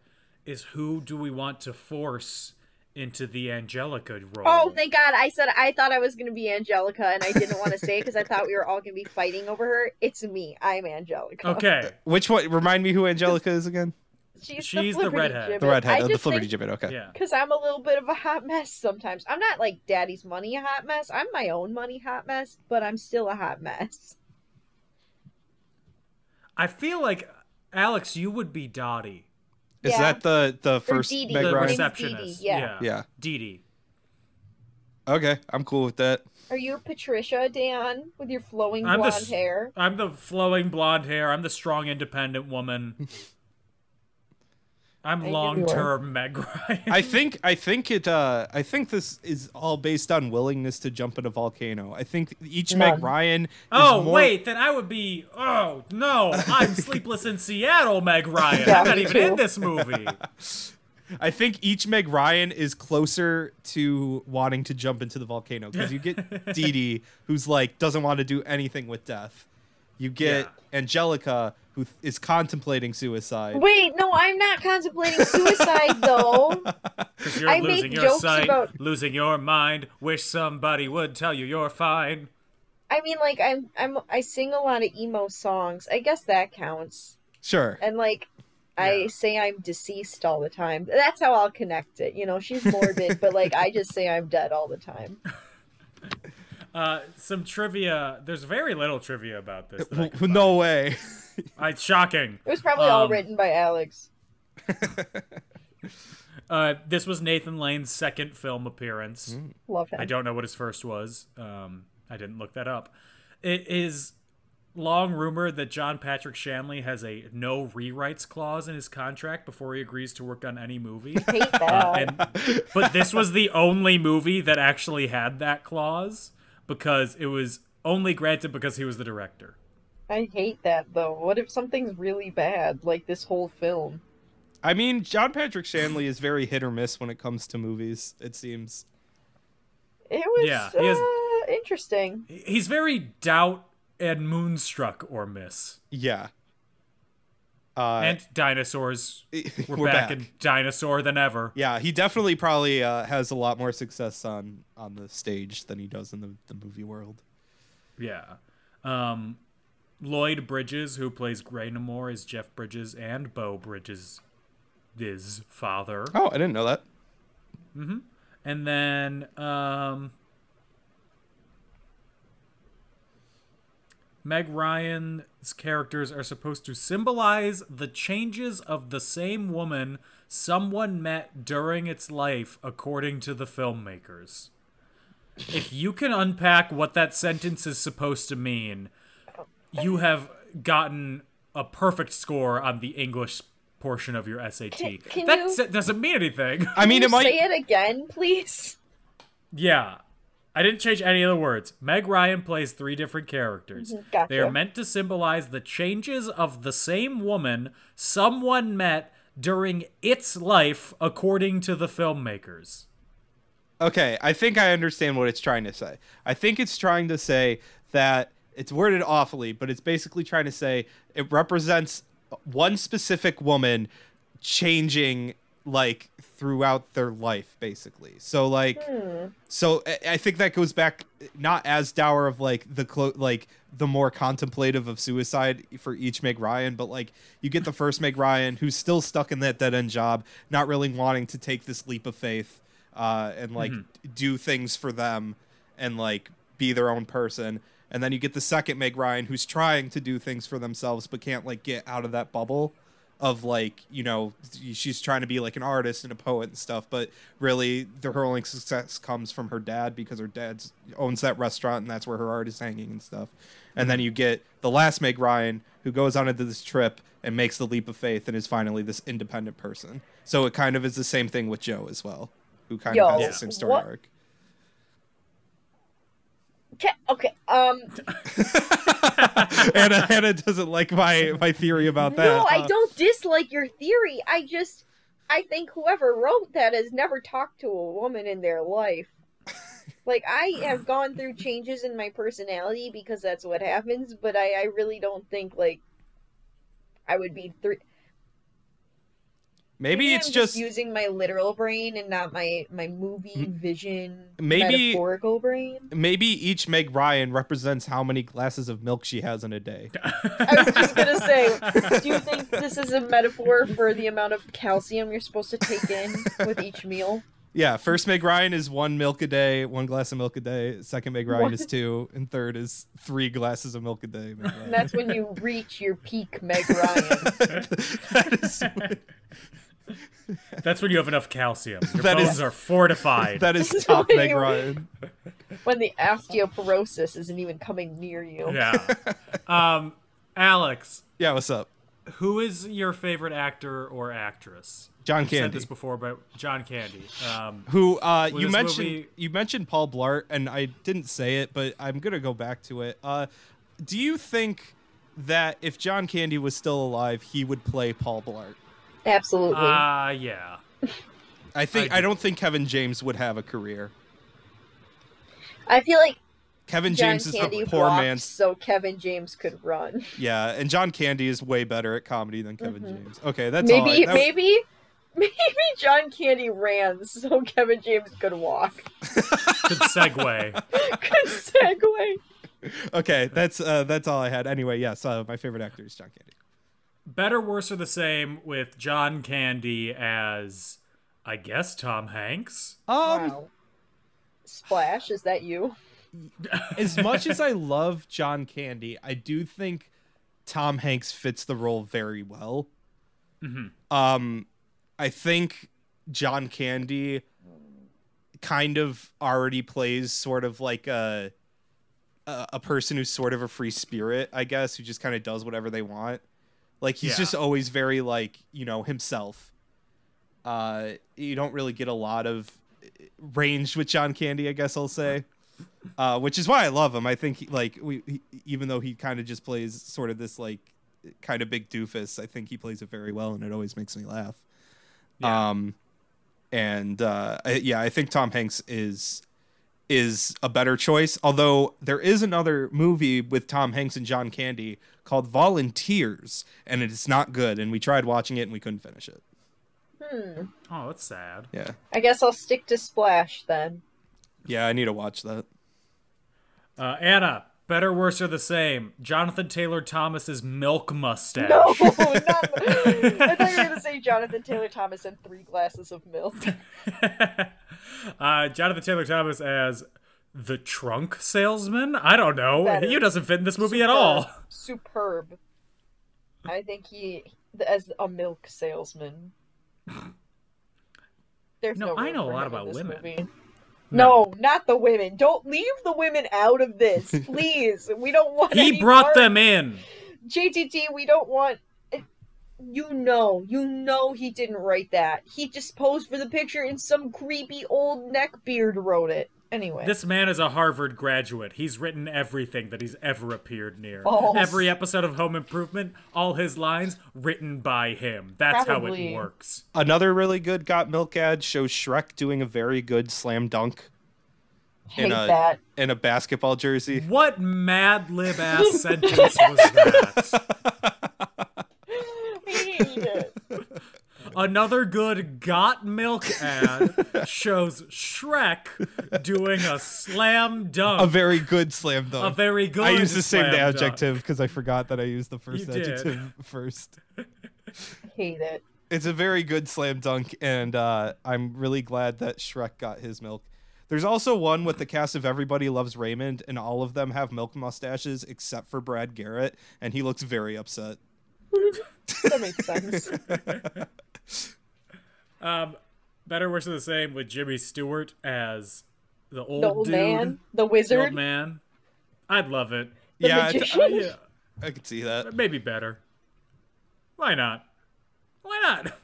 [SPEAKER 1] is who do we want to force into the Angelica role?
[SPEAKER 2] Oh, thank God. I said I thought I was going to be Angelica and I didn't want to say it because I thought we were all going to be fighting over her. It's me. I'm Angelica.
[SPEAKER 1] Okay,
[SPEAKER 3] Which one? Remind me who Angelica is again.
[SPEAKER 2] She's,
[SPEAKER 1] She's
[SPEAKER 2] the,
[SPEAKER 1] the
[SPEAKER 2] flipperty
[SPEAKER 1] redhead. The
[SPEAKER 2] gibbet.
[SPEAKER 3] The redhead,
[SPEAKER 2] I
[SPEAKER 3] oh, the
[SPEAKER 2] just
[SPEAKER 3] flippity
[SPEAKER 2] think-
[SPEAKER 3] gibbet. Okay.
[SPEAKER 1] yeah.
[SPEAKER 2] because I'm a little bit of a hot mess sometimes. I'm not like daddy's money a hot mess. I'm my own money hot mess, but I'm still a hot mess.
[SPEAKER 1] I feel like Alex, you would be Dottie,
[SPEAKER 3] Is
[SPEAKER 2] Yeah.
[SPEAKER 3] that the the first
[SPEAKER 2] Dee Dee.
[SPEAKER 3] Meg
[SPEAKER 1] the
[SPEAKER 2] Ryan's
[SPEAKER 3] Ryan?
[SPEAKER 1] receptionist.
[SPEAKER 2] Dee Dee, yeah.
[SPEAKER 1] yeah,
[SPEAKER 3] Yeah.
[SPEAKER 1] Dee Dee.
[SPEAKER 3] Okay, I'm cool with that.
[SPEAKER 2] Are you Patricia Dan with your flowing
[SPEAKER 1] I'm the
[SPEAKER 2] blonde
[SPEAKER 1] s-
[SPEAKER 2] hair?
[SPEAKER 1] I'm the flowing blonde hair. I'm the strong, independent woman. I'm
[SPEAKER 2] knew you
[SPEAKER 1] long term Meg Ryan.
[SPEAKER 3] I think I think it uh I think this is all based on willingness to jump in a volcano. I think each Meg
[SPEAKER 2] None.
[SPEAKER 3] Ryan is
[SPEAKER 1] oh,
[SPEAKER 3] more-
[SPEAKER 1] wait, then I would be. Oh, no. I'm sleepless in Seattle, Meg Ryan.
[SPEAKER 2] Yeah,
[SPEAKER 1] I'm not
[SPEAKER 2] me
[SPEAKER 1] even
[SPEAKER 2] too.
[SPEAKER 1] in this movie.
[SPEAKER 3] I think each Meg Ryan is closer to wanting to jump into the volcano because you get Dee Dee, who's like doesn't want to do anything with death. You get Angelica, who th- is contemplating suicide.
[SPEAKER 2] Wait, no, I'm not contemplating suicide though.
[SPEAKER 1] Because you're
[SPEAKER 2] I make
[SPEAKER 1] losing your
[SPEAKER 2] jokes
[SPEAKER 1] sight,
[SPEAKER 2] about-
[SPEAKER 1] losing your mind. Wish somebody would tell you you're fine.
[SPEAKER 2] I mean, like I'm, I'm, I sing a lot of emo songs. I guess that counts.
[SPEAKER 3] Sure.
[SPEAKER 2] And like,
[SPEAKER 1] Yeah.
[SPEAKER 2] I say I'm deceased all the time. That's how I'll connect it. You know, she's morbid, but like I just say I'm dead all the time.
[SPEAKER 1] Uh, some trivia. There's very little trivia about this. That I
[SPEAKER 3] W-
[SPEAKER 1] could
[SPEAKER 3] no way.
[SPEAKER 1] find. It's shocking.
[SPEAKER 2] It was probably all
[SPEAKER 1] Um,
[SPEAKER 2] written by Alex.
[SPEAKER 1] Uh, this was Nathan Lane's second film appearance.
[SPEAKER 2] Hmm. Love him.
[SPEAKER 1] I don't know what his first was. Um, I didn't look that up. It is long rumor that John Patrick Shanley has a no rewrites clause in his contract before he agrees to work on any movie.
[SPEAKER 2] Hate that.
[SPEAKER 1] and but this was the only movie that actually had that clause because it was only granted because he was the director.
[SPEAKER 2] I hate that though. What if something's really bad, like this whole film?
[SPEAKER 3] I mean, John Patrick Shanley is very hit or miss when it comes to movies. It seems.
[SPEAKER 2] It was
[SPEAKER 1] Yeah, he has-
[SPEAKER 2] uh, interesting.
[SPEAKER 1] He- He's very doubt and moonstruck or miss.
[SPEAKER 3] Yeah. Uh,
[SPEAKER 1] and dinosaurs. We're,
[SPEAKER 3] we're
[SPEAKER 1] back,
[SPEAKER 3] back.
[SPEAKER 1] in dinosaur than ever.
[SPEAKER 3] yeah, he definitely probably uh, has a lot more success on on the stage than he does in the, the movie world.
[SPEAKER 1] Yeah. Um, Lloyd Bridges, who plays Graynamore, is Jeff Bridges and Bo Bridges' his father.
[SPEAKER 3] Oh, I didn't know that.
[SPEAKER 1] And then um, Meg Ryan's characters are supposed to symbolize the changes of the same woman someone met during its life, according to the filmmakers. If you can unpack what that sentence is supposed to mean, you have gotten a perfect score on the English portion of your SAT.
[SPEAKER 2] Can- can
[SPEAKER 1] that
[SPEAKER 2] you-
[SPEAKER 1] sen- doesn't mean anything.
[SPEAKER 3] I mean, it
[SPEAKER 2] Can you say
[SPEAKER 3] might.
[SPEAKER 2] it again, please.
[SPEAKER 1] Yeah. I didn't change any of the words. Meg Ryan plays three different characters.
[SPEAKER 2] gotcha.
[SPEAKER 1] They are meant to symbolize the changes of the same woman someone met during its life, according to the filmmakers.
[SPEAKER 3] Okay, I think I understand what it's trying to say. I think it's trying to say that it's worded awfully, but it's basically trying to say it represents one specific woman changing like throughout their life basically. So like
[SPEAKER 2] Hmm.
[SPEAKER 3] so I- I think that goes back not as dour of like the clo- like the more contemplative of suicide for each Meg Ryan, but like you get the first Meg Ryan who's still stuck in that dead end job, not really wanting to take this leap of faith uh, and like do things for them and like be their own person. And then you get the second Meg Ryan who's trying to do things for themselves but can't like get out of that bubble of like you know she's trying to be like an artist and a poet and stuff but really the, her only success comes from her dad because her dad owns that restaurant and that's where her art is hanging and stuff and then you get the last meg ryan who goes on into this trip and makes the leap of faith and is finally this independent person so it kind of is the same thing with joe as well who kind
[SPEAKER 2] Yo,
[SPEAKER 3] of has the same story
[SPEAKER 2] what-
[SPEAKER 3] arc
[SPEAKER 2] Okay, okay. Um,
[SPEAKER 3] anna anna doesn't like my my theory about that
[SPEAKER 2] no, I
[SPEAKER 3] huh?
[SPEAKER 2] don't dislike your theory. I just, I think whoever wrote that has never talked to a woman in their life. Like I have gone through changes in my personality because that's what happens, but I, I really don't think like I would be three.
[SPEAKER 3] maybe it's
[SPEAKER 2] I'm
[SPEAKER 3] just
[SPEAKER 2] using my literal brain and not my my movie vision
[SPEAKER 3] Maybe-
[SPEAKER 2] metaphorical brain.
[SPEAKER 3] maybe each Meg Ryan represents how many glasses of milk she has in a day.
[SPEAKER 2] I was just gonna say, do you think this is a metaphor for the amount of calcium you're supposed to take in with each meal?
[SPEAKER 3] Yeah, first Meg Ryan is one milk a day, one glass of milk a day. Second Meg Ryan is two, and third is three glasses of milk a day. Meg Ryan.
[SPEAKER 2] And that's when you reach your peak, Meg Ryan.
[SPEAKER 3] that is
[SPEAKER 1] That's when you have enough calcium. Your
[SPEAKER 3] That
[SPEAKER 1] bones
[SPEAKER 3] is-
[SPEAKER 1] are fortified.
[SPEAKER 3] that is top Meg Ryan.
[SPEAKER 2] When the osteoporosis isn't even coming near you.
[SPEAKER 1] yeah. Um, Alex,
[SPEAKER 3] Yeah, what's up,
[SPEAKER 1] who is your favorite actor or actress?
[SPEAKER 3] John
[SPEAKER 1] I've said
[SPEAKER 3] Candy?
[SPEAKER 1] this before, but John Candy. Um,
[SPEAKER 3] Who uh,
[SPEAKER 1] Well,
[SPEAKER 3] you
[SPEAKER 1] this
[SPEAKER 3] mentioned?
[SPEAKER 1] movie-
[SPEAKER 3] You mentioned Paul Blart, and I didn't say it, but I'm gonna go back to it. Uh, do you think that if John Candy was still alive, he would play Paul Blart?
[SPEAKER 2] Absolutely.
[SPEAKER 1] uh, yeah.
[SPEAKER 3] I think
[SPEAKER 1] I
[SPEAKER 3] I, don't think Kevin James would have a career.
[SPEAKER 2] I feel like
[SPEAKER 3] Kevin
[SPEAKER 2] John
[SPEAKER 3] James is
[SPEAKER 2] Candy
[SPEAKER 3] the poor
[SPEAKER 2] walked
[SPEAKER 3] man's
[SPEAKER 2] so Kevin James could run.
[SPEAKER 3] yeah, and John Candy is way better at comedy than Kevin James. Okay, that's all
[SPEAKER 2] Mm-hmm. maybe,
[SPEAKER 3] right. That-
[SPEAKER 2] maybe, maybe John Candy ran so Kevin James could walk.
[SPEAKER 1] Good segue.
[SPEAKER 2] Good segue.
[SPEAKER 3] okay, that's uh, that's all I had. Anyway, yes, uh, my favorite actor is John Candy.
[SPEAKER 1] Better, worse, or the same with John Candy as, I guess, Tom Hanks.
[SPEAKER 3] Um,
[SPEAKER 2] wow. Splash, is that you?
[SPEAKER 3] as much as I love John Candy, I do think Tom Hanks fits the role very well. Um, I think John Candy kind of already plays sort of like a a, a person who's sort of a free spirit, I guess, who just kind of does whatever they want. Like he's
[SPEAKER 1] Yeah.
[SPEAKER 3] just always very like you know himself. Uh, you don't really get a lot of range with John Candy, I guess I'll say. Uh, which is why I love him. I think he, like we, he, even though he kind of just plays sort of this like kind of big doofus, I think he plays it very well, and it always makes me laugh.
[SPEAKER 1] Yeah.
[SPEAKER 3] Um, and uh, I, yeah, I think Tom Hanks is is a better choice. Although there is another movie with Tom Hanks and John Candy called Volunteers, and it's not good. And we tried watching it, and we couldn't finish it.
[SPEAKER 1] Oh, that's sad.
[SPEAKER 3] Yeah,
[SPEAKER 2] I guess I'll stick to Splash then.
[SPEAKER 3] yeah, I need to watch that.
[SPEAKER 1] Uh, Anna, better, worse, or the same? Jonathan Taylor Thomas's milk mustache.
[SPEAKER 2] No, not, I thought you were gonna say Jonathan Taylor Thomas and three glasses of milk.
[SPEAKER 1] uh, Jonathan Taylor Thomas as the trunk salesman. I don't know.
[SPEAKER 2] That
[SPEAKER 1] he
[SPEAKER 2] is
[SPEAKER 1] doesn't fit in this movie at all.
[SPEAKER 2] Superb. I think he as a milk salesman. There's
[SPEAKER 1] No,
[SPEAKER 2] no,
[SPEAKER 1] I
[SPEAKER 2] room
[SPEAKER 1] know a
[SPEAKER 2] for
[SPEAKER 1] lot
[SPEAKER 2] him
[SPEAKER 1] about
[SPEAKER 2] in this
[SPEAKER 1] women.
[SPEAKER 2] movie. No. not the women. Don't leave the women out of this, please. We don't want.
[SPEAKER 1] He
[SPEAKER 2] any
[SPEAKER 1] brought
[SPEAKER 2] part-
[SPEAKER 1] them in.
[SPEAKER 2] JTT, we don't want. You know, you know he didn't write that. He just posed for the picture and some creepy old neckbeard wrote it. Anyway,
[SPEAKER 1] This man is a Harvard graduate. He's written everything that he's ever appered near.
[SPEAKER 2] False.
[SPEAKER 1] Every episode of Home Improvement, all his lines written by him. That's how it
[SPEAKER 2] Probably.
[SPEAKER 1] works.
[SPEAKER 3] Another really good Got Milk ad shows Shrek doing a very good slam dunk
[SPEAKER 2] hate
[SPEAKER 3] in a
[SPEAKER 2] that.
[SPEAKER 3] in a basketball jersey.
[SPEAKER 1] What Mad Lib ass sentence was that?
[SPEAKER 2] I hate it.
[SPEAKER 1] Another good Got Milk ad shows Shrek doing a slam dunk.
[SPEAKER 3] A very good slam
[SPEAKER 1] A
[SPEAKER 3] dunk.
[SPEAKER 1] very good.
[SPEAKER 3] I used the same
[SPEAKER 1] slam dunk.
[SPEAKER 3] adjective because I forgot that I used the first
[SPEAKER 1] You did.
[SPEAKER 3] adjective first.
[SPEAKER 2] Hate it.
[SPEAKER 3] It's a very good slam dunk, and uh, I'm really glad that Shrek got his milk. There's also one with the cast of Everybody Loves Raymond, and all of them have milk mustaches except for Brad Garrett, and he looks very upset.
[SPEAKER 2] That makes sense.
[SPEAKER 1] Better, worse, or the same with Jimmy Stewart as the old,
[SPEAKER 2] the old
[SPEAKER 1] dude,
[SPEAKER 2] man, the
[SPEAKER 1] the old
[SPEAKER 2] wizard,
[SPEAKER 1] man. I'd love it.
[SPEAKER 2] the
[SPEAKER 3] yeah, I-
[SPEAKER 2] magician.
[SPEAKER 1] Yeah,
[SPEAKER 3] I could see that.
[SPEAKER 1] maybe better. Why not? Why not?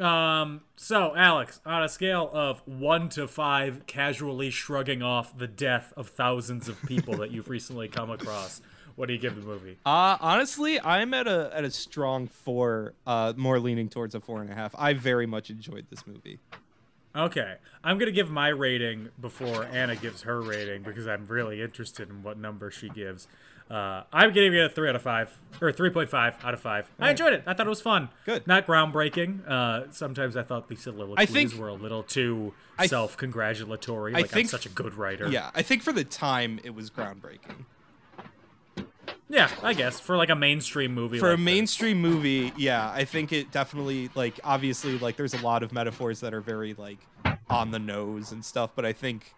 [SPEAKER 1] Um. So, Alex, on a scale of one to five, casually shrugging off the death of thousands of people that you've recently come across, what do you give the movie?
[SPEAKER 3] Uh, honestly, I'm at a at a strong four, uh, more leaning towards a four and a half. I very much enjoyed this movie.
[SPEAKER 1] Okay, I'm gonna give my rating before Anna gives her rating because I'm really interested in what number she gives. Uh, I'm giving it a three out of five or 3.5 out of five. I enjoyed it. I thought it was fun.
[SPEAKER 3] Good.
[SPEAKER 1] Not groundbreaking. Uh, sometimes I thought these soliloquies
[SPEAKER 3] I think-
[SPEAKER 1] were a little too
[SPEAKER 3] th-
[SPEAKER 1] self-congratulatory.
[SPEAKER 3] I
[SPEAKER 1] like
[SPEAKER 3] think-
[SPEAKER 1] I'm such a good writer.
[SPEAKER 3] Yeah, I think for the time it was groundbreaking.
[SPEAKER 1] Yeah, I guess for like a mainstream movie.
[SPEAKER 3] For a
[SPEAKER 1] like this.
[SPEAKER 3] mainstream movie, yeah, I think it definitely like obviously like there's a lot of metaphors that are very like on the nose and stuff, but I think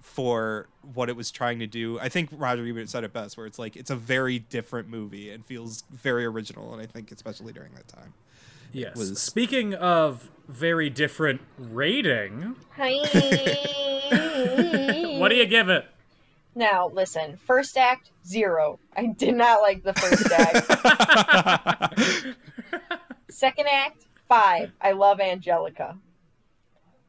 [SPEAKER 3] for what it was trying to do, I think Roger Ebert said it best, where it's like it's a very different movie and feels very original, and I think especially during that time.
[SPEAKER 1] Yes.
[SPEAKER 3] was-
[SPEAKER 1] Speaking of very different rating,
[SPEAKER 2] Hi.
[SPEAKER 1] what do you give it?
[SPEAKER 2] Now listen. First act zero. I did not like the first act. Second act five. I love Angelica.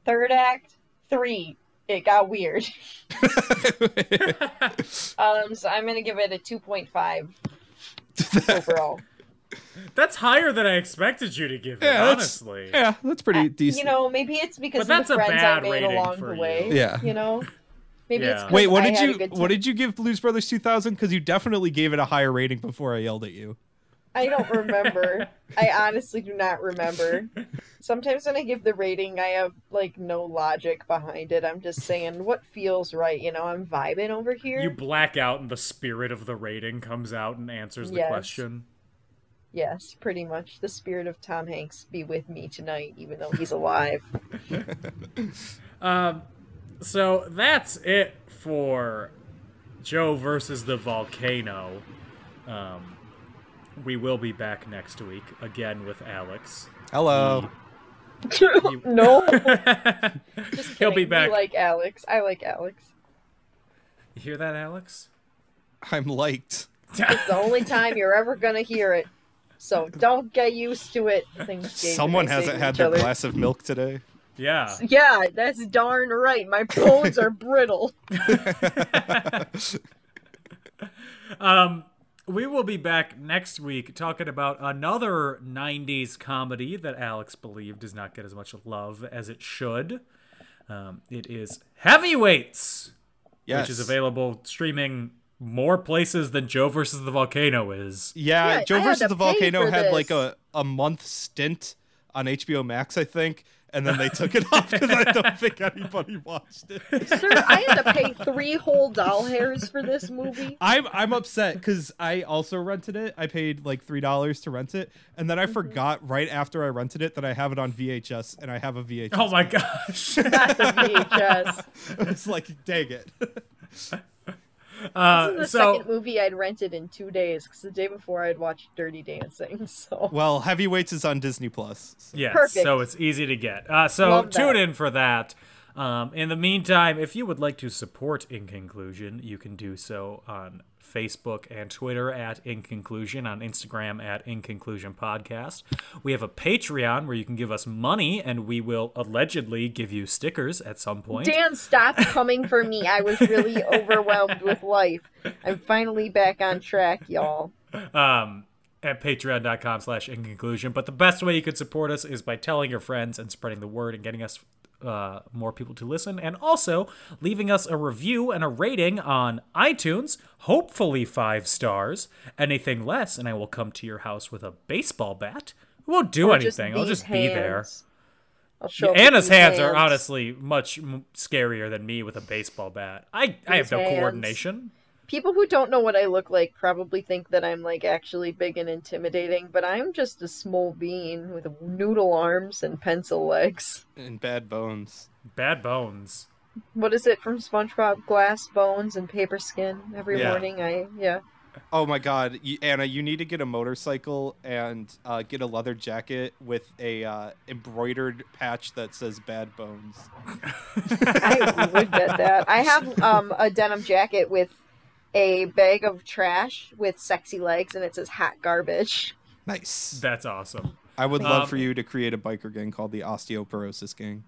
[SPEAKER 2] Third act three. It got weird. um, so I'm gonna give it a two point five overall.
[SPEAKER 1] That's higher than I expected you to give it.
[SPEAKER 3] Yeah, that's-
[SPEAKER 1] honestly.
[SPEAKER 3] yeah, that's pretty decent.
[SPEAKER 2] Uh, You know, maybe it's because
[SPEAKER 1] But
[SPEAKER 2] of
[SPEAKER 1] that's a
[SPEAKER 2] the friends I
[SPEAKER 1] bad
[SPEAKER 2] made
[SPEAKER 1] rating
[SPEAKER 2] along
[SPEAKER 1] for
[SPEAKER 2] the
[SPEAKER 1] you.
[SPEAKER 2] way.
[SPEAKER 3] Yeah.
[SPEAKER 2] You know, maybe it's
[SPEAKER 1] Yeah.
[SPEAKER 2] 'cause
[SPEAKER 3] Wait, what
[SPEAKER 2] I
[SPEAKER 3] did
[SPEAKER 2] had a
[SPEAKER 3] you
[SPEAKER 2] good
[SPEAKER 3] what
[SPEAKER 2] time.
[SPEAKER 3] did you give Blues Brothers 2000? Because you definitely gave it a higher rating before I yelled at you.
[SPEAKER 2] I don't remember. I honestly do not remember. Sometimes when I give the rating, I have like no logic behind it. I'm just saying what feels right. You know, I'm vibing over here.
[SPEAKER 1] You black out and the spirit of the rating comes out and answers the
[SPEAKER 2] Yes.
[SPEAKER 1] question.
[SPEAKER 2] Yes, pretty much. The spirit of Tom Hanks be with me tonight, even though he's alive.
[SPEAKER 1] So that's it for Joe versus the volcano. Um, we will be back next week again with Alex.
[SPEAKER 3] Hello.
[SPEAKER 2] no,
[SPEAKER 1] He'll be
[SPEAKER 2] kidding. We
[SPEAKER 1] back.
[SPEAKER 2] like Alex. I like Alex.
[SPEAKER 1] You hear that, Alex?
[SPEAKER 3] I'm liked.
[SPEAKER 2] It's the only time you're ever gonna hear it. So don't get used to it. Things Jade and
[SPEAKER 3] Someone
[SPEAKER 2] I say
[SPEAKER 3] hasn't
[SPEAKER 2] to
[SPEAKER 3] had
[SPEAKER 2] each
[SPEAKER 3] their
[SPEAKER 2] other.
[SPEAKER 3] glass of milk today.
[SPEAKER 1] yeah.
[SPEAKER 2] Yeah, that's darn right. My bones are brittle.
[SPEAKER 1] We will be back next week talking about another 90s comedy that Alex believed does not get as much love as it should. Um, it is Heavyweights,
[SPEAKER 3] Yes.
[SPEAKER 1] which is available streaming more places than Joe versus the Volcano is.
[SPEAKER 3] Yeah,
[SPEAKER 2] Yeah, I
[SPEAKER 3] Joe
[SPEAKER 2] had
[SPEAKER 3] versus
[SPEAKER 2] to
[SPEAKER 3] the
[SPEAKER 2] pay
[SPEAKER 3] Volcano
[SPEAKER 2] for
[SPEAKER 3] had like
[SPEAKER 2] this.
[SPEAKER 3] a, a month stint on HBO Max, I think, and then they took it off because I don't think anybody watched it.
[SPEAKER 2] Sir, I had to pay three whole doll hairs for this movie.
[SPEAKER 3] I'm I'm upset because I also rented it. I paid like three dollars to rent it, and then I
[SPEAKER 2] Mm-hmm.
[SPEAKER 3] forgot right after I rented it that I have it on VHS and I have a VHS.
[SPEAKER 1] Oh my gosh.
[SPEAKER 2] Not the VHS.
[SPEAKER 3] it's like dang it.
[SPEAKER 1] Uh,
[SPEAKER 2] This is the
[SPEAKER 1] so,
[SPEAKER 2] second movie I'd rented in two days because the day before I'd watched Dirty Dancing. So
[SPEAKER 3] well, Heavyweights is on Disney Plus. so-
[SPEAKER 1] Yes,
[SPEAKER 2] Perfect.
[SPEAKER 1] so it's easy to get. Uh, so
[SPEAKER 2] Love that.
[SPEAKER 1] tune in for that. Um, in the meantime, if you would like to support In Conclusion, you can do so on Facebook and Twitter at In Conclusion, on Instagram at In Conclusion Podcast. We have a Patreon where you can give us money and we will allegedly give you stickers at some point.
[SPEAKER 2] Dan, stop coming for me. I was really overwhelmed with life. I'm finally back on track, y'all.
[SPEAKER 1] um, at patreon.com slash in conclusion but the best way you could support us is by telling your friends and spreading the word and getting us uh, more people to listen and also leaving us a review and a rating on itunes hopefully five stars anything less and i will come to your house with a baseball bat I won't do anything i'll
[SPEAKER 2] these
[SPEAKER 1] just be there
[SPEAKER 2] hands. I'll show up with
[SPEAKER 1] Anna's
[SPEAKER 2] these
[SPEAKER 1] hands, are honestly much m- scarier than me with a baseball bat. I, I have
[SPEAKER 2] These
[SPEAKER 1] no
[SPEAKER 2] hands.
[SPEAKER 1] coordination.
[SPEAKER 2] People who don't know what I look like probably think that I'm like actually big and intimidating, but I'm just a small bean with noodle arms and pencil legs.
[SPEAKER 3] and Bad Bones.
[SPEAKER 1] Bad bones.
[SPEAKER 2] What is it from SpongeBob? Glass bones and paper skin. Every
[SPEAKER 3] Yeah.
[SPEAKER 2] morning, I yeah.
[SPEAKER 3] Oh my God, you, Anna, you need to get a motorcycle and uh, get a leather jacket with a uh, embroidered patch that says "Bad Bones."
[SPEAKER 2] I would bet that. I have um, a denim jacket with a bag of trash with sexy legs, and it says hot garbage.
[SPEAKER 3] Nice.
[SPEAKER 1] That's awesome.
[SPEAKER 3] I would love
[SPEAKER 1] Um,
[SPEAKER 3] for you to create a biker gang called the Osteoporosis Gang.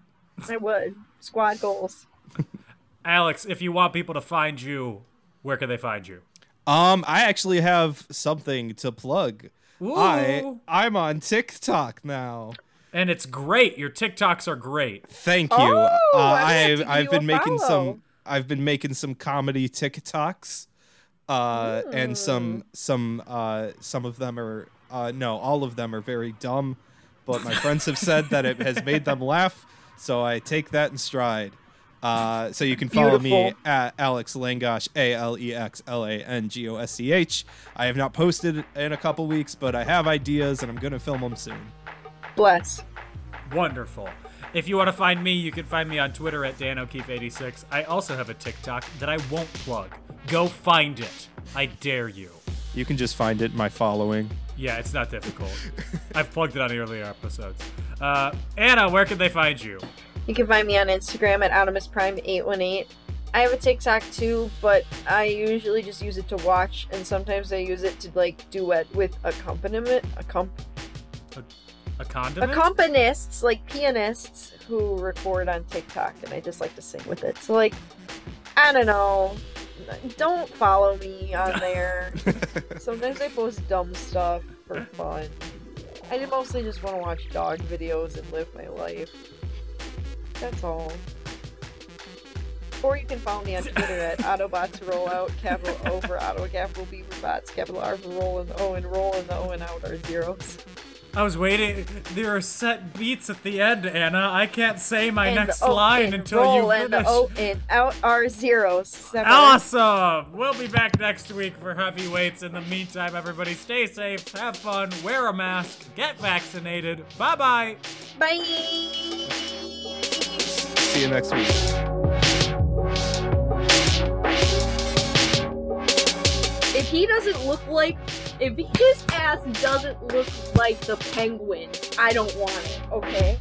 [SPEAKER 2] I would. Squad goals.
[SPEAKER 1] Alex, if you want people to find you, where can they find you?
[SPEAKER 3] Um, I actually have something to plug. I
[SPEAKER 1] Ooh.
[SPEAKER 3] I'm on TikTok now.
[SPEAKER 1] And it's great. Your TikToks are great.
[SPEAKER 3] Thank you.
[SPEAKER 2] Oh,
[SPEAKER 3] uh,
[SPEAKER 2] I have
[SPEAKER 3] I've
[SPEAKER 2] to give
[SPEAKER 3] I've
[SPEAKER 2] you
[SPEAKER 3] been
[SPEAKER 2] a
[SPEAKER 3] making
[SPEAKER 2] follow.
[SPEAKER 3] some I've been making some comedy TikToks, uh, and
[SPEAKER 2] Hmm.
[SPEAKER 3] some some uh, some of them are uh, no, all of them are very dumb, but my friends have said that it has made them laugh, so I take that in stride. Uh, so you can follow me
[SPEAKER 2] Beautiful.
[SPEAKER 3] at Alex Langosh, A L E X L A N G O S C H. I have not posted in a couple weeks, but I have ideas and I'm gonna film them soon.
[SPEAKER 2] Bless.
[SPEAKER 1] Wonderful. If you want to find me, you can find me on Twitter at Dan O'Keefe86. I also have a TikTok that I won't plug. Go find it. I dare you.
[SPEAKER 3] You can just find it in my following.
[SPEAKER 1] Yeah, it's not difficult. I've plugged it on earlier episodes. Uh, Anna, where can they find you?
[SPEAKER 2] You can find me on Instagram at Adamus Prime 818. I have a TikTok too, but I usually just use it to watch, and sometimes I use it to like duet with accompaniment, accomp-
[SPEAKER 1] A condiment?
[SPEAKER 2] accompanists, like pianists, who record on TikTok, and I just like to sing with it. So like, I don't know. Don't follow me on there. Sometimes I post dumb stuff for fun. I mostly just want to watch dog videos and live my life. That's all. Or you can follow me on Twitter at Autobots Rollout, capital O for Auto, capital B for Bots, capital R for Roll, and O and Roll, and the O and Out are zeros.
[SPEAKER 1] I was waiting. There are set beats at the end, Anna. I can't say my
[SPEAKER 2] and
[SPEAKER 1] next
[SPEAKER 2] the O
[SPEAKER 1] line
[SPEAKER 2] and
[SPEAKER 1] until
[SPEAKER 2] roll
[SPEAKER 1] you
[SPEAKER 2] and oh, the
[SPEAKER 1] finish.
[SPEAKER 2] O and out are zeros. Separate.
[SPEAKER 1] Awesome! We'll be back next week for heavyweights. In the meantime, everybody stay safe, have fun, wear a mask, get vaccinated. Bye bye!
[SPEAKER 2] Bye.
[SPEAKER 3] See you next week.
[SPEAKER 2] If he doesn't look like, if his ass doesn't look like the penguin, I don't want it. Okay.